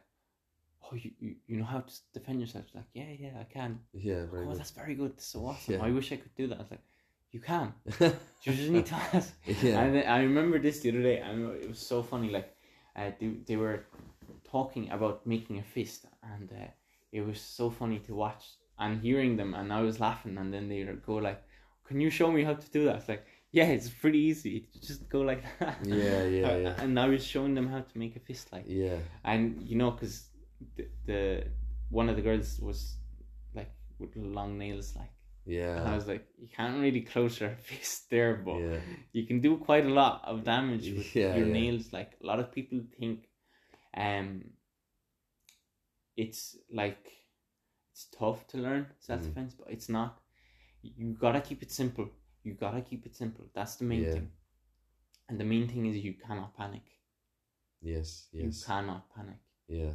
[SPEAKER 2] oh you, you, you know how to s- defend yourself It's like yeah yeah i can
[SPEAKER 1] yeah. Very
[SPEAKER 2] oh
[SPEAKER 1] good.
[SPEAKER 2] that's very good that's so awesome
[SPEAKER 1] Yeah.
[SPEAKER 2] i wish i could do that it's like you can you just need to ask
[SPEAKER 1] yeah,
[SPEAKER 2] and then I remember this the other day. I remember it was so funny. Like, uh, they, they were talking about making a fist, and uh, it was so funny to watch and hearing them. And I was laughing, and then they go like, "Can you show me how to do that?" It's like, yeah, it's pretty easy. You Just go like that.
[SPEAKER 1] Yeah, yeah,
[SPEAKER 2] Uh,
[SPEAKER 1] yeah.
[SPEAKER 2] And I was showing them how to make a fist, like,
[SPEAKER 1] yeah,
[SPEAKER 2] and you know, because the, the one of the girls was like with long nails, like, and I
[SPEAKER 1] yeah,
[SPEAKER 2] was like, you can't really close your fist there, but
[SPEAKER 1] Uh-huh. yeah.
[SPEAKER 2] you can do quite a lot of damage with
[SPEAKER 1] Yeah,
[SPEAKER 2] your
[SPEAKER 1] yeah.
[SPEAKER 2] nails. Like a lot of people think, um, it's like it's tough to learn
[SPEAKER 1] Mm-hmm.
[SPEAKER 2] self defense, but it's not. You gotta keep it simple. You gotta keep it simple. That's the main
[SPEAKER 1] Yeah.
[SPEAKER 2] thing. And the main thing is you cannot panic.
[SPEAKER 1] Yes,
[SPEAKER 2] You
[SPEAKER 1] yes,
[SPEAKER 2] cannot panic.
[SPEAKER 1] yeah,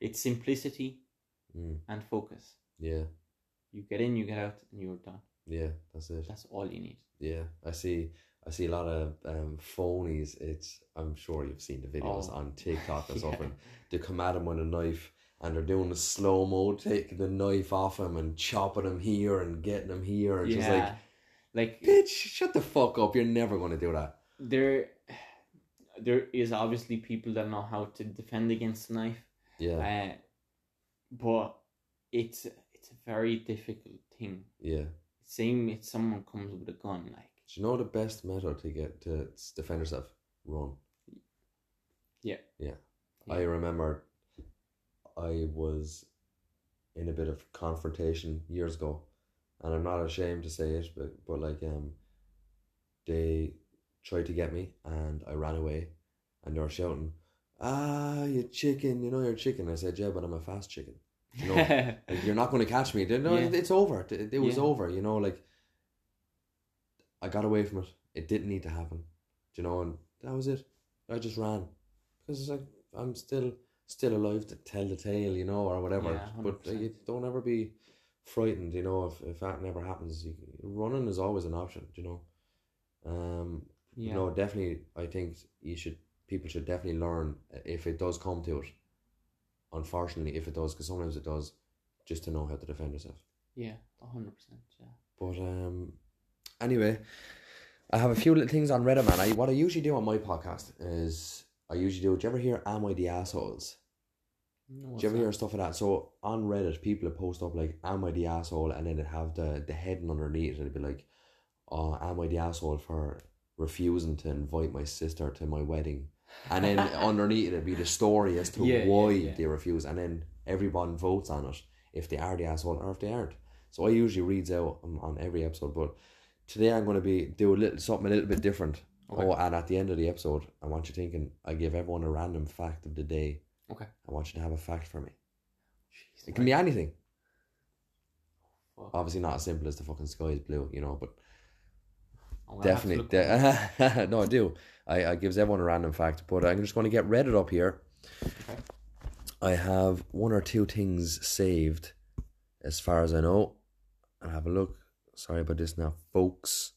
[SPEAKER 2] It's simplicity
[SPEAKER 1] mm.
[SPEAKER 2] and focus.
[SPEAKER 1] yeah,
[SPEAKER 2] You get in, you get out, and you're done.
[SPEAKER 1] yeah. That's it.
[SPEAKER 2] That's all you need.
[SPEAKER 1] Yeah, I see. I see a lot of um, phonies. It's I'm sure you've seen the videos
[SPEAKER 2] Oh.
[SPEAKER 1] on TikTok or
[SPEAKER 2] Yeah.
[SPEAKER 1] something. They come at him with a knife, and they're doing a slow mo, taking the knife off him and chopping him here and getting him here, and just like,
[SPEAKER 2] yeah. Like,
[SPEAKER 1] bitch, shut the fuck up. You're never gonna do that.
[SPEAKER 2] there there is obviously people that know how to defend against a knife
[SPEAKER 1] Yeah,
[SPEAKER 2] uh, but it's it's a very difficult thing
[SPEAKER 1] yeah.
[SPEAKER 2] same if someone comes with a gun like
[SPEAKER 1] Do you know the best method to get to s- defend yourself? Run.
[SPEAKER 2] Yeah.
[SPEAKER 1] Yeah.
[SPEAKER 2] Yeah.
[SPEAKER 1] I remember I was in a bit of confrontation years ago, and I'm not ashamed to say it, but, but like um, they tried to get me, and I ran away, and they were shouting, "Ah, you chicken! You know you're a chicken." I said, "Yeah, but I'm a fast chicken." You know, like, you're not going to catch me. They- No,
[SPEAKER 2] Yeah.
[SPEAKER 1] it's over. It, it was
[SPEAKER 2] Yeah.
[SPEAKER 1] over. You know, like I got away from it. It didn't need to happen. Do you know? And that was it. I just ran because it's like I'm still still alive to tell the tale. You know, or whatever.
[SPEAKER 2] Yeah,
[SPEAKER 1] but like,
[SPEAKER 2] 100%.
[SPEAKER 1] you don't ever be frightened. You know, if if that never happens, you, running is always an option. Do you know? Um.
[SPEAKER 2] yeah
[SPEAKER 1] No, definitely. I think you should. People should definitely learn uh, if it does come to it. Unfortunately, if it does, because sometimes it does, just to know how to defend yourself.
[SPEAKER 2] yeah 100% yeah
[SPEAKER 1] But um, anyway, I have a few little things on Reddit, man. I what I usually do on my podcast is I usually do. Do you ever hear "Am I the assholes"?
[SPEAKER 2] no,
[SPEAKER 1] Do
[SPEAKER 2] what's
[SPEAKER 1] you ever
[SPEAKER 2] that?
[SPEAKER 1] hear stuff like that? So on Reddit, people post up like "Am I the asshole?" and then it have the the heading underneath, and it'd be like, "Oh, am I the asshole for refusing to invite my sister to my wedding?" And then underneath it'd be the story as to
[SPEAKER 2] Yeah, yeah,
[SPEAKER 1] why
[SPEAKER 2] yeah.
[SPEAKER 1] they refuse, and then everyone votes on it if they are the asshole or if they aren't. So I usually reads out on, on every episode, but today I'm gonna be do a little something a little bit different.
[SPEAKER 2] Okay.
[SPEAKER 1] Oh, and at the end of the episode, I want you thinking I give everyone a random fact of the day.
[SPEAKER 2] Okay.
[SPEAKER 1] I want you to have a fact for me.
[SPEAKER 2] Jeez,
[SPEAKER 1] It can be anything.
[SPEAKER 2] fuck.
[SPEAKER 1] Obviously, not as simple as the fucking sky is blue, you know, but
[SPEAKER 2] I'm gonna have to
[SPEAKER 1] definitely.
[SPEAKER 2] look at
[SPEAKER 1] de- no, I do. I, I gives everyone a random fact, but I'm just going to get Reddit up here.
[SPEAKER 2] Okay.
[SPEAKER 1] I have one or two things saved, as far as I know. And have a look. Sorry about this now, folks.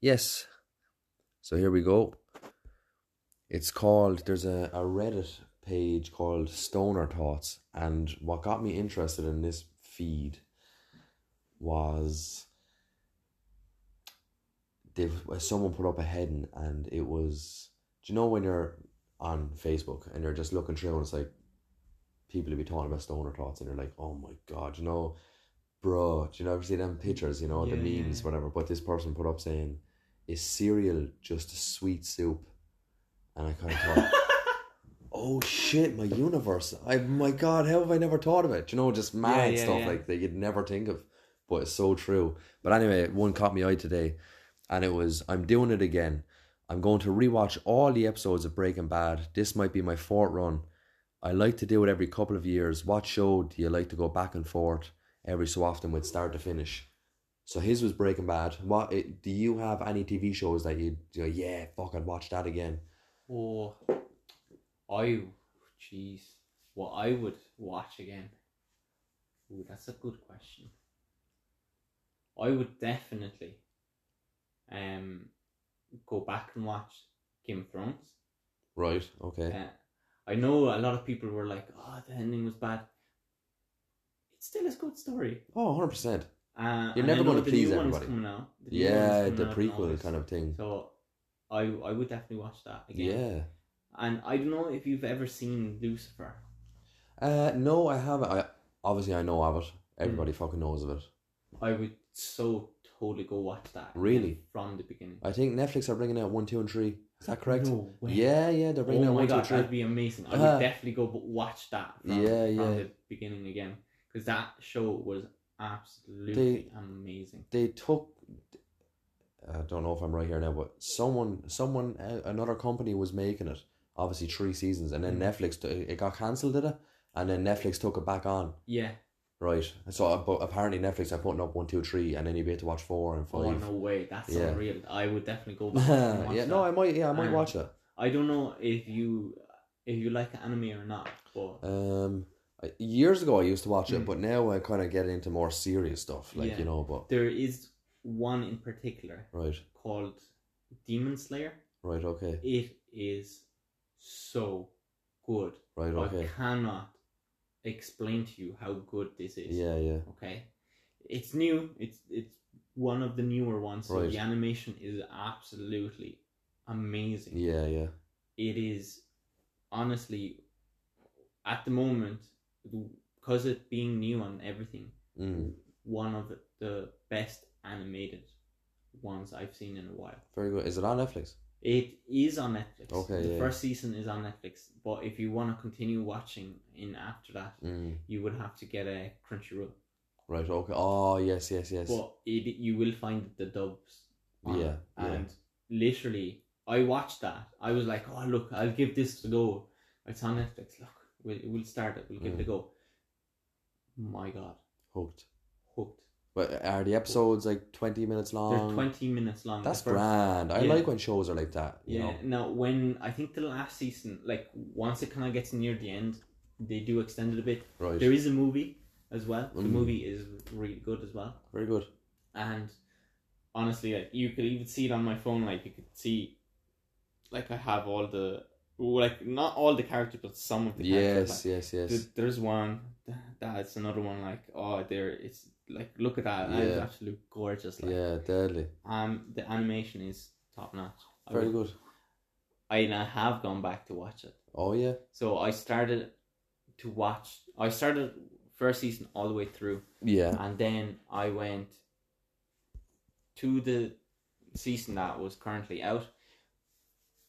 [SPEAKER 1] Yes. So here we go. It's called, there's a, a Reddit page called Stoner Thoughts. And what got me interested in this feed was they someone put up a heading and it was do you know when you're on Facebook and you're just looking through and it's like people will be talking about stoner thoughts and you're like, oh my god, you know, bro, do you know, you see them pictures, you know, the
[SPEAKER 2] Yeah, yeah,
[SPEAKER 1] memes,
[SPEAKER 2] yeah.
[SPEAKER 1] whatever. But this person put up saying, is cereal just a sweet soup? And I kind of thought, oh shit, my universe. I, my God, how have I never thought of it? Do you know, just mad
[SPEAKER 2] yeah,
[SPEAKER 1] stuff
[SPEAKER 2] yeah.
[SPEAKER 1] like that you'd never think of. But it's so true. But anyway, one caught me eye today, and it was, I'm doing it again. I'm going to rewatch all the episodes of Breaking Bad. This might be my fourth run. I like to do it every couple of years. What show do you like to go back and forth every so often with start to finish? So his was Breaking Bad. What it, do you have any TV shows that you go, yeah, fuck, I'd watch that again?
[SPEAKER 2] Oh, I, jeez, what I would watch again. Ooh, that's a good question. I would definitely, um, go back and watch Game of Thrones.
[SPEAKER 1] Right. Okay.
[SPEAKER 2] Uh, I know a lot of people were like, "Oh, the ending was bad." It's still a good story.
[SPEAKER 1] Oh, 100 percent.
[SPEAKER 2] Uh,
[SPEAKER 1] You're
[SPEAKER 2] and
[SPEAKER 1] never
[SPEAKER 2] I know
[SPEAKER 1] gonna
[SPEAKER 2] the
[SPEAKER 1] please
[SPEAKER 2] new one's
[SPEAKER 1] everybody.
[SPEAKER 2] coming out. The new one's
[SPEAKER 1] Yeah,
[SPEAKER 2] coming
[SPEAKER 1] the
[SPEAKER 2] out in
[SPEAKER 1] prequel
[SPEAKER 2] August.
[SPEAKER 1] kind of thing.
[SPEAKER 2] So, I I would definitely watch that again.
[SPEAKER 1] Yeah.
[SPEAKER 2] And I don't know if you've ever seen Lucifer.
[SPEAKER 1] Uh, no, I haven't. I obviously I know of it. Everybody
[SPEAKER 2] Hmm.
[SPEAKER 1] fucking knows of it.
[SPEAKER 2] I would so totally go watch that. again
[SPEAKER 1] Really?
[SPEAKER 2] From the beginning.
[SPEAKER 1] I think Netflix are bringing out one, two, and three. Is that correct?
[SPEAKER 2] No way.
[SPEAKER 1] Yeah, yeah, they're bringing
[SPEAKER 2] Oh
[SPEAKER 1] out
[SPEAKER 2] my
[SPEAKER 1] one, two,
[SPEAKER 2] god,
[SPEAKER 1] and three.
[SPEAKER 2] that'd be amazing. I
[SPEAKER 1] Ah.
[SPEAKER 2] would definitely go but watch that from,
[SPEAKER 1] Yeah,
[SPEAKER 2] from
[SPEAKER 1] yeah.
[SPEAKER 2] the beginning again. Because that show was absolutely
[SPEAKER 1] They-
[SPEAKER 2] amazing.
[SPEAKER 1] they took I don't know if I'm right here now, but someone, someone, uh, another company was making it. Obviously, three seasons, and then
[SPEAKER 2] Mm.
[SPEAKER 1] Netflix t- it got cancelled, did it? And then Netflix took it back on,
[SPEAKER 2] Yeah.
[SPEAKER 1] right? So, uh, but apparently Netflix are putting up one, two, three, and then you'd be able to watch four and
[SPEAKER 2] Oh
[SPEAKER 1] five.
[SPEAKER 2] no way, that's
[SPEAKER 1] Yeah.
[SPEAKER 2] unreal. I would definitely go back and watch
[SPEAKER 1] yeah,
[SPEAKER 2] that.
[SPEAKER 1] no, I might, yeah, I might
[SPEAKER 2] Um,
[SPEAKER 1] watch it.
[SPEAKER 2] I don't know if you if you like anime or not, but
[SPEAKER 1] Um, I- years ago I used to watch it,
[SPEAKER 2] Mm.
[SPEAKER 1] but now I kind of get into more serious stuff, like
[SPEAKER 2] Yeah.
[SPEAKER 1] you know. But
[SPEAKER 2] there is one in particular
[SPEAKER 1] right,
[SPEAKER 2] called Demon Slayer.
[SPEAKER 1] right, okay,
[SPEAKER 2] It is so good.
[SPEAKER 1] right,
[SPEAKER 2] I
[SPEAKER 1] okay,
[SPEAKER 2] cannot explain to you how good this is.
[SPEAKER 1] yeah, yeah,
[SPEAKER 2] Okay. It's new. It's it's one of the newer ones. So
[SPEAKER 1] Right.
[SPEAKER 2] the animation is absolutely amazing.
[SPEAKER 1] yeah, yeah,
[SPEAKER 2] It is honestly at the moment because it being new on everything,
[SPEAKER 1] mm,
[SPEAKER 2] one of the best animated ones I've seen in a while.
[SPEAKER 1] very good. Is it on Netflix?
[SPEAKER 2] It is on Netflix.
[SPEAKER 1] Okay,
[SPEAKER 2] The
[SPEAKER 1] yeah.
[SPEAKER 2] first season is on Netflix, but if you want to continue watching in after that,
[SPEAKER 1] Mm.
[SPEAKER 2] you would have to get a Crunchyroll.
[SPEAKER 1] Right. Okay. Oh yes, yes, yes.
[SPEAKER 2] But it, you will find the dubs. on it.
[SPEAKER 1] Yeah, yeah.
[SPEAKER 2] Ah, And literally, I watched that. I was like, oh look, I'll give this a go. It's on Netflix. Look, we'll we'll start it. We'll give it
[SPEAKER 1] Mm.
[SPEAKER 2] a go. My God,
[SPEAKER 1] Hooked.
[SPEAKER 2] hooked.
[SPEAKER 1] But are the episodes like twenty minutes long?
[SPEAKER 2] They're twenty minutes long. the
[SPEAKER 1] Um, That's
[SPEAKER 2] first-
[SPEAKER 1] grand. I
[SPEAKER 2] Yeah.
[SPEAKER 1] like when shows are like that. You
[SPEAKER 2] Yeah.
[SPEAKER 1] know.
[SPEAKER 2] Now, when I think the last season, like once it kind of gets near the end, they do extend it a bit.
[SPEAKER 1] Right.
[SPEAKER 2] There is a movie as well. The
[SPEAKER 1] Mm.
[SPEAKER 2] movie is really good as well.
[SPEAKER 1] Very good.
[SPEAKER 2] And honestly, like you could even see it on my phone. Like you could see, like I have all the like not all the characters, but some of the characters.
[SPEAKER 1] Yes,
[SPEAKER 2] like,
[SPEAKER 1] yes, yes.
[SPEAKER 2] th- there's one th- that's another one. Like oh, there it's like look at that. It's
[SPEAKER 1] Yeah.
[SPEAKER 2] absolutely gorgeous. Like
[SPEAKER 1] yeah, deadly.
[SPEAKER 2] um, the animation is top notch. I
[SPEAKER 1] Very
[SPEAKER 2] would-
[SPEAKER 1] good.
[SPEAKER 2] I, and I have gone back to watch it.
[SPEAKER 1] Oh yeah.
[SPEAKER 2] So I started to watch. I started first season all the way through,
[SPEAKER 1] Yeah.
[SPEAKER 2] and then I went to the season that was currently out,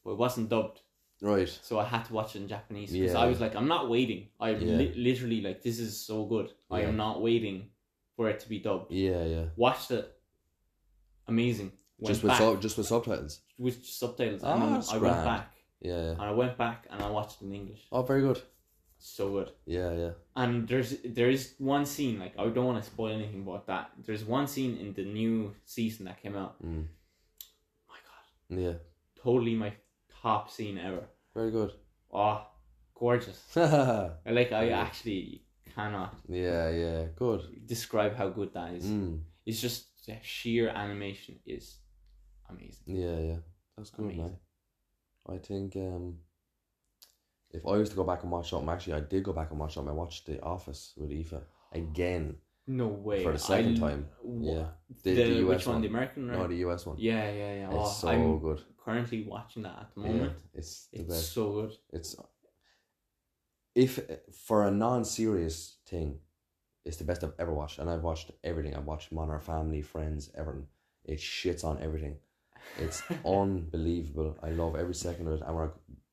[SPEAKER 2] but it wasn't dubbed,
[SPEAKER 1] Right.
[SPEAKER 2] so I had to watch it in Japanese because
[SPEAKER 1] Yeah.
[SPEAKER 2] I was like, I'm not waiting. I
[SPEAKER 1] Yeah.
[SPEAKER 2] li- literally like this is so good. I
[SPEAKER 1] Yeah.
[SPEAKER 2] am not waiting for it to be dubbed.
[SPEAKER 1] Yeah, yeah.
[SPEAKER 2] Watched it, amazing. Went
[SPEAKER 1] just with
[SPEAKER 2] back
[SPEAKER 1] sub, just with subtitles.
[SPEAKER 2] with subtitles,
[SPEAKER 1] Ah,
[SPEAKER 2] and then
[SPEAKER 1] that's
[SPEAKER 2] I went
[SPEAKER 1] grand.
[SPEAKER 2] back
[SPEAKER 1] Yeah. yeah.
[SPEAKER 2] and I went back and I watched it in English.
[SPEAKER 1] Oh, very good.
[SPEAKER 2] So good.
[SPEAKER 1] Yeah, yeah.
[SPEAKER 2] And there's there is one scene like I don't want to spoil anything about that. There's one scene in the new season that came out.
[SPEAKER 1] Mm.
[SPEAKER 2] My God,
[SPEAKER 1] Yeah.
[SPEAKER 2] totally my top scene ever.
[SPEAKER 1] Very good.
[SPEAKER 2] Oh, gorgeous!
[SPEAKER 1] yeah,
[SPEAKER 2] Like I
[SPEAKER 1] Yeah.
[SPEAKER 2] actually cannot
[SPEAKER 1] yeah. Good.
[SPEAKER 2] describe how good that is.
[SPEAKER 1] Mm.
[SPEAKER 2] It's just the sheer animation is amazing.
[SPEAKER 1] Yeah, yeah. That's good, man.
[SPEAKER 2] Amazing.
[SPEAKER 1] I think um if I used to go back and watch something, actually I did go back and watch something. I watched The Office with Aoife again
[SPEAKER 2] No way.
[SPEAKER 1] for the second
[SPEAKER 2] I-
[SPEAKER 1] time.
[SPEAKER 2] wha-
[SPEAKER 1] Yeah.
[SPEAKER 2] The,
[SPEAKER 1] The, the US
[SPEAKER 2] which one?
[SPEAKER 1] one.
[SPEAKER 2] The American, right?
[SPEAKER 1] No, the US one.
[SPEAKER 2] Yeah, yeah, yeah. Oh,
[SPEAKER 1] It's so
[SPEAKER 2] I'm
[SPEAKER 1] good.
[SPEAKER 2] currently watching that at the
[SPEAKER 1] Yeah,
[SPEAKER 2] moment.
[SPEAKER 1] it's the
[SPEAKER 2] It's
[SPEAKER 1] best.
[SPEAKER 2] so good.
[SPEAKER 1] It's if for a non-serious thing, It's the best I've ever watched, and I've watched everything. I've watched Modern Family, Friends, everything. It shits on everything. It's unbelievable. I love every second of it. And we're,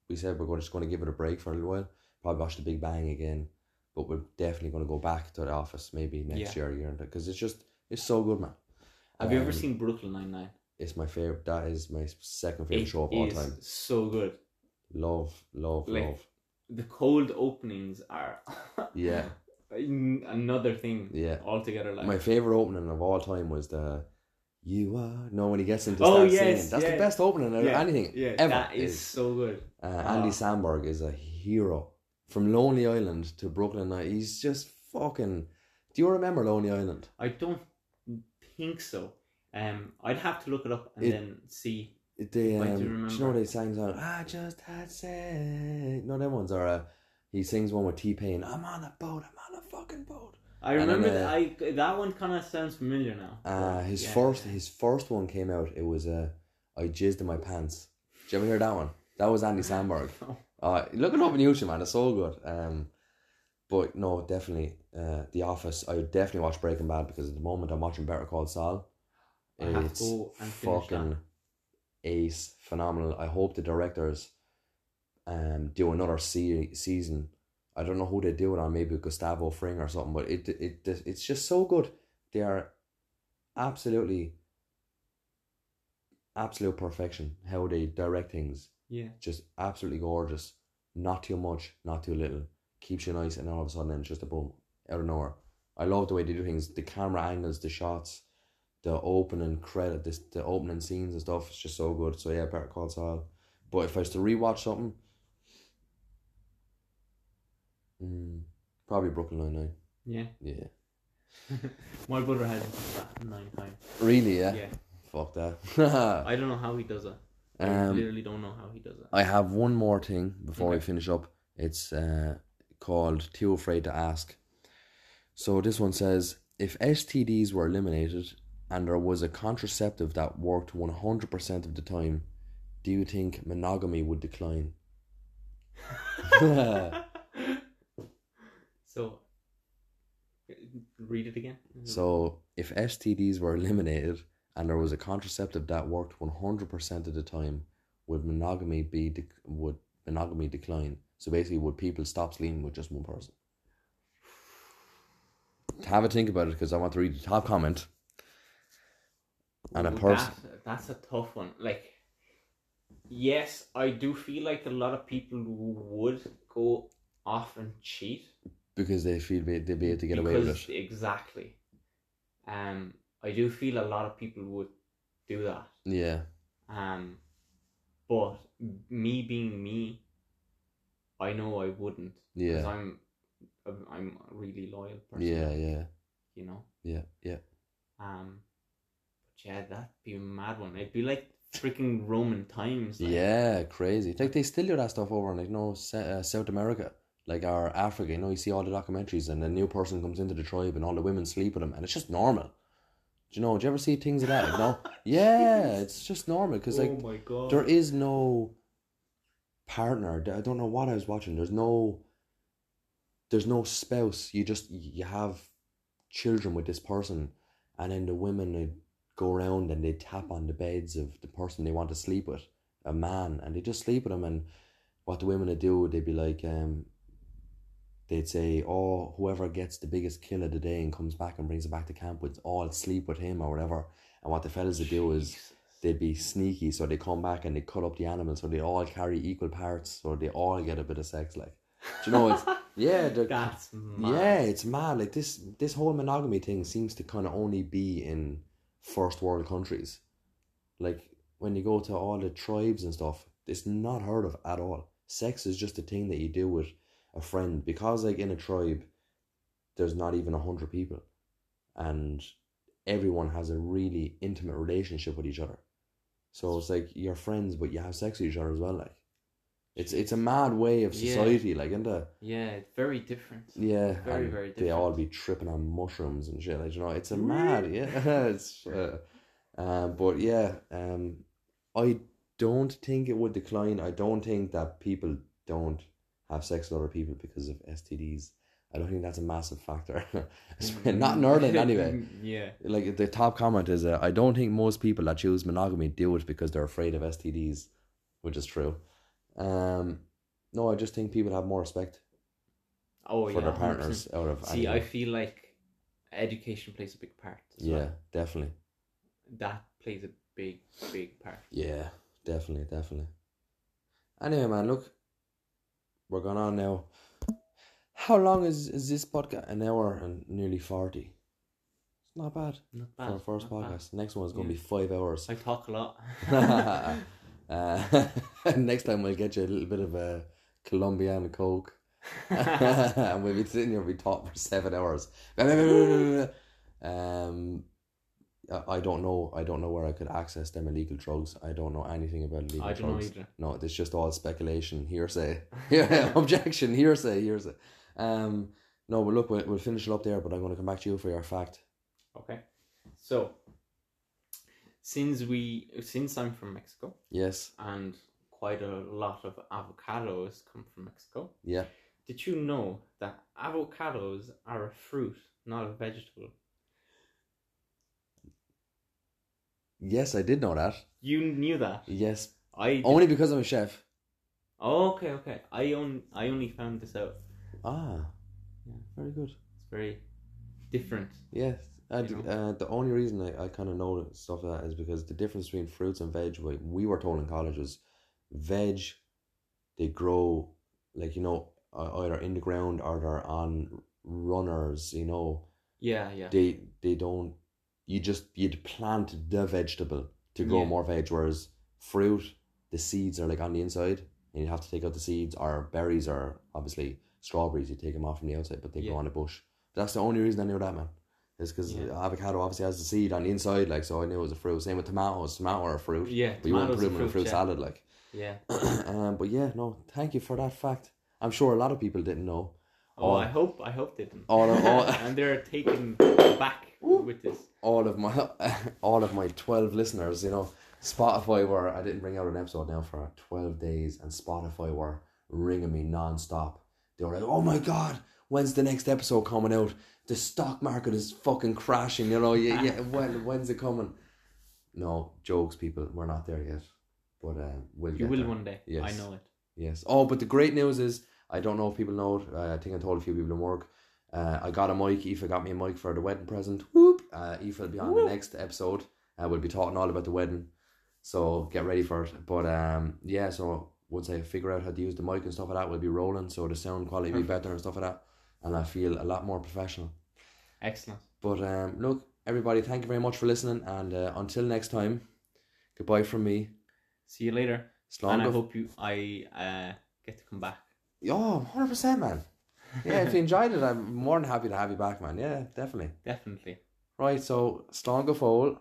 [SPEAKER 1] we said we're going, just going to give it a break for a little while. Probably watch The Big Bang again, but we're definitely going to go back to the office maybe next year, year, because it's just it's so good, man.
[SPEAKER 2] Have you ever
[SPEAKER 1] Um,
[SPEAKER 2] seen Brooklyn Nine Nine?
[SPEAKER 1] It's my favorite. That is my second favorite
[SPEAKER 2] It
[SPEAKER 1] show of all
[SPEAKER 2] is
[SPEAKER 1] time.
[SPEAKER 2] so good.
[SPEAKER 1] Love, love,
[SPEAKER 2] Like-
[SPEAKER 1] love.
[SPEAKER 2] The cold openings are
[SPEAKER 1] Yeah.
[SPEAKER 2] an- another thing
[SPEAKER 1] Yeah.
[SPEAKER 2] altogether. Like
[SPEAKER 1] My favorite opening of all time was the "You Are." No, when he gets into
[SPEAKER 2] Oh,
[SPEAKER 1] start
[SPEAKER 2] yes,
[SPEAKER 1] singing, that's
[SPEAKER 2] yeah.
[SPEAKER 1] the best opening of
[SPEAKER 2] Yeah,
[SPEAKER 1] anything
[SPEAKER 2] yeah,
[SPEAKER 1] ever.
[SPEAKER 2] that is so good.
[SPEAKER 1] Uh, Andy
[SPEAKER 2] Ah.
[SPEAKER 1] Samberg is a hero from Lonely Island to Brooklyn. Nine- He's just fucking. Do you remember Lonely Island?
[SPEAKER 2] I don't think so. Um, I'd have to look it up and
[SPEAKER 1] It-
[SPEAKER 2] then see.
[SPEAKER 1] They,
[SPEAKER 2] I do
[SPEAKER 1] um, do, you know
[SPEAKER 2] remember.
[SPEAKER 1] what they sang on? I just had sex. No, them ones are. Uh, he sings one with T Pain. I'm on a boat. I'm on a fucking boat.
[SPEAKER 2] I
[SPEAKER 1] And then,
[SPEAKER 2] remember
[SPEAKER 1] uh,
[SPEAKER 2] that. I that one kind of sounds familiar now.
[SPEAKER 1] Uh,
[SPEAKER 2] But,
[SPEAKER 1] his
[SPEAKER 2] yeah.
[SPEAKER 1] first his first one came out. It was uh, I jizzed in my pants. Did you ever hear that one? That was Andy Samberg.
[SPEAKER 2] No.
[SPEAKER 1] Uh, look it up on YouTube, man. It's so good. Um, but no, definitely uh, The Office. I would definitely watch Breaking Bad because at the moment I'm watching Better Call Saul.
[SPEAKER 2] I have to
[SPEAKER 1] It's
[SPEAKER 2] go and finish that.
[SPEAKER 1] fucking ace, phenomenal. I hope the directors um do another se- season. I don't know who they do it on, maybe Gustavo Fring or something. But it it it's just so good. They are absolutely absolute perfection. How they direct things
[SPEAKER 2] Yeah.
[SPEAKER 1] just absolutely gorgeous. Not too much, not too little. Keeps you nice, and then all of a sudden, then it's just a boom out of nowhere. I love the way they do things. The camera angles, the shots, the opening credit, this the opening scenes and stuff. It's just so good. So yeah, Better Call Saul. But if I was to rewatch something, mm, probably Brooklyn Nine Nine.
[SPEAKER 2] Yeah.
[SPEAKER 1] Yeah.
[SPEAKER 2] My brother has that nine times.
[SPEAKER 1] Really? Yeah.
[SPEAKER 2] Yeah.
[SPEAKER 1] Fuck that.
[SPEAKER 2] I don't know how he does it. I
[SPEAKER 1] um,
[SPEAKER 2] literally don't know how he does it.
[SPEAKER 1] I have one more thing before we
[SPEAKER 2] Okay.
[SPEAKER 1] finish up. It's uh, called Too Afraid to Ask. So this one says if STDs were eliminated and there was a contraceptive that worked 100% of the time, do you think monogamy would decline?
[SPEAKER 2] so, read it again.
[SPEAKER 1] So if STDs were eliminated and there was a contraceptive that worked 100% of the time, would monogamy be dec would monogamy decline? So basically would people stop sleeping with just one person? Have a think about it because I want to read the top comment. and a
[SPEAKER 2] Ooh,
[SPEAKER 1] pers-
[SPEAKER 2] that- that's a tough one. Like, yes, I do feel like a lot of people would go off and cheat.
[SPEAKER 1] because they feel they- they'd be able to get away with
[SPEAKER 2] because-
[SPEAKER 1] it.
[SPEAKER 2] Exactly. Um, I do feel a lot of people would do that.
[SPEAKER 1] Yeah,
[SPEAKER 2] Um, but me being me, I know I wouldn't. 'cause
[SPEAKER 1] yeah,
[SPEAKER 2] I'm, I'm- I'm a really loyal person.
[SPEAKER 1] yeah, yeah,
[SPEAKER 2] You know.
[SPEAKER 1] yeah, yeah.
[SPEAKER 2] Um, but yeah, that'd be a mad one. It'd be like freaking Roman times. Like,
[SPEAKER 1] Yeah, crazy. Like they still do that stuff over in like no Sa- uh, South America, like our Africa. You know, you see all the documentaries, and a new person comes into the tribe, and all the women sleep with them, and it's just normal. Do you know? Do you ever see things like that? Like, no. Yeah, it's just normal because like
[SPEAKER 2] oh my god.
[SPEAKER 1] there is no partner. I don't know what I was watching. There's no. There's no spouse. You just you have children with this person, and then the women they go around and they tap on the beds of the person they want to sleep with, a man, and they just sleep with him. And what the women would do, they'd be like, um, they'd say, "Oh, whoever gets the biggest kill of the day and comes back and brings it back to camp, would all sleep with him or whatever." And what the fellas would do is
[SPEAKER 2] Jesus.
[SPEAKER 1] they'd be sneaky, so they come back and they cut up the animals, so they all carry equal parts, so they all get a bit of sex. Like, do you know? It's, yeah, they're-
[SPEAKER 2] that's mad.
[SPEAKER 1] yeah, it's mad. Like this, this whole monogamy thing seems to kind of only be in first world countries. Like when you go to all the tribes and stuff, it's not heard of at all. Sex is just a thing that you do with a friend because, like in a tribe, there's not even a hundred people, and everyone has a really intimate relationship with each other. So it's like you're friends, but you have sex with each other as well. Like, it's it's a mad way of
[SPEAKER 2] Yeah.
[SPEAKER 1] society, like isn't it?
[SPEAKER 2] Yeah, it's very different.
[SPEAKER 1] Yeah,
[SPEAKER 2] Very,
[SPEAKER 1] and
[SPEAKER 2] very
[SPEAKER 1] They all
[SPEAKER 2] different.
[SPEAKER 1] be tripping on mushrooms and shit. Like you know, it's a
[SPEAKER 2] Really?
[SPEAKER 1] mad. Yeah, it's. Uh, um, but yeah, um, I don't think it would decline. I don't think that people don't have sex with other people because of STDs. I don't think that's a massive factor. Not in Ireland, anyway.
[SPEAKER 2] yeah.
[SPEAKER 1] Like the top comment is, uh, I don't think most people that choose monogamy do it because they're afraid of STDs, which is true. Um, no, I just think people have more respect
[SPEAKER 2] Oh,
[SPEAKER 1] for
[SPEAKER 2] yeah.
[SPEAKER 1] their
[SPEAKER 2] 100%.
[SPEAKER 1] partners out of
[SPEAKER 2] See, I
[SPEAKER 1] anything.
[SPEAKER 2] feel like education plays a big part. as
[SPEAKER 1] yeah,
[SPEAKER 2] well.
[SPEAKER 1] definitely.
[SPEAKER 2] That plays a big, big part.
[SPEAKER 1] Yeah, definitely, definitely. Anyway, man, look, we're going on now. How long is, is this podcast? An hour and nearly 40. It's not bad
[SPEAKER 2] Not
[SPEAKER 1] for our first
[SPEAKER 2] not bad.
[SPEAKER 1] podcast. The next one's going to
[SPEAKER 2] Yeah.
[SPEAKER 1] be five hours.
[SPEAKER 2] I talk a lot.
[SPEAKER 1] Uh, next time we'll get you a little bit of a Colombian Coke. and we'll be sitting here, we talk for seven hours. um, I- I don't know. I don't know where I could access them illegal drugs. I don't know anything about illegal
[SPEAKER 2] I don't know
[SPEAKER 1] drugs.
[SPEAKER 2] either.
[SPEAKER 1] No, it's just all speculation, hearsay, yeah, objection, hearsay, hearsay. Um, no, but look, we'll, we'll finish it up there. But I'm going to come back to you for your fact.
[SPEAKER 2] Okay. So, since we, since I'm from Mexico,
[SPEAKER 1] Yes.
[SPEAKER 2] and quite a lot of avocados come from Mexico.
[SPEAKER 1] Yeah.
[SPEAKER 2] Did you know that avocados are a fruit, not a vegetable?
[SPEAKER 1] Yes, I did know that.
[SPEAKER 2] You knew that.
[SPEAKER 1] Yes,
[SPEAKER 2] I
[SPEAKER 1] only because I'm a chef.
[SPEAKER 2] oh, okay, okay. I on, I only found this out.
[SPEAKER 1] Ah, yeah, very good.
[SPEAKER 2] It's very different.
[SPEAKER 1] Yes, and
[SPEAKER 2] You know?
[SPEAKER 1] uh, the only reason I, I kind of know stuff like that is because the difference between fruits and veg, what we were told in college was veg, they grow like, you know, uh, either in the ground or they're on runners, you know,
[SPEAKER 2] Yeah, yeah.
[SPEAKER 1] they they don't, you just, you'd plant the vegetable to grow
[SPEAKER 2] Yeah.
[SPEAKER 1] more veg, whereas fruit, the seeds are like on the inside and you have to take out the seeds or berries or obviously strawberries, you take them off from the outside, but they
[SPEAKER 2] Yeah.
[SPEAKER 1] grow on a bush. That's the only reason I knew that, man. Is because
[SPEAKER 2] Yeah.
[SPEAKER 1] avocado obviously has the seed on the inside, like so I knew it was a fruit. Same with tomatoes, tomato are a fruit.
[SPEAKER 2] yeah,
[SPEAKER 1] But you won't put
[SPEAKER 2] tomatoes
[SPEAKER 1] them
[SPEAKER 2] are
[SPEAKER 1] in a fruit
[SPEAKER 2] yeah.
[SPEAKER 1] salad, like.
[SPEAKER 2] Yeah.
[SPEAKER 1] um, but yeah, no, thank you for that fact. I'm sure a lot of people didn't know.
[SPEAKER 2] Oh,
[SPEAKER 1] All-
[SPEAKER 2] I hope I hope they didn't.
[SPEAKER 1] all- all-
[SPEAKER 2] and they're taken back with this.
[SPEAKER 1] All of my all of my twelve listeners, you know, Spotify were I didn't bring out an episode now for twelve days, and Spotify were ringing me non-stop. They were like, "Oh my god, when's the next episode coming out? The stock market is fucking crashing." You know, yeah, yeah. When when's it coming? No jokes, people. We're not there yet, but uh, we'll
[SPEAKER 2] You
[SPEAKER 1] get
[SPEAKER 2] will
[SPEAKER 1] there.
[SPEAKER 2] one day. I
[SPEAKER 1] Yes.
[SPEAKER 2] know it.
[SPEAKER 1] Yes. Oh, but the great news is, I don't know if people know it. Uh, I think I told a few people in work. Uh, I got a mic. Aoife got me a mic for the wedding present. Whoop. Uh, Aoife will be on
[SPEAKER 2] Whoop.
[SPEAKER 1] the next episode. Uh, we'll be talking all about the wedding. So get ready for it. But um, yeah, so once I figure out how to use the mic and stuff like that, we'll be rolling. So the sound quality will be better and stuff like that. And I feel a lot more professional.
[SPEAKER 2] Excellent.
[SPEAKER 1] But um, look, everybody, thank you very much for listening. And uh, until next time, goodbye from me.
[SPEAKER 2] See you later.
[SPEAKER 1] Slán
[SPEAKER 2] and I
[SPEAKER 1] go-
[SPEAKER 2] hope you I uh, get to come back.
[SPEAKER 1] Oh, 100%, man. Yeah, if you enjoyed it, I'm more than happy to have you back, man. Yeah, definitely.
[SPEAKER 2] Definitely.
[SPEAKER 1] Right, so Stronger Foal.